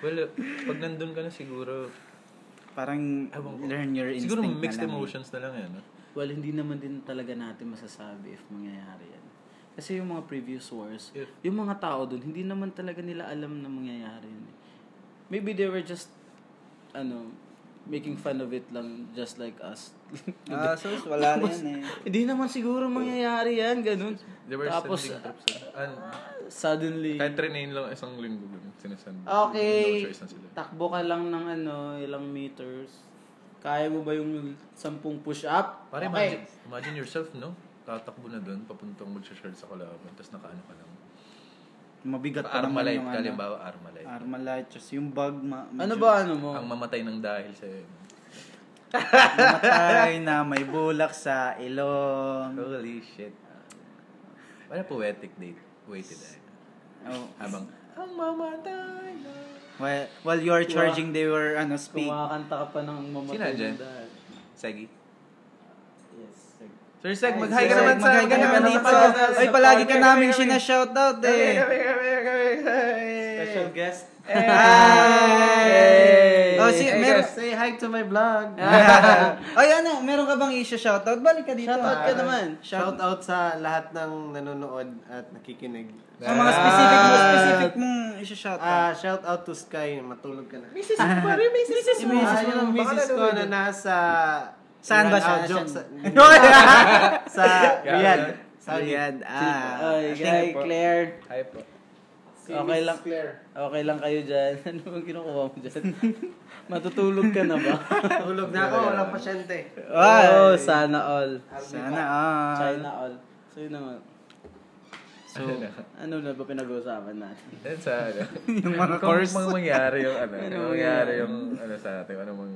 Speaker 3: Well, pag nandun ka na siguro,
Speaker 2: parang
Speaker 3: Ewan ko.
Speaker 2: learn your instinct.
Speaker 3: siguro
Speaker 2: na
Speaker 3: mixed
Speaker 2: lang.
Speaker 3: emotions na lang yan. no?
Speaker 1: Well, hindi naman din talaga natin masasabi if mangyayari yan. Kasi yung mga previous wars,
Speaker 3: Yeah.
Speaker 1: yung mga tao dun, hindi naman talaga nila alam na mangyayari yun. eh. Maybe they were just, ano, making fun of it lang, just like us.
Speaker 2: Ah, sus, wala rin eh.
Speaker 1: Hindi naman siguro mangyayari yan, ganun.
Speaker 3: They were
Speaker 1: Tapos,
Speaker 3: sending troops. And,
Speaker 1: suddenly,
Speaker 3: kahit trinain lang isang linggo dun, sinasend.
Speaker 1: okay,
Speaker 3: No choice na sila.
Speaker 1: takbo ka lang ng ano, ilang meters. Kaya mo ba yung sampung push-up?
Speaker 3: Pare,
Speaker 1: okay.
Speaker 3: imagine, imagine yourself, no? Tatakbo na dun, papuntang mag-share sa kalaban, tapos nakaano ka lang.
Speaker 2: Mabigat pa naman
Speaker 3: Armalite
Speaker 2: yung
Speaker 3: ka,
Speaker 2: ano.
Speaker 3: halimbawa, Armalite.
Speaker 2: Armalite, tapos yung bag ma-
Speaker 1: Ano ba ano mo?
Speaker 3: Ang mamatay ng dahil sa
Speaker 2: Namatay na may bulak sa ilong.
Speaker 3: Holy shit. Para poetic date. Waited eh.
Speaker 2: Oh,
Speaker 3: Habang, ang mamatay na.
Speaker 2: while, while you are
Speaker 1: Diba?
Speaker 2: charging, they were ano, speak.
Speaker 1: Kumakanta ka pa ng mamatay
Speaker 3: Sino, Jen?
Speaker 1: ng dahil.
Speaker 3: Segi.
Speaker 1: Yes. sige.
Speaker 3: Sir Seg,
Speaker 1: Ay, Sir
Speaker 3: mag-hi ka
Speaker 1: Seg,
Speaker 3: naman sa
Speaker 1: mag-hi ka
Speaker 2: Mag-hi ka naman
Speaker 1: naman
Speaker 2: dito.
Speaker 1: sa podcast.
Speaker 2: Ay, palagi ka
Speaker 1: Kami,
Speaker 2: namin
Speaker 1: kami.
Speaker 2: sinashoutout eh.
Speaker 1: Special guest.
Speaker 2: Hey! Oh, si,
Speaker 3: Hey,
Speaker 2: meron,
Speaker 3: guys, say hi to my vlog.
Speaker 2: ay, ano, meron ka bang i-shoutout? Balik ka dito. Ah,
Speaker 1: Shoutout ka naman.
Speaker 4: Shout out sa lahat ng nanonood at nakikinig.
Speaker 2: Sa mga specific mo, specific mong i-shoutout.
Speaker 4: Ah, shout out to Sky, matulog ka na.
Speaker 1: Mrs. Pare, Mrs.
Speaker 2: mo. Mrs. mo,
Speaker 4: Ah, yung
Speaker 2: baka
Speaker 4: misis ko na nasa
Speaker 2: Saan ba
Speaker 4: Iran,
Speaker 2: siya?
Speaker 4: ah, joke, Sa, sa
Speaker 3: Grabe.
Speaker 4: Riyadh. Sa Riyadh.
Speaker 2: Ayan, ah.
Speaker 1: Ay, guy, Claire.
Speaker 3: Hi po.
Speaker 1: Okay lang.
Speaker 4: Claire.
Speaker 1: Okay lang kayo dyan. Ano bang kinukuha mo dyan? Matutulog ka na ba?
Speaker 4: Tulog na ako, walang pasyente.
Speaker 1: oh, sana all.
Speaker 2: Sana, ah.
Speaker 1: China all. So yun naman.
Speaker 2: So,
Speaker 1: Ano na ba pinag-uusapan natin?
Speaker 3: Then sa ano?
Speaker 2: yung mga
Speaker 3: Kung
Speaker 2: course.
Speaker 3: mang- mangyari yung ano,
Speaker 1: Ano
Speaker 3: ano mangyari yung ano sa atin, ano mang...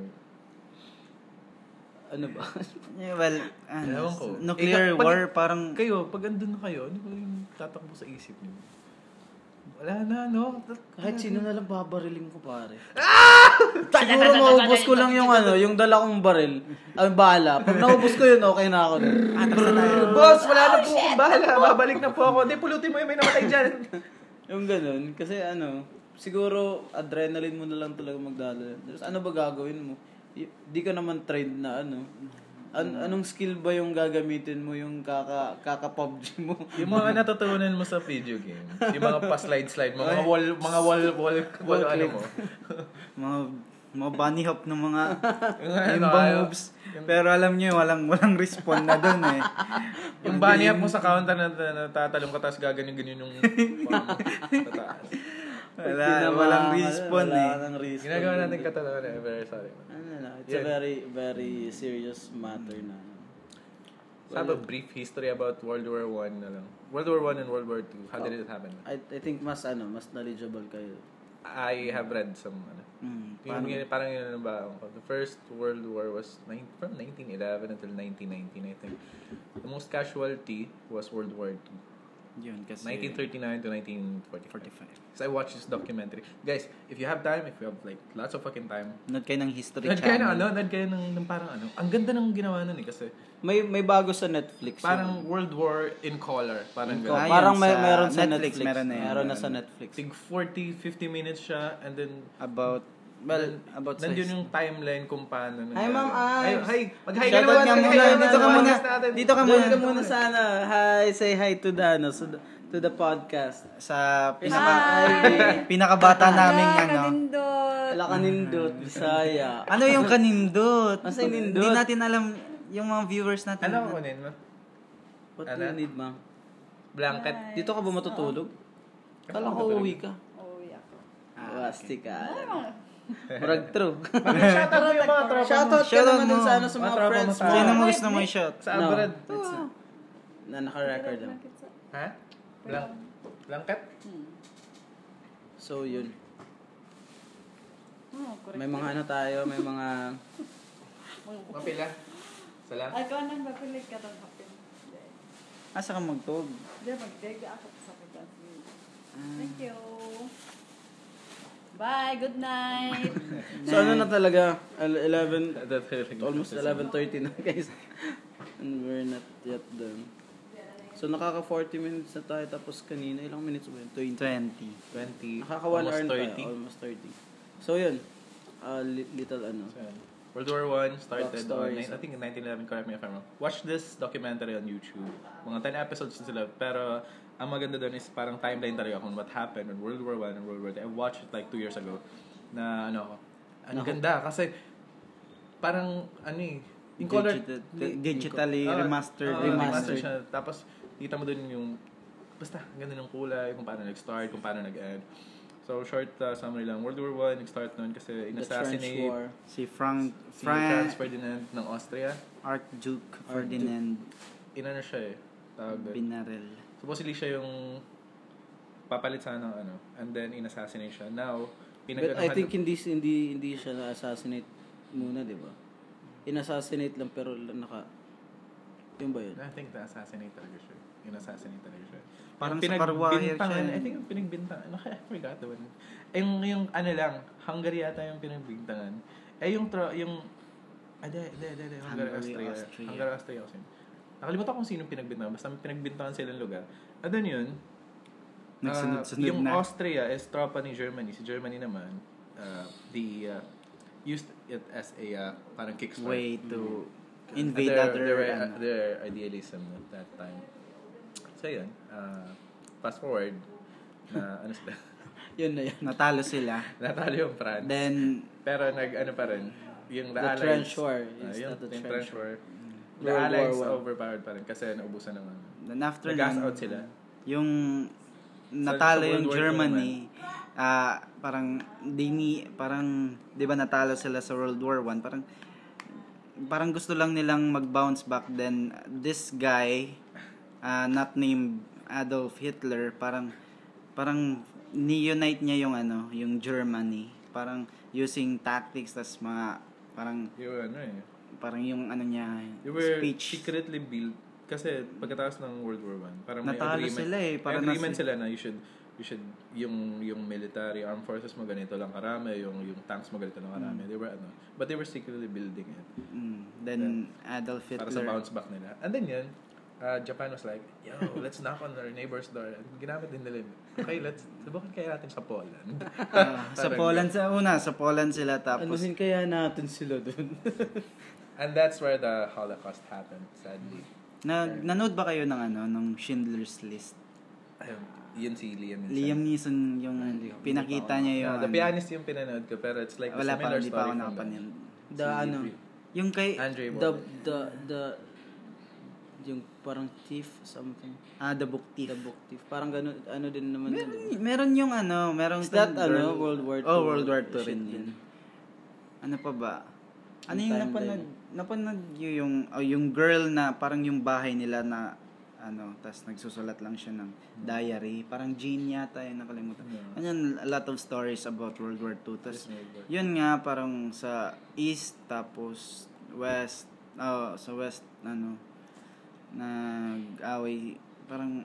Speaker 1: Ano ba?
Speaker 2: Yeah, Well, ano,
Speaker 3: Ewan ko.
Speaker 2: nuclear
Speaker 3: Eh, kapag-
Speaker 2: war, parang
Speaker 3: Kayo, pag andun na kayo, ano ba yung tatakbo sa isip niyo? Wala na, no?
Speaker 1: Kahit sino na lang babariling ko pare. Siguro maubos ko lang yung ano, yung dala kong baril. Ang bala. Pag naubos ko yun, okay na ako. nun.
Speaker 3: Boss, wala na po akong bahala. Babalik na po ako. Hindi, pulutin mo yung may namatay dyan.
Speaker 1: Yung ganun, kasi ano, siguro adrenaline mo na lang talaga magdala. Tapos ano ba gagawin mo? Y- Di ka naman trained na ano.
Speaker 2: Mm-hmm.
Speaker 1: An- anong skill ba yung gagamitin mo yung kaka kaka PUBG mo?
Speaker 3: yung mga natutunan mo sa video game, yung mga pa-slide-slide, mga wall, mga wall, wall, wall, ano mo.
Speaker 2: mga mga bunny hop ng mga
Speaker 3: Yung ano,
Speaker 2: yung bang
Speaker 3: ayaw.
Speaker 2: moves. Pero alam niyo, walang walang respond na doon eh.
Speaker 3: Yung bunny up mo sa counter na na- natatalong ka, tapos gaganyan ganyan yung palm sa taas.
Speaker 2: Wala,
Speaker 1: Di naman,
Speaker 2: walang respond
Speaker 1: wala
Speaker 2: eh.
Speaker 1: nang respond.
Speaker 3: Ginagawa natin katalawa na, very sorry.
Speaker 1: Ano na, it's a very, very serious matter na.
Speaker 3: Have a brief history about World War One na lang. World War One and World War Two. How did it happen?
Speaker 1: I, I think mas ano, mas knowledgeable kayo.
Speaker 3: I have read some ano.
Speaker 1: Mm,
Speaker 3: Yung, parang, yun, parang yun ang baon ko. The First World War was nine, from 1911 until 1919, I think. The most casualty was World War II.
Speaker 2: Yun, kasi...
Speaker 3: 1939 to 1945.
Speaker 2: 45.
Speaker 3: Because I watched this documentary. Guys, if you have time, if you have like lots of fucking time,
Speaker 2: Nod kayo ng history
Speaker 3: nag kayo
Speaker 2: channel.
Speaker 3: ng ano, nag kayo ng, ng parang ano. Ang ganda ng ginawa nun eh kasi
Speaker 1: May may bago sa Netflix.
Speaker 3: parang
Speaker 1: yun.
Speaker 3: World War in color. Parang
Speaker 2: In
Speaker 1: Oh,
Speaker 3: ganun.
Speaker 2: color.
Speaker 1: parang
Speaker 2: Ayun,
Speaker 1: may,
Speaker 2: Ah, sa
Speaker 1: meron sa Netflix.
Speaker 2: Netflix, meron na yun.
Speaker 1: Meron na sa
Speaker 2: Meron.
Speaker 1: Netflix.
Speaker 3: Tig 40, 50 minutes siya and then
Speaker 2: About... Well, about sa
Speaker 3: Nandun yung timeline kung paano
Speaker 1: Hi, Ma'am Ives.
Speaker 3: nangyari. Hi, hi. Mag-hi ka
Speaker 1: Shoutout
Speaker 3: naman.
Speaker 1: nga
Speaker 3: mag-hi
Speaker 1: muna.
Speaker 3: ka naman
Speaker 1: Dito ka
Speaker 3: sa
Speaker 1: muna.
Speaker 3: podcast natin.
Speaker 2: Dito ka
Speaker 1: Doon
Speaker 2: muna.
Speaker 1: ka muna sa ano. Hi, say hi to the, ano, so- to the podcast.
Speaker 2: Sa pinaka...
Speaker 1: Hi!
Speaker 2: Pinakabata namin
Speaker 5: Ala,
Speaker 2: ano.
Speaker 5: kanindot.
Speaker 1: Wala ka nindot, Bisaya.
Speaker 2: Ano yung kanindot?
Speaker 1: Ano sa nindot?
Speaker 2: Hindi natin alam yung mga viewers natin.
Speaker 3: Ano ako kunin? ma'am?
Speaker 1: What do
Speaker 3: Ano?
Speaker 1: you need, ma'am?
Speaker 3: Blanket.
Speaker 1: Dito ka ba matutulog? Kala ko uwi ka.
Speaker 5: Oh, yako.
Speaker 1: Wasti ka. Murag true.
Speaker 3: Shoutout mo yung mga tropa mo.
Speaker 1: Shoutout ka naman
Speaker 2: Shoutout
Speaker 1: dun
Speaker 2: mo.
Speaker 1: sa ano sa
Speaker 3: Mga
Speaker 1: mga
Speaker 3: tropa
Speaker 1: friends mo.
Speaker 3: mo sa-
Speaker 2: Sino mo Ah, gusto mo i-shot?
Speaker 3: Sa Ano?
Speaker 1: No.
Speaker 3: Abrad.
Speaker 1: It's a- Na naka-record lang.
Speaker 3: Ha? Blank. Blanket?
Speaker 1: So yun.
Speaker 5: Oh, correct.
Speaker 1: May mga ano tayo, may mga
Speaker 3: Mapila. Salamat.
Speaker 5: Ay, kung anong bakulit ka itong hapin.
Speaker 2: Asa ka magtog?
Speaker 5: Hindi, magdag ako sa pagkas. Thank you. Bye, good night.
Speaker 1: So ano na talaga, al- 11,
Speaker 3: That's everything.
Speaker 1: almost 11.30 na guys. And we're not yet done. So nakaka 40 minutes na tayo tapos kanina ilang minutes ba yun? 20.
Speaker 2: 20.
Speaker 3: 20.
Speaker 1: Nakaka 1 hour
Speaker 3: almost
Speaker 1: na tayo,
Speaker 3: 30.
Speaker 1: almost 30. So yun, uh, li- little ano.
Speaker 3: So, yan. World War One started on,
Speaker 1: Backstory.
Speaker 3: nine- I think in 1911, correct me if I'm wrong. Watch this documentary on YouTube. Mga 10 episodes na sila. Pero ang maganda doon is parang timeline talaga kung what happened on World War One and World War II. I watched it like two years ago. Na ano, ang ganda. Kasi parang ano eh, in color.
Speaker 2: Digital-
Speaker 3: Hindi,
Speaker 2: digitally
Speaker 3: in co- ah,
Speaker 2: remastered.
Speaker 3: ah,
Speaker 1: Remastered.
Speaker 3: remastered siya. Tapos kita mo doon yung basta ang ganda ng kulay, kung paano nag-start, kung paano nag-end. So short uh, summary lang. World War One nag-start noon kasi
Speaker 1: The French
Speaker 3: in-assassinate
Speaker 1: War.
Speaker 2: Si Frank...
Speaker 3: si Franz
Speaker 2: Frank...
Speaker 3: Ferdinand ng Austria.
Speaker 2: Archduke Ferdinand
Speaker 3: Inano siya eh. Tawag doon.
Speaker 2: Binarel.
Speaker 3: Supposedly siya yung papalit sana ng ano. And then in-assassinate siya. Now,
Speaker 1: But I
Speaker 3: pinagkakahan-
Speaker 1: think hindi hindi hindi siya na-assassinate muna, 'di ba? In-assassinate lang pero naka yun ba yun?
Speaker 3: I think na-assassinate talaga siya. In-assassinate talaga siya.
Speaker 2: Parang
Speaker 3: Yung
Speaker 2: sa Parwahir siya. eh.
Speaker 3: pinagbintangan- I think yung pinagbintangan. Ano kaya? I forgot the one. Eh, Yung, yung ano lang. Hungary yata yung pinagbintangan. Eh yung... Tro, yung Ah, Ade, ade, ade, ade. Hungary,
Speaker 2: Hungary,
Speaker 3: Austria.
Speaker 2: Austria.
Speaker 3: Hungary, Austria. Kasi. Nakalimutan ko kung sino pinagbintangan. Basta may pinagbintangan silang lugar. At then yun. ah,
Speaker 2: Nagsunod-sunod
Speaker 3: yung
Speaker 2: na.
Speaker 3: Austria is tropa ni Germany. Si Germany naman, uh, the uh, used it as a uh, parang kickstart
Speaker 2: Way to
Speaker 3: Mm-hmm.
Speaker 2: invade
Speaker 3: their,
Speaker 2: other...
Speaker 3: their, uh,
Speaker 2: ano.
Speaker 3: their idealism at that time. So yun, uh, fast forward, na ano sila,
Speaker 1: Yun na yun.
Speaker 2: Natalo sila.
Speaker 3: natalo yung France.
Speaker 2: Then,
Speaker 3: pero nag ano pa rin, yung the,
Speaker 1: The
Speaker 3: Allies.
Speaker 1: trench war
Speaker 3: Ah,
Speaker 1: is
Speaker 3: yun,
Speaker 1: not the
Speaker 3: yung
Speaker 1: trench
Speaker 3: trench war.
Speaker 1: World
Speaker 3: The
Speaker 1: War
Speaker 3: Allies
Speaker 1: One.
Speaker 3: overpowered pa rin kasi naubusan ng ano.
Speaker 2: then after
Speaker 3: Nag-gas
Speaker 2: nun,
Speaker 3: out sila.
Speaker 2: Yung natalo
Speaker 3: sa World
Speaker 2: yung
Speaker 3: War II
Speaker 2: Germany, ah parang dini parang 'di ba natalo sila sa World War 1, parang parang gusto lang nilang mag-bounce back then this guy ah, not named Adolf Hitler parang parang ni-unite niya yung ano, yung Germany, parang using tactics tas mga parang
Speaker 3: Yung ano eh.
Speaker 2: parang yung ano niya
Speaker 3: They were
Speaker 2: speech
Speaker 3: secretly built kasi pagkatapos ng World War 1, parang may
Speaker 2: Natalo
Speaker 3: agreement.
Speaker 2: sila eh,
Speaker 3: may
Speaker 2: parang
Speaker 3: agreement
Speaker 2: nasa-
Speaker 3: sila na you should you should yung yung military armed forces mo ganito lang karami, yung yung tanks mo ganito lang
Speaker 2: Hmm.
Speaker 3: karami. They were ano, but they were secretly building it
Speaker 2: Mm, then Adolf Hitler.
Speaker 3: para sa bounce back nila. And then yun, uh, Japan was like, yo, let's knock on our neighbor's door. And ginamit din nila yun. Okay, let's, subukan kaya natin sa Poland.
Speaker 2: Ah, sa
Speaker 3: Parang
Speaker 2: Poland sa una, sa Poland sila tapos
Speaker 1: Anuhin kaya natin sila doon?
Speaker 3: And that's where the Holocaust happened, sadly.
Speaker 2: na, nanood ba kayo ng ano ng Schindler's List?
Speaker 3: Ayun, yun si Liam. Neeson.
Speaker 2: Liam Neeson yung
Speaker 1: Ah, hindi ko-
Speaker 2: pinakita
Speaker 1: hindi
Speaker 2: niya yung
Speaker 3: Yeah, the
Speaker 2: ano,
Speaker 3: pianist yung pinanood ko, pero it's like a
Speaker 2: wala pa
Speaker 3: similar
Speaker 2: hindi
Speaker 3: story
Speaker 2: pa ako
Speaker 3: from
Speaker 2: nakapanood.
Speaker 1: The ano, eh,
Speaker 2: Yung kay
Speaker 3: that. Andre
Speaker 1: the,
Speaker 3: Warren.
Speaker 1: the, the, yung parang thief something.
Speaker 2: ah, The Book Thief.
Speaker 1: The book thief. Parang ganun, ano din naman.
Speaker 2: Meron,
Speaker 1: yun.
Speaker 2: meron yung ano, meron
Speaker 1: Is that
Speaker 2: tong-
Speaker 1: ano, World War II
Speaker 2: Oh, World War II rin
Speaker 1: shit din.
Speaker 2: yun. Ano pa ba? Ano
Speaker 1: Yung
Speaker 2: yung
Speaker 1: timeline.
Speaker 2: napanood? napanood niyo yung oh, yung girl na parang yung bahay nila na ano, tas nagsusulat lang siya ng diary. Parang Jane yata yun, nakalimutan.
Speaker 3: Hmm. Yeah.
Speaker 2: Ano yun, a lot of stories about World War II. Tas,
Speaker 3: Yes, World War
Speaker 2: yun nga, parang sa East, tapos West, oh, sa West, ano, nag-away, parang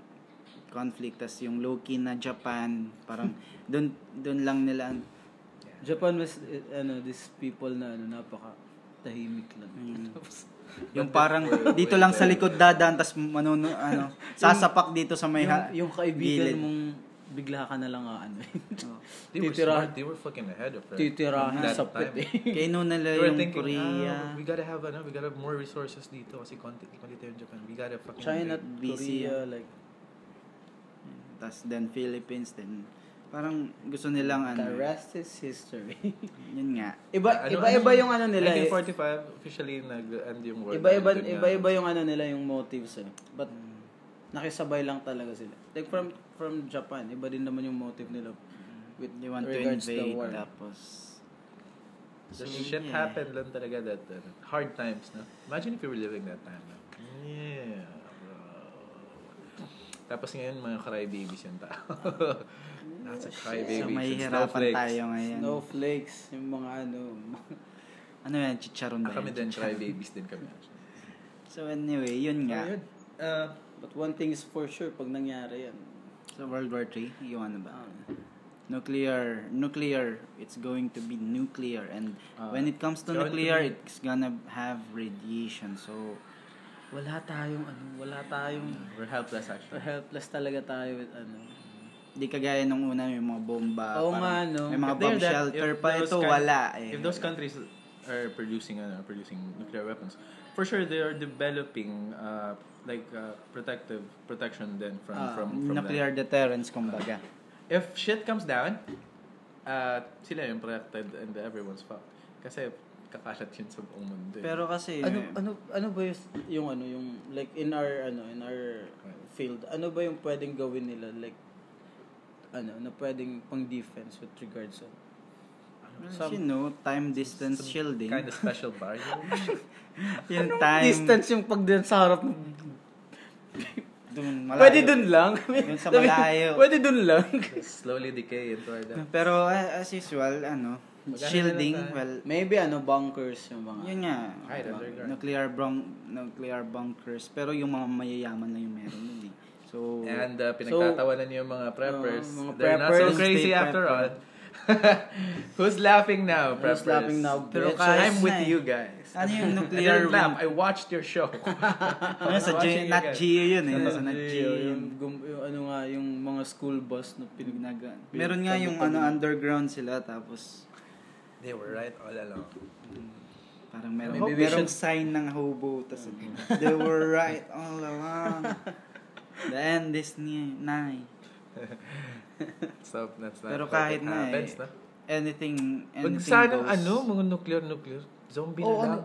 Speaker 2: conflict. Tas yung Loki na Japan, parang dun, dun lang nila,
Speaker 1: Japan was, eh, ano, these people na, ano, napaka tahimik lang.
Speaker 3: Mm.
Speaker 2: Yung parang dito lang sa likod dadaan tas manono ano sasapak dito sa may ha-
Speaker 1: yung, yung kaibigan
Speaker 2: gilid.
Speaker 1: mong bigla ka na lang ano. Oh.
Speaker 3: They were
Speaker 1: Titira-
Speaker 3: smart. They were fucking ahead of her.
Speaker 1: Titirahan
Speaker 3: That
Speaker 1: sa pit
Speaker 3: time.
Speaker 1: eh.
Speaker 2: kay no nila
Speaker 3: They were
Speaker 2: yung
Speaker 3: thinking, ah,
Speaker 2: Korea
Speaker 3: we gotta have, ano, we gotta have more resources dito kasi konti, konti tayo yung Japan. We gotta fucking...
Speaker 1: China,
Speaker 2: busy
Speaker 1: Korea, like,
Speaker 2: tas then Philippines then parang gusto nilang ano
Speaker 1: the rest is history.
Speaker 2: yun nga
Speaker 1: iba,
Speaker 3: Ano-
Speaker 1: iba, iba yung ano nila eh.
Speaker 3: 1945, officially nag-end yung war.
Speaker 1: Iba, iba,
Speaker 3: Dun nga.
Speaker 1: iba, iba yung ano nila, yung motives eh. But,
Speaker 2: Hmm.
Speaker 1: nakisabay lang talaga sila. Like, from from Japan, iba din naman yung motive nila with
Speaker 2: they want Hmm. to
Speaker 1: regards to
Speaker 2: invade
Speaker 1: war.
Speaker 2: tapos
Speaker 3: The shit happened lang talaga that uh, hard times na. Imagine if you were living that time. no? Yeah, bro. Tapos ngayon, mga cry babies yung tao. Lots of cry
Speaker 2: so
Speaker 3: babies. and
Speaker 2: mahihirapan
Speaker 3: snowflakes. Ah,
Speaker 2: tayo ngayon
Speaker 1: Snowflakes, yung mga ano.
Speaker 2: ano yan chicharon
Speaker 3: Ah,
Speaker 2: ba
Speaker 3: kami
Speaker 2: yan?
Speaker 3: din, cry
Speaker 2: Chicharon.
Speaker 3: babies din kami. actually.
Speaker 2: so anyway yun nga
Speaker 1: Oh,
Speaker 3: Ayun. Uh,
Speaker 1: But one thing is for sure, pag nangyari yan,
Speaker 2: so World War 3 yung ano ba
Speaker 1: ah,
Speaker 2: nuclear nuclear it's going to be nuclear and
Speaker 3: Ah.
Speaker 2: when it comes to
Speaker 3: Going to
Speaker 2: nuclear
Speaker 3: be-
Speaker 2: it's gonna have radiation so
Speaker 1: wala tayong ano, wala tayong
Speaker 3: we're helpless actually.
Speaker 1: helpless talaga tayo with ano.
Speaker 2: di kagaya nung una may mga bomba
Speaker 1: Oo
Speaker 2: parang
Speaker 1: nga, no.
Speaker 2: may mga
Speaker 3: If they're
Speaker 2: bomb
Speaker 3: that-
Speaker 2: shelter
Speaker 3: if
Speaker 2: pa
Speaker 3: those
Speaker 2: ito
Speaker 3: coun-
Speaker 2: wala eh
Speaker 3: If those countries are producing ano, producing nuclear weapons, for sure they are developing uh, like uh, protective protection then from
Speaker 1: Ah,
Speaker 3: from, from that.
Speaker 2: nuclear deterrence kumbaga
Speaker 3: If shit comes down, uh, sila yung protected and everyone's fucked. Kasi kakalat yun sa buong mundo. eh.
Speaker 2: pero kasi
Speaker 1: Ano ano ano ba yung, yung ano yung like in our ano in our field, ano ba yung pwedeng gawin nila like ano na pwedeng pang defense with regards to
Speaker 2: Well, you know, time distance shielding
Speaker 3: kind of special barrier.
Speaker 2: yung time
Speaker 1: distance yung pag dun sa harap mo.
Speaker 2: dun, malayo.
Speaker 1: Pwede dun lang.
Speaker 2: Dun sa malayo.
Speaker 1: Pwede dun lang.
Speaker 3: Slowly decay into our death.
Speaker 2: pero ah, as usual ano
Speaker 3: Maghanap na
Speaker 2: shielding
Speaker 3: tayo.
Speaker 2: well
Speaker 1: Maybe ano bunkers yung mga
Speaker 2: Yun nga.
Speaker 3: Hide
Speaker 2: mga
Speaker 3: underground.
Speaker 2: nuclear bunk, nuclear bunkers. Pero yung mga mayayaman lang yung meron nun eh. So,
Speaker 3: And uh, pinagtatawanan niyo yung mga preppers.
Speaker 1: Oo, mga
Speaker 3: They're not so
Speaker 1: preppers,
Speaker 3: crazy
Speaker 2: they
Speaker 3: after
Speaker 2: prepper.
Speaker 3: all. Who's laughing now, preppers?
Speaker 1: Who's laughing now,
Speaker 3: Pero
Speaker 1: bitch?
Speaker 3: kahit I'm
Speaker 2: Ayos
Speaker 3: with
Speaker 2: na eh.
Speaker 3: you guys.
Speaker 2: ano yung
Speaker 3: I
Speaker 2: nuclear
Speaker 3: didn't laugh.
Speaker 2: win-
Speaker 3: I watched your show.
Speaker 2: Ano sa G,
Speaker 3: watching
Speaker 2: Nat
Speaker 3: again.
Speaker 2: Geo yun eh.
Speaker 1: Ano,
Speaker 2: Nasa Nat Geo yun.
Speaker 1: yung, gum- yung ano nga, yung mga school bus na pinag...
Speaker 2: Pinaga- Meron nga yung ano underground sila tapos
Speaker 3: They were right all along.
Speaker 2: parang meron
Speaker 1: Maybe we
Speaker 2: merong
Speaker 1: should-
Speaker 2: sign ng hobo tapos they were right all along. The end is near. nigh.
Speaker 3: So, that's not
Speaker 2: Pero
Speaker 3: how
Speaker 2: kahit
Speaker 3: it
Speaker 2: na eh.
Speaker 3: happens, no?
Speaker 2: Anything,
Speaker 3: Wag
Speaker 2: anything
Speaker 3: sanang
Speaker 2: goes.
Speaker 3: ano, mga nuclear-nuclear. Zombie
Speaker 1: Oo,
Speaker 3: na
Speaker 1: ano?
Speaker 3: lang.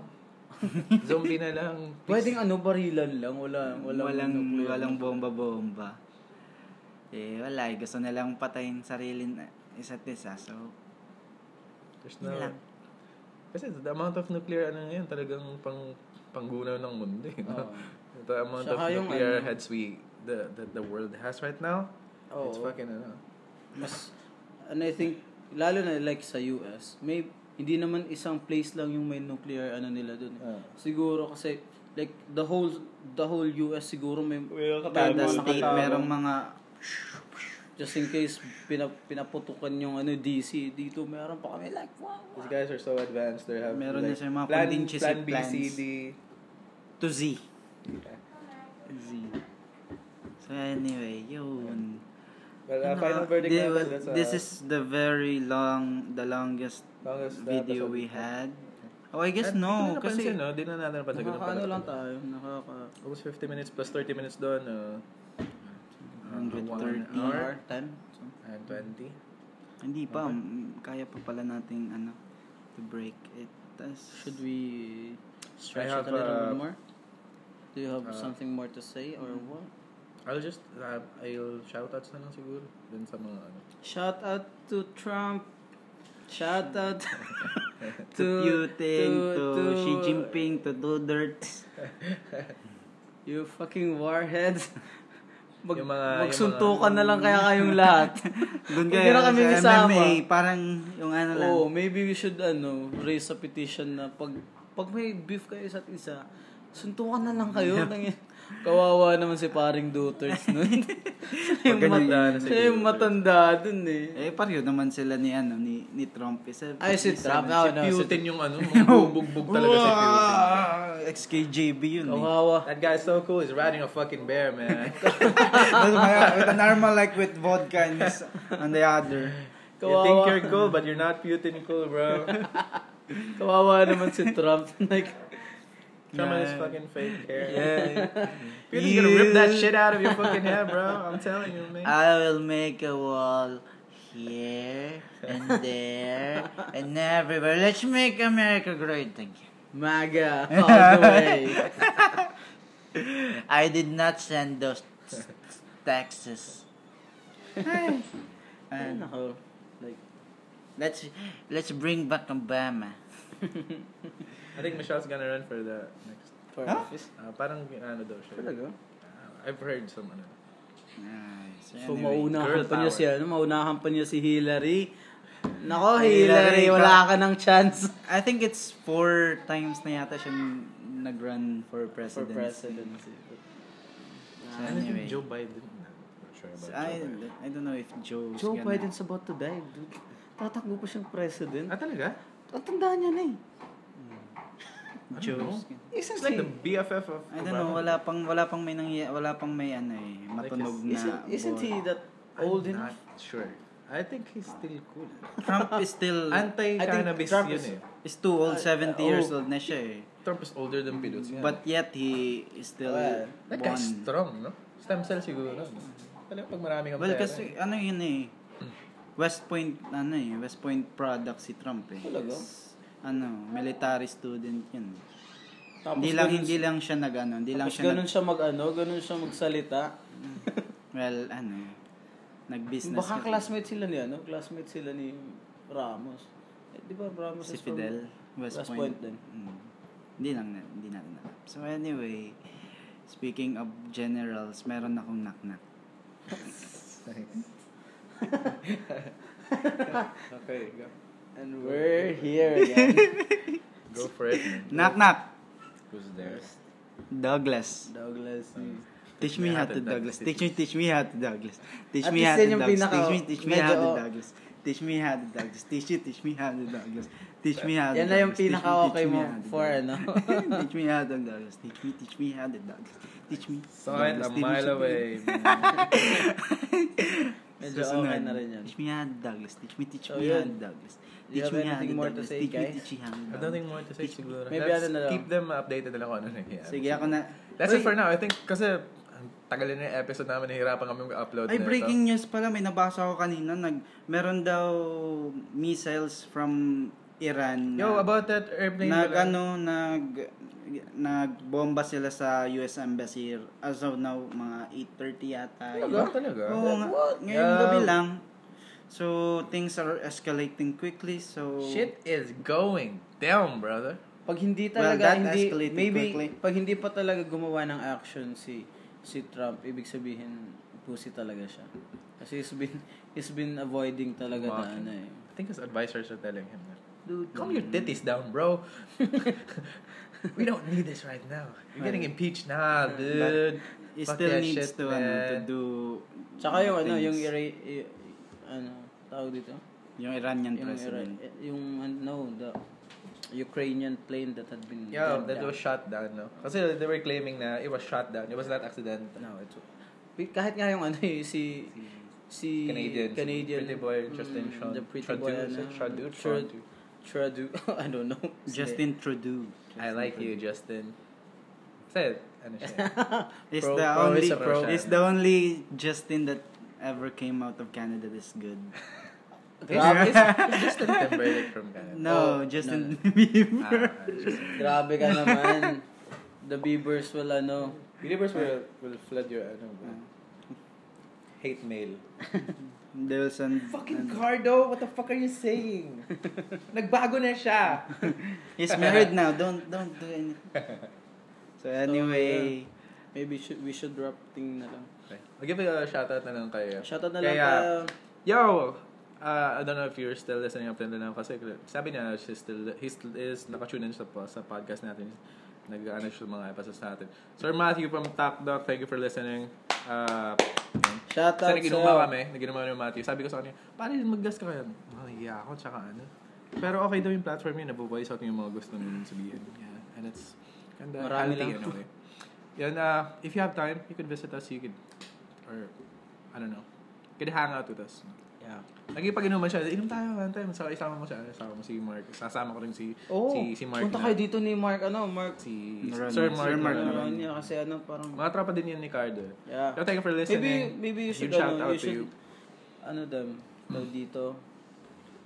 Speaker 3: Zombie na lang.
Speaker 1: Pwedeng ano, barilan lang. Wala, ano, wala
Speaker 2: walang walang bomba-bomba. Eh, wala. eh. Gusto nilang patayin sarili na isa't isa. So,
Speaker 3: There's
Speaker 2: yun lang.
Speaker 3: Kasi the amount of nuclear, ano ngayon, talagang pang, panggunaw ng mundo. Eh, no? The amount
Speaker 1: Saka
Speaker 3: of
Speaker 1: yung
Speaker 3: nuclear
Speaker 1: ano-
Speaker 3: heads we, the, the, the world has right now,
Speaker 1: Oo.
Speaker 3: it's fucking, ano,
Speaker 1: Mas, and I think, lalo na like sa US, may, hindi naman isang place lang yung may nuclear ano nila dun. eh.
Speaker 3: Ah.
Speaker 1: Siguro kasi, like, the whole, the whole US siguro may,
Speaker 2: Kada state merong mga...
Speaker 1: just in case, pina, pinaputukan yung ano, DC, dito meron pa kami, like, wow,
Speaker 3: These guys are so advanced. They have
Speaker 2: Meron na
Speaker 3: like,
Speaker 2: siya mga
Speaker 3: plan,
Speaker 2: contingency
Speaker 3: plan B,
Speaker 2: plans.
Speaker 3: C, D.
Speaker 2: To Z. Z. So, anyway, yun.
Speaker 3: Well, uh,
Speaker 2: Ano,
Speaker 3: final verdict
Speaker 2: di-
Speaker 3: natin.
Speaker 2: well,
Speaker 3: That's, uh,
Speaker 2: This is the very long, the longest
Speaker 3: longest uh,
Speaker 2: video
Speaker 3: episode.
Speaker 2: we had. Oh, I guess
Speaker 3: At
Speaker 2: no.
Speaker 3: Di na napansin,
Speaker 2: Kasi,
Speaker 3: no? Di na natin napansin. Ganun
Speaker 1: nakakaano
Speaker 3: pala.
Speaker 1: lang tayo, nakaka...
Speaker 3: Almost 50 minutes plus 30 minutes doon. Uh, uh,
Speaker 2: 130.
Speaker 3: one hour
Speaker 1: Hour, time?
Speaker 3: and 20.
Speaker 2: hindi pa. mm, Kaya pa pala nating, ano, to break it. Tas,
Speaker 1: Should we stretch
Speaker 3: have,
Speaker 1: it a little
Speaker 3: uh,
Speaker 1: bit more? Do you have
Speaker 3: uh,
Speaker 1: something more to say or what?
Speaker 3: I'll just, uh, I'll shoutouts na lang siguro. Dun sa mga, ano.
Speaker 1: Shout out to Trump. Shout out.
Speaker 2: to
Speaker 1: To-
Speaker 2: Putin,
Speaker 1: to-
Speaker 2: to,
Speaker 1: to-
Speaker 2: Xi Jinping, to Duterte.
Speaker 1: You fucking warheads. Mag,
Speaker 3: Yung mga- yung
Speaker 1: magsuntukan
Speaker 3: mga-
Speaker 1: na lang kaya kayong lahat.
Speaker 2: Doon
Speaker 1: Hindi
Speaker 2: kayo
Speaker 1: na kami
Speaker 2: sa
Speaker 1: kasama.
Speaker 2: MMA, parang yung ano lang.
Speaker 1: Oo, Oh, maybe we should ano, raise a petition na pag pag may beef kayo sa isa, suntukan na lang kayo. Tangin- Kawawa naman si paring Duterte nun. Siya yung,
Speaker 3: Pag ganyan
Speaker 1: mat-
Speaker 3: na si
Speaker 1: siya yung
Speaker 3: Duterte.
Speaker 1: matanda dun eh.
Speaker 2: Eh, pareho naman sila ni, ano, ni, ni Trump. Isa,
Speaker 1: Ay, si
Speaker 2: isa-
Speaker 1: Trump. Ah,
Speaker 3: Si
Speaker 1: no, si
Speaker 3: Putin yung ano, bubugbog talaga si Putin.
Speaker 2: Ah, XKJB yun eh.
Speaker 1: Kawawa.
Speaker 3: That guy's so cool. He's riding a fucking bear, man.
Speaker 2: with an armor like with vodka and, this, and the other.
Speaker 3: you think
Speaker 1: Kawawa.
Speaker 3: you're cool, but you're not Putin cool, bro.
Speaker 1: Kawawa naman si Trump. like,
Speaker 3: Come on, his fucking fake hair.
Speaker 2: Yeah.
Speaker 3: Putin's gonna rip that
Speaker 2: You-
Speaker 3: shit out of your fucking head, bro. I'm telling you,
Speaker 1: Uh,
Speaker 3: man.
Speaker 2: I will make a wall here and there and everywhere. Let's make America great again.
Speaker 1: MAGA all the way.
Speaker 2: I did not send those t- taxes.
Speaker 1: Ay,
Speaker 2: And
Speaker 1: nako. Like,
Speaker 2: let's let's bring back Obama.
Speaker 3: I think Michelle's gonna run for the next.
Speaker 1: for
Speaker 2: Huh?
Speaker 1: office.
Speaker 3: Uh, parang ano daw siya.
Speaker 1: Talaga?
Speaker 3: Uh, I've heard some ano.
Speaker 2: Nice.
Speaker 1: So,
Speaker 2: Anyway.
Speaker 3: girl
Speaker 1: maunahan pa niya
Speaker 3: power.
Speaker 1: si, ano, maunahan pa niya si Hillary. Nako,
Speaker 2: Hillary
Speaker 1: Hillary,
Speaker 2: pa.
Speaker 1: wala ka ng chance.
Speaker 2: I think it's four times na yata siya nag-run for president.
Speaker 1: presidency.
Speaker 2: So anyway.
Speaker 3: Ano Joe Biden. No, not sure about
Speaker 2: So,
Speaker 3: Joe
Speaker 2: I,
Speaker 3: Biden.
Speaker 2: I don't know if Joe's
Speaker 1: Joe
Speaker 2: gonna-
Speaker 1: Biden's about to die, dude. Tatakbo pa siyang president.
Speaker 3: Ah, talaga?
Speaker 1: Ang tanda niya na eh.
Speaker 2: Joe's gonna-
Speaker 1: Isang
Speaker 3: It's like the BFF of
Speaker 2: I don't know,
Speaker 3: Obama.
Speaker 2: wala pang wala pang may nangya, wala pang may ano eh, matunog na.
Speaker 1: Isn't, isn't he
Speaker 2: boy.
Speaker 1: that
Speaker 3: I'm
Speaker 1: old
Speaker 3: not
Speaker 1: enough?
Speaker 3: sure. I think he's still cool.
Speaker 2: Trump is still I think
Speaker 3: Anti-cannabis
Speaker 2: Trump
Speaker 3: yun
Speaker 2: is,
Speaker 3: eh.
Speaker 2: is too old, 70
Speaker 1: oh.
Speaker 2: years old na siya eh.
Speaker 3: Trump is older than Pilots. Yeah.
Speaker 2: But yet he is still
Speaker 1: Well,
Speaker 3: that
Speaker 2: born.
Speaker 3: guy's strong, no? Stem cell siguro. No? Alam pag marami kang
Speaker 2: Well,
Speaker 3: pera,
Speaker 2: kasi
Speaker 3: eh.
Speaker 2: ano yun eh. West Point, ano eh, West Point product si Trump eh.
Speaker 1: Talaga?
Speaker 2: Is, ano, military student yun.
Speaker 1: Tapos
Speaker 2: hindi lang,
Speaker 1: ganun-
Speaker 2: hindi lang siya nag ano, hindi lang
Speaker 1: Tapos
Speaker 2: siya
Speaker 1: ganun
Speaker 2: nag, Mm.
Speaker 1: siya mag-ano, ganun siya magsalita.
Speaker 2: well, ano, nag-business.
Speaker 1: Baka
Speaker 2: kasi.
Speaker 1: classmate sila ni ano, classmate sila ni Ramos. Eh, di ba Ramos is
Speaker 2: Si
Speaker 1: from-
Speaker 2: Fidel, West,
Speaker 1: West Point
Speaker 2: Point.
Speaker 1: din.
Speaker 2: Mm. Hindi lang, na, hindi natin alam. So anyway, speaking of generals, meron akong knock-knock.
Speaker 3: Okay, go.
Speaker 1: And we're here again.
Speaker 3: Go for it, man.
Speaker 2: Knock-knock!
Speaker 3: Who's there?
Speaker 2: Douglas.
Speaker 1: Douglas. eh.
Speaker 2: Teach me how to Douglas. Teach me, teach me how to Douglas. Teach me
Speaker 1: least yun
Speaker 2: how to
Speaker 1: yung
Speaker 2: Douglas.
Speaker 1: pinaka-
Speaker 2: Teach me, teach me
Speaker 1: medyo-
Speaker 2: how to Douglas. Teach me how to Douglas. Teach you, teach me how to Douglas. Teach me how to
Speaker 1: Yan na yung
Speaker 2: Douglas. Teach me,
Speaker 1: pinaka-okay
Speaker 2: teach me
Speaker 1: mo
Speaker 2: how to
Speaker 1: for
Speaker 2: Douglas.
Speaker 1: ano.
Speaker 2: teach me how to Douglas. Teach me, teach me how to Douglas. Teach me.
Speaker 3: Sign
Speaker 2: Douglas,
Speaker 3: a
Speaker 2: teach me,
Speaker 3: mile
Speaker 2: teach me.
Speaker 3: away.
Speaker 1: Medyo
Speaker 2: Susunod.
Speaker 1: okay na rin yan.
Speaker 2: Teach me how to Douglas. Teach me, teach
Speaker 1: So,
Speaker 2: me
Speaker 1: yun.
Speaker 2: how to Douglas.
Speaker 1: Do you
Speaker 2: Teach
Speaker 1: have
Speaker 2: me how to
Speaker 1: anything more to
Speaker 2: Douglas.
Speaker 1: say,
Speaker 2: Teach me,
Speaker 1: guys?
Speaker 2: teach me how to
Speaker 3: I
Speaker 2: Douglas.
Speaker 3: don't think more to say siguro.
Speaker 1: Maybe
Speaker 3: Let's
Speaker 1: ano na lang.
Speaker 3: keep them updated na lang kung ano nangyayari.
Speaker 2: Sige, ako na.
Speaker 3: That's
Speaker 2: Uy,
Speaker 3: it for now. I think kasi ang tagal na yung episode namin, nahihirapan kami mag-upload
Speaker 2: Ay,
Speaker 3: na ito.
Speaker 2: breaking news pala. May nabasa ko kanina. Nag, meron daw missiles from Iran.
Speaker 3: Yo, about that airplane
Speaker 2: nag,
Speaker 3: pala.
Speaker 2: ano, nag, nagbomba sila sa US Embassy as of now, mga 8.30 yata.
Speaker 3: Talaga? Talaga?
Speaker 1: Oh.
Speaker 2: Oo, nga, ngayong
Speaker 3: Yeah.
Speaker 2: gabi lang. So, things are escalating quickly. So,
Speaker 3: Shit is going down, brother.
Speaker 1: Pag hindi
Speaker 2: Well,
Speaker 1: talaga
Speaker 2: that
Speaker 1: hindi
Speaker 2: escalated
Speaker 1: maybe
Speaker 2: quickly.
Speaker 1: pag hindi pa talaga gumawa ng action si si Trump, ibig sabihin pusi talaga siya. Kasi he's been he's been avoiding talaga na
Speaker 3: Walking.
Speaker 1: ano eh.
Speaker 3: I think his advisors are telling him that.
Speaker 1: Dude, Mm-hmm.
Speaker 3: Calm your titties down, bro. we don't need this right now. You're getting impeached now, dude.
Speaker 2: it
Speaker 3: Fuck
Speaker 2: still
Speaker 3: that
Speaker 2: needs
Speaker 3: shit,
Speaker 2: to, ano, to
Speaker 3: man.
Speaker 2: do
Speaker 1: Tsaka yung ano,
Speaker 2: things.
Speaker 1: yung ira- i- ano, tawag dito?
Speaker 2: yung Iranian
Speaker 1: Yung,
Speaker 2: president.
Speaker 1: ira- yung ano, no, the Ukrainian plane that had been
Speaker 3: Yeah,
Speaker 1: gunned
Speaker 3: that
Speaker 1: down.
Speaker 3: was shot down, no? Kasi they were claiming na it was shot down. It was not accidental.
Speaker 1: No, it's Wait, kahit nga yung ano eh, si si
Speaker 3: Canadian.
Speaker 1: Canadian
Speaker 3: Pretty boy, Justin
Speaker 1: mm,
Speaker 3: Trudeau.
Speaker 1: the pretty
Speaker 3: Trudeau,
Speaker 1: boy
Speaker 3: is it?
Speaker 1: ano,
Speaker 3: Trudeau?
Speaker 1: Trud-
Speaker 3: Trudeau.
Speaker 1: Trudeau, I don't know.
Speaker 2: Justin Trudeau.
Speaker 3: I like you, Justin. Say it. Ano siya?
Speaker 2: Is
Speaker 1: Pro-
Speaker 2: the
Speaker 1: pro
Speaker 2: only
Speaker 1: is a pro.
Speaker 2: is the only Justin that ever came out of Canada is good.
Speaker 1: Grabe,
Speaker 3: Justin Timberlake from Canada.
Speaker 2: No,
Speaker 1: Oh,
Speaker 2: Justin
Speaker 1: no,
Speaker 3: Ah,
Speaker 2: Bieber.
Speaker 3: ah, Justin.
Speaker 1: grabe ka naman. The Beavers will ano.
Speaker 3: Believers will, will flood your, ano, hate uh, mail.
Speaker 2: Devils and...
Speaker 6: Fucking
Speaker 2: ano.
Speaker 6: Cardo, what the fuck are you saying? Nagbago na siya.
Speaker 2: He's married now. Don't, don't do anything. So
Speaker 1: Oh,
Speaker 2: anyway,
Speaker 1: Maybe should, we should drop thing na lang.
Speaker 3: Okay. I'll give a shoutout na lang kay... uh,
Speaker 1: Shoutout na lang
Speaker 3: Kaya-
Speaker 1: kaya...
Speaker 3: Yo! Uh, I don't know if you're still listening up until now kasi sabi niya she's still, he still is nakatune in sa, po- sa podcast natin. Nag-ano siya sa mga episodes natin. Sir Matthew from TalkDoc, thank you for listening. Uh,
Speaker 1: Shoutout
Speaker 3: kasi
Speaker 1: sa'yo.
Speaker 3: naginuma kami, naginuma ni Matthew. Sabi ko sa kanya, paano yung mag-gas ka kaya? Mahiya ako, tsaka ano. Pero okay daw yung platform yun, nabuboys out yung mga gusto nung sabihin. Yeah, and it's kinda
Speaker 1: Marami
Speaker 3: healthy
Speaker 1: lang.
Speaker 3: in a way. Yan, uh, if you have time, you could visit us, you could, or, I don't know, you could hang out with us.
Speaker 1: Yeah.
Speaker 3: Nagipag-inuman siya. Inom tayo, man tayo. So, isama mo siya. Isama mo si Mark. Sasama ko rin si,
Speaker 1: Oh,
Speaker 3: si, si Mark.
Speaker 1: punta
Speaker 3: na-
Speaker 1: kayo dito ni Mark, ano, Mark.
Speaker 3: Si
Speaker 2: Naroon.
Speaker 3: Sir Mark.
Speaker 2: Sir Mark
Speaker 3: Naroon.
Speaker 1: Ano niya kasi ano, parang...
Speaker 3: Mga tropa din yan ni Cardo.
Speaker 1: Yeah.
Speaker 3: So, thank you for
Speaker 1: Maybe,
Speaker 3: listening.
Speaker 1: maybe you should,
Speaker 3: Huge shout
Speaker 1: ano,
Speaker 3: out
Speaker 1: you
Speaker 3: to
Speaker 1: should,
Speaker 3: you.
Speaker 1: ano them, daw dito,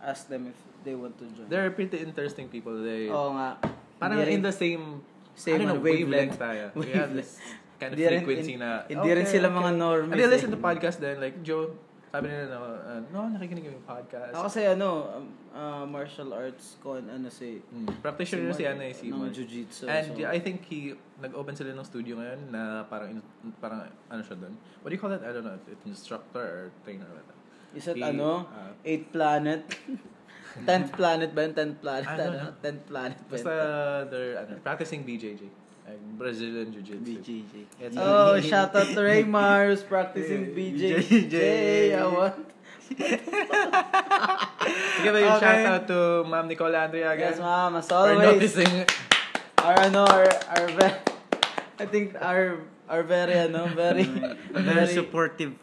Speaker 1: ask them if they want to join.
Speaker 3: They're pretty interesting people. They,
Speaker 1: Oo nga.
Speaker 3: parang
Speaker 1: Oh, Hindi rin-
Speaker 3: in the same,
Speaker 1: Same
Speaker 3: I don't know,
Speaker 1: on wavelength.
Speaker 3: wavelength tayo. We have this kind of
Speaker 1: Hindi rin-
Speaker 3: frequency na,
Speaker 1: Hindi rin sila mga normies.
Speaker 3: And they
Speaker 1: eh.
Speaker 3: listen to podcast then, like Joe, sabi nila na, uh, no, nakikinig kami yung podcast.
Speaker 1: Ako kasi ano, um, ah, martial arts ko, and ano si...
Speaker 3: Mm. Practitioner
Speaker 1: si
Speaker 3: si
Speaker 1: Mark,
Speaker 3: Ana eh, si
Speaker 1: ng
Speaker 3: Mark.
Speaker 1: jiu-jitsu,
Speaker 3: And
Speaker 1: so-
Speaker 3: I think he, nag-open sila ng studio ngayon na parang, in- parang ano siya doon. What do you call that? I don't know. It's instructor or trainer or whatever.
Speaker 1: Is it
Speaker 3: He,
Speaker 1: ano?
Speaker 3: ah,
Speaker 1: Eighth planet? Tenth planet ba yun? Tenth planet?
Speaker 3: I don't
Speaker 1: Ano?
Speaker 3: know.
Speaker 1: Tenth planet ba yun?
Speaker 3: basta they're ano, practicing BJJ. Like Brazilian Jiu-Jitsu.
Speaker 2: BJJ.
Speaker 3: It's
Speaker 1: Oh, shout out to Ray Mars practicing
Speaker 3: Yeah,
Speaker 1: BJJ. I want.
Speaker 3: Give a
Speaker 1: Okay.
Speaker 3: shout out to Ma'am Nicole Andrea again.
Speaker 1: Yes, ma'am. As
Speaker 3: For
Speaker 1: always,
Speaker 3: noticing.
Speaker 1: our ano, our, our ve- I think our our very ano, very
Speaker 2: Very
Speaker 1: very
Speaker 2: supportive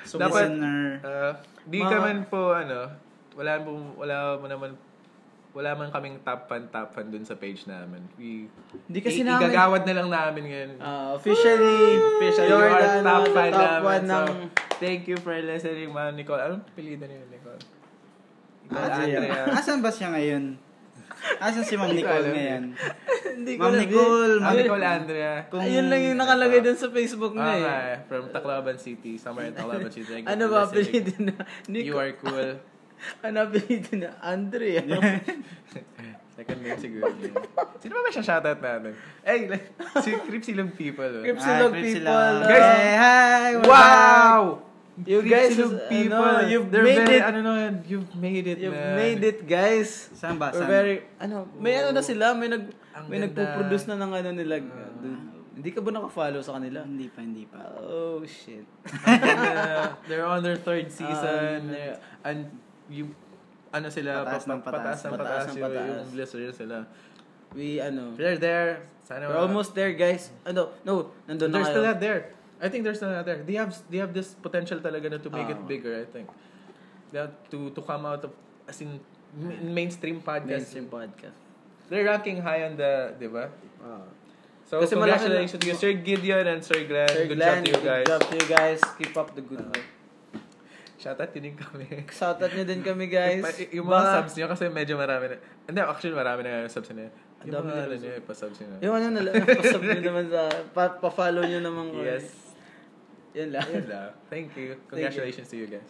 Speaker 3: Dapat,
Speaker 2: listener.
Speaker 3: Uh, di
Speaker 1: Mga-
Speaker 3: ka man po, ano, wala, po, wala mo naman, wala man kaming top fan, top fan dun sa page namin. We,
Speaker 1: Hindi kasi
Speaker 3: i-
Speaker 1: namin-
Speaker 3: Igagawad na lang namin ngayon.
Speaker 1: Ah, officially
Speaker 3: Official, you
Speaker 1: you're
Speaker 3: are
Speaker 1: the, ano,
Speaker 3: top
Speaker 1: the
Speaker 3: fan
Speaker 1: top
Speaker 3: namin.
Speaker 1: one
Speaker 3: So,
Speaker 1: ng
Speaker 3: thank you for listening, ma'am Nicole. Anong pilitan niyo, Nicole? Nicole
Speaker 2: Ah,
Speaker 3: Andrea.
Speaker 2: Asan ba siya ngayon? Asan si Ma'am Nicole ngayon?
Speaker 1: Hindi ko
Speaker 2: Ma'am
Speaker 1: alam eh.
Speaker 2: Nicole,
Speaker 3: Ma'am Nicole Andrea.
Speaker 2: Kung-
Speaker 1: Ayun lang yung nakalagay dun sa Facebook na eh.
Speaker 3: Okay, from Tacloban City, somewhere in Tacloban City. Thank you
Speaker 1: Ano
Speaker 3: for
Speaker 1: ba
Speaker 3: listening.
Speaker 1: apelido na?
Speaker 3: You
Speaker 1: Nico,
Speaker 3: are cool.
Speaker 1: ano apelido na? ano? Andrea.
Speaker 3: Second name siguro. yun. Sino ba may shoutout namin? Ay, like, si Crip Silog People. oh.
Speaker 1: Cripsilog people.
Speaker 2: Ah, Cripsilog.
Speaker 1: ah.
Speaker 3: Guys,
Speaker 2: Hey, hi! we're back!
Speaker 3: Wow!
Speaker 1: You guys,
Speaker 3: Cripsilog
Speaker 1: ano,
Speaker 3: people,
Speaker 1: you've
Speaker 3: they're
Speaker 1: made
Speaker 3: very,
Speaker 1: it.
Speaker 3: Ano na, yun, you've made it,
Speaker 1: You've
Speaker 3: man.
Speaker 1: made it, guys.
Speaker 2: Saan ba?
Speaker 1: We're
Speaker 2: Saan?
Speaker 1: very, ano, may ano na sila, may nag,
Speaker 3: Ang
Speaker 1: may
Speaker 3: ganda.
Speaker 1: nagpo-produce na ng ano nila. Dude, Hindi ka ba nakafollow sa kanila?
Speaker 2: Hindi pa, hindi pa.
Speaker 1: Oh, shit.
Speaker 3: Uh, they're on their third season.
Speaker 1: Ah,
Speaker 3: and you, ano sila,
Speaker 2: Pataas ng pataas.
Speaker 3: Um, pataas, ng pataas,
Speaker 1: Pataas ng
Speaker 3: yung-
Speaker 1: pataas.
Speaker 3: yung listeners sila.
Speaker 1: We, ano,
Speaker 3: They're there. Sana
Speaker 1: we're almost there, guys. Ano, no, nandun na
Speaker 3: They're still
Speaker 1: kayo.
Speaker 3: not there. I think they're still not there. They have they have this potential talaga na to make
Speaker 1: Ah.
Speaker 3: it bigger, I think. That to to come out of as in ma- mainstream podcast.
Speaker 1: Mainstream podcast.
Speaker 3: They're ranking high on the, 'di ba? So
Speaker 1: Ah. Kasi malaki na-
Speaker 3: congratulations to Sir Gideon and Sir Glenn.
Speaker 1: Sir
Speaker 3: good
Speaker 1: Glenn,
Speaker 3: job to you guys.
Speaker 1: Good job to you guys. Keep up the good work.
Speaker 3: Shout out din kami.
Speaker 1: Shoutout nyo din kami, guys.
Speaker 3: Pa- yung mga
Speaker 1: Ba-
Speaker 3: subs niyo kasi medyo marami na. Hindi, actually marami na yung subs niya.
Speaker 1: Ang
Speaker 3: Yung
Speaker 1: dami
Speaker 3: mga
Speaker 1: na
Speaker 3: ano
Speaker 1: subs.
Speaker 3: niyo, ipa-subs niyo.
Speaker 1: Yung ano nila, pasub nyo naman sa, pa, pa-follow nyo naman kami.
Speaker 3: Yes.
Speaker 1: Yan lang.
Speaker 3: Ayun lang. Thank you. Congratulations to you guys.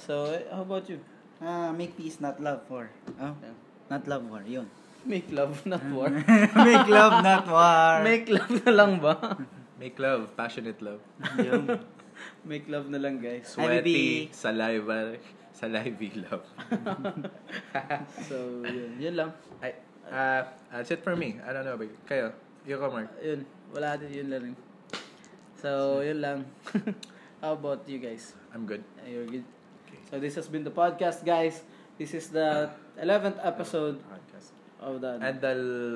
Speaker 1: So, eh, how about you?
Speaker 2: Ah, make peace, not love war. Oh?
Speaker 1: Yeah.
Speaker 2: Not love war, yun.
Speaker 1: Make love, not war.
Speaker 2: make love, not war.
Speaker 1: Make love na lang ba?
Speaker 3: Make love, passionate love.
Speaker 2: Yun.
Speaker 1: Make love na lang, guys.
Speaker 3: Sweaty, saliva, salivy love.
Speaker 1: So, yun. Yun lang.
Speaker 3: I, uh, that's it for me. I don't know, but kayo, you go, Mark.
Speaker 1: Yun. Wala din. Yun lang rin. So, yun lang. how about you guys?
Speaker 3: I'm good.
Speaker 1: Uh, You're good? So, this has been the podcast, guys. This is the 11th episode
Speaker 3: Podcast.
Speaker 1: of the,
Speaker 3: And the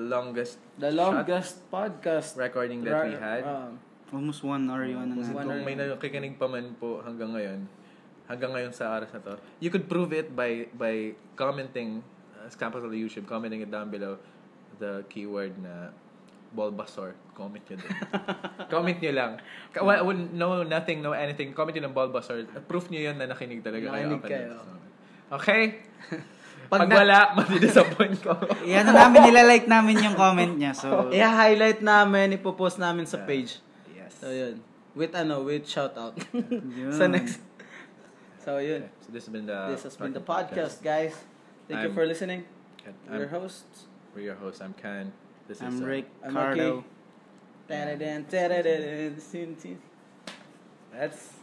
Speaker 3: longest
Speaker 1: the longest podcast
Speaker 3: recording that we had.
Speaker 1: Um,
Speaker 2: Almost one hour yun. Ano
Speaker 1: Almost
Speaker 2: na.
Speaker 1: one
Speaker 3: Kung may nakikinig pa man po hanggang ngayon, hanggang ngayon sa oras na to, you could prove it by by commenting, as capital YouTube, commenting it down below the keyword na Bulbasaur. Comment nyo din. Comment nyo lang. Ka- wa- wa- no, nothing, no anything. Comment nyo ng Bulbasaur. Proof nyo yun na nakinig talaga kayo.
Speaker 1: Nakinig
Speaker 3: up
Speaker 1: kayo.
Speaker 3: until this moment. Okay?
Speaker 1: Pag
Speaker 3: Pag,
Speaker 1: na-
Speaker 3: wala, matidisappoint ko.
Speaker 2: Iyan na namin, nilalike namin yung comment niya. So,
Speaker 1: I-highlight namin, ipopost namin sa
Speaker 3: Yeah.
Speaker 1: page.
Speaker 3: yes.
Speaker 1: So, yun. With ano, with shoutout.
Speaker 2: yun.
Speaker 1: sa next. So, So, yun.
Speaker 3: So this has been the
Speaker 1: This has been the podcast, guys. Thank you
Speaker 3: I'm-
Speaker 1: for listening.
Speaker 3: Ken-
Speaker 1: We're your
Speaker 3: I'm,
Speaker 1: hosts.
Speaker 3: we're your host. I'm Ken. This
Speaker 2: I'm
Speaker 3: is uh,
Speaker 1: I'm okay.
Speaker 2: Ricardo.
Speaker 1: Ta-da-dan, ta-da-dan, sin- sin. That's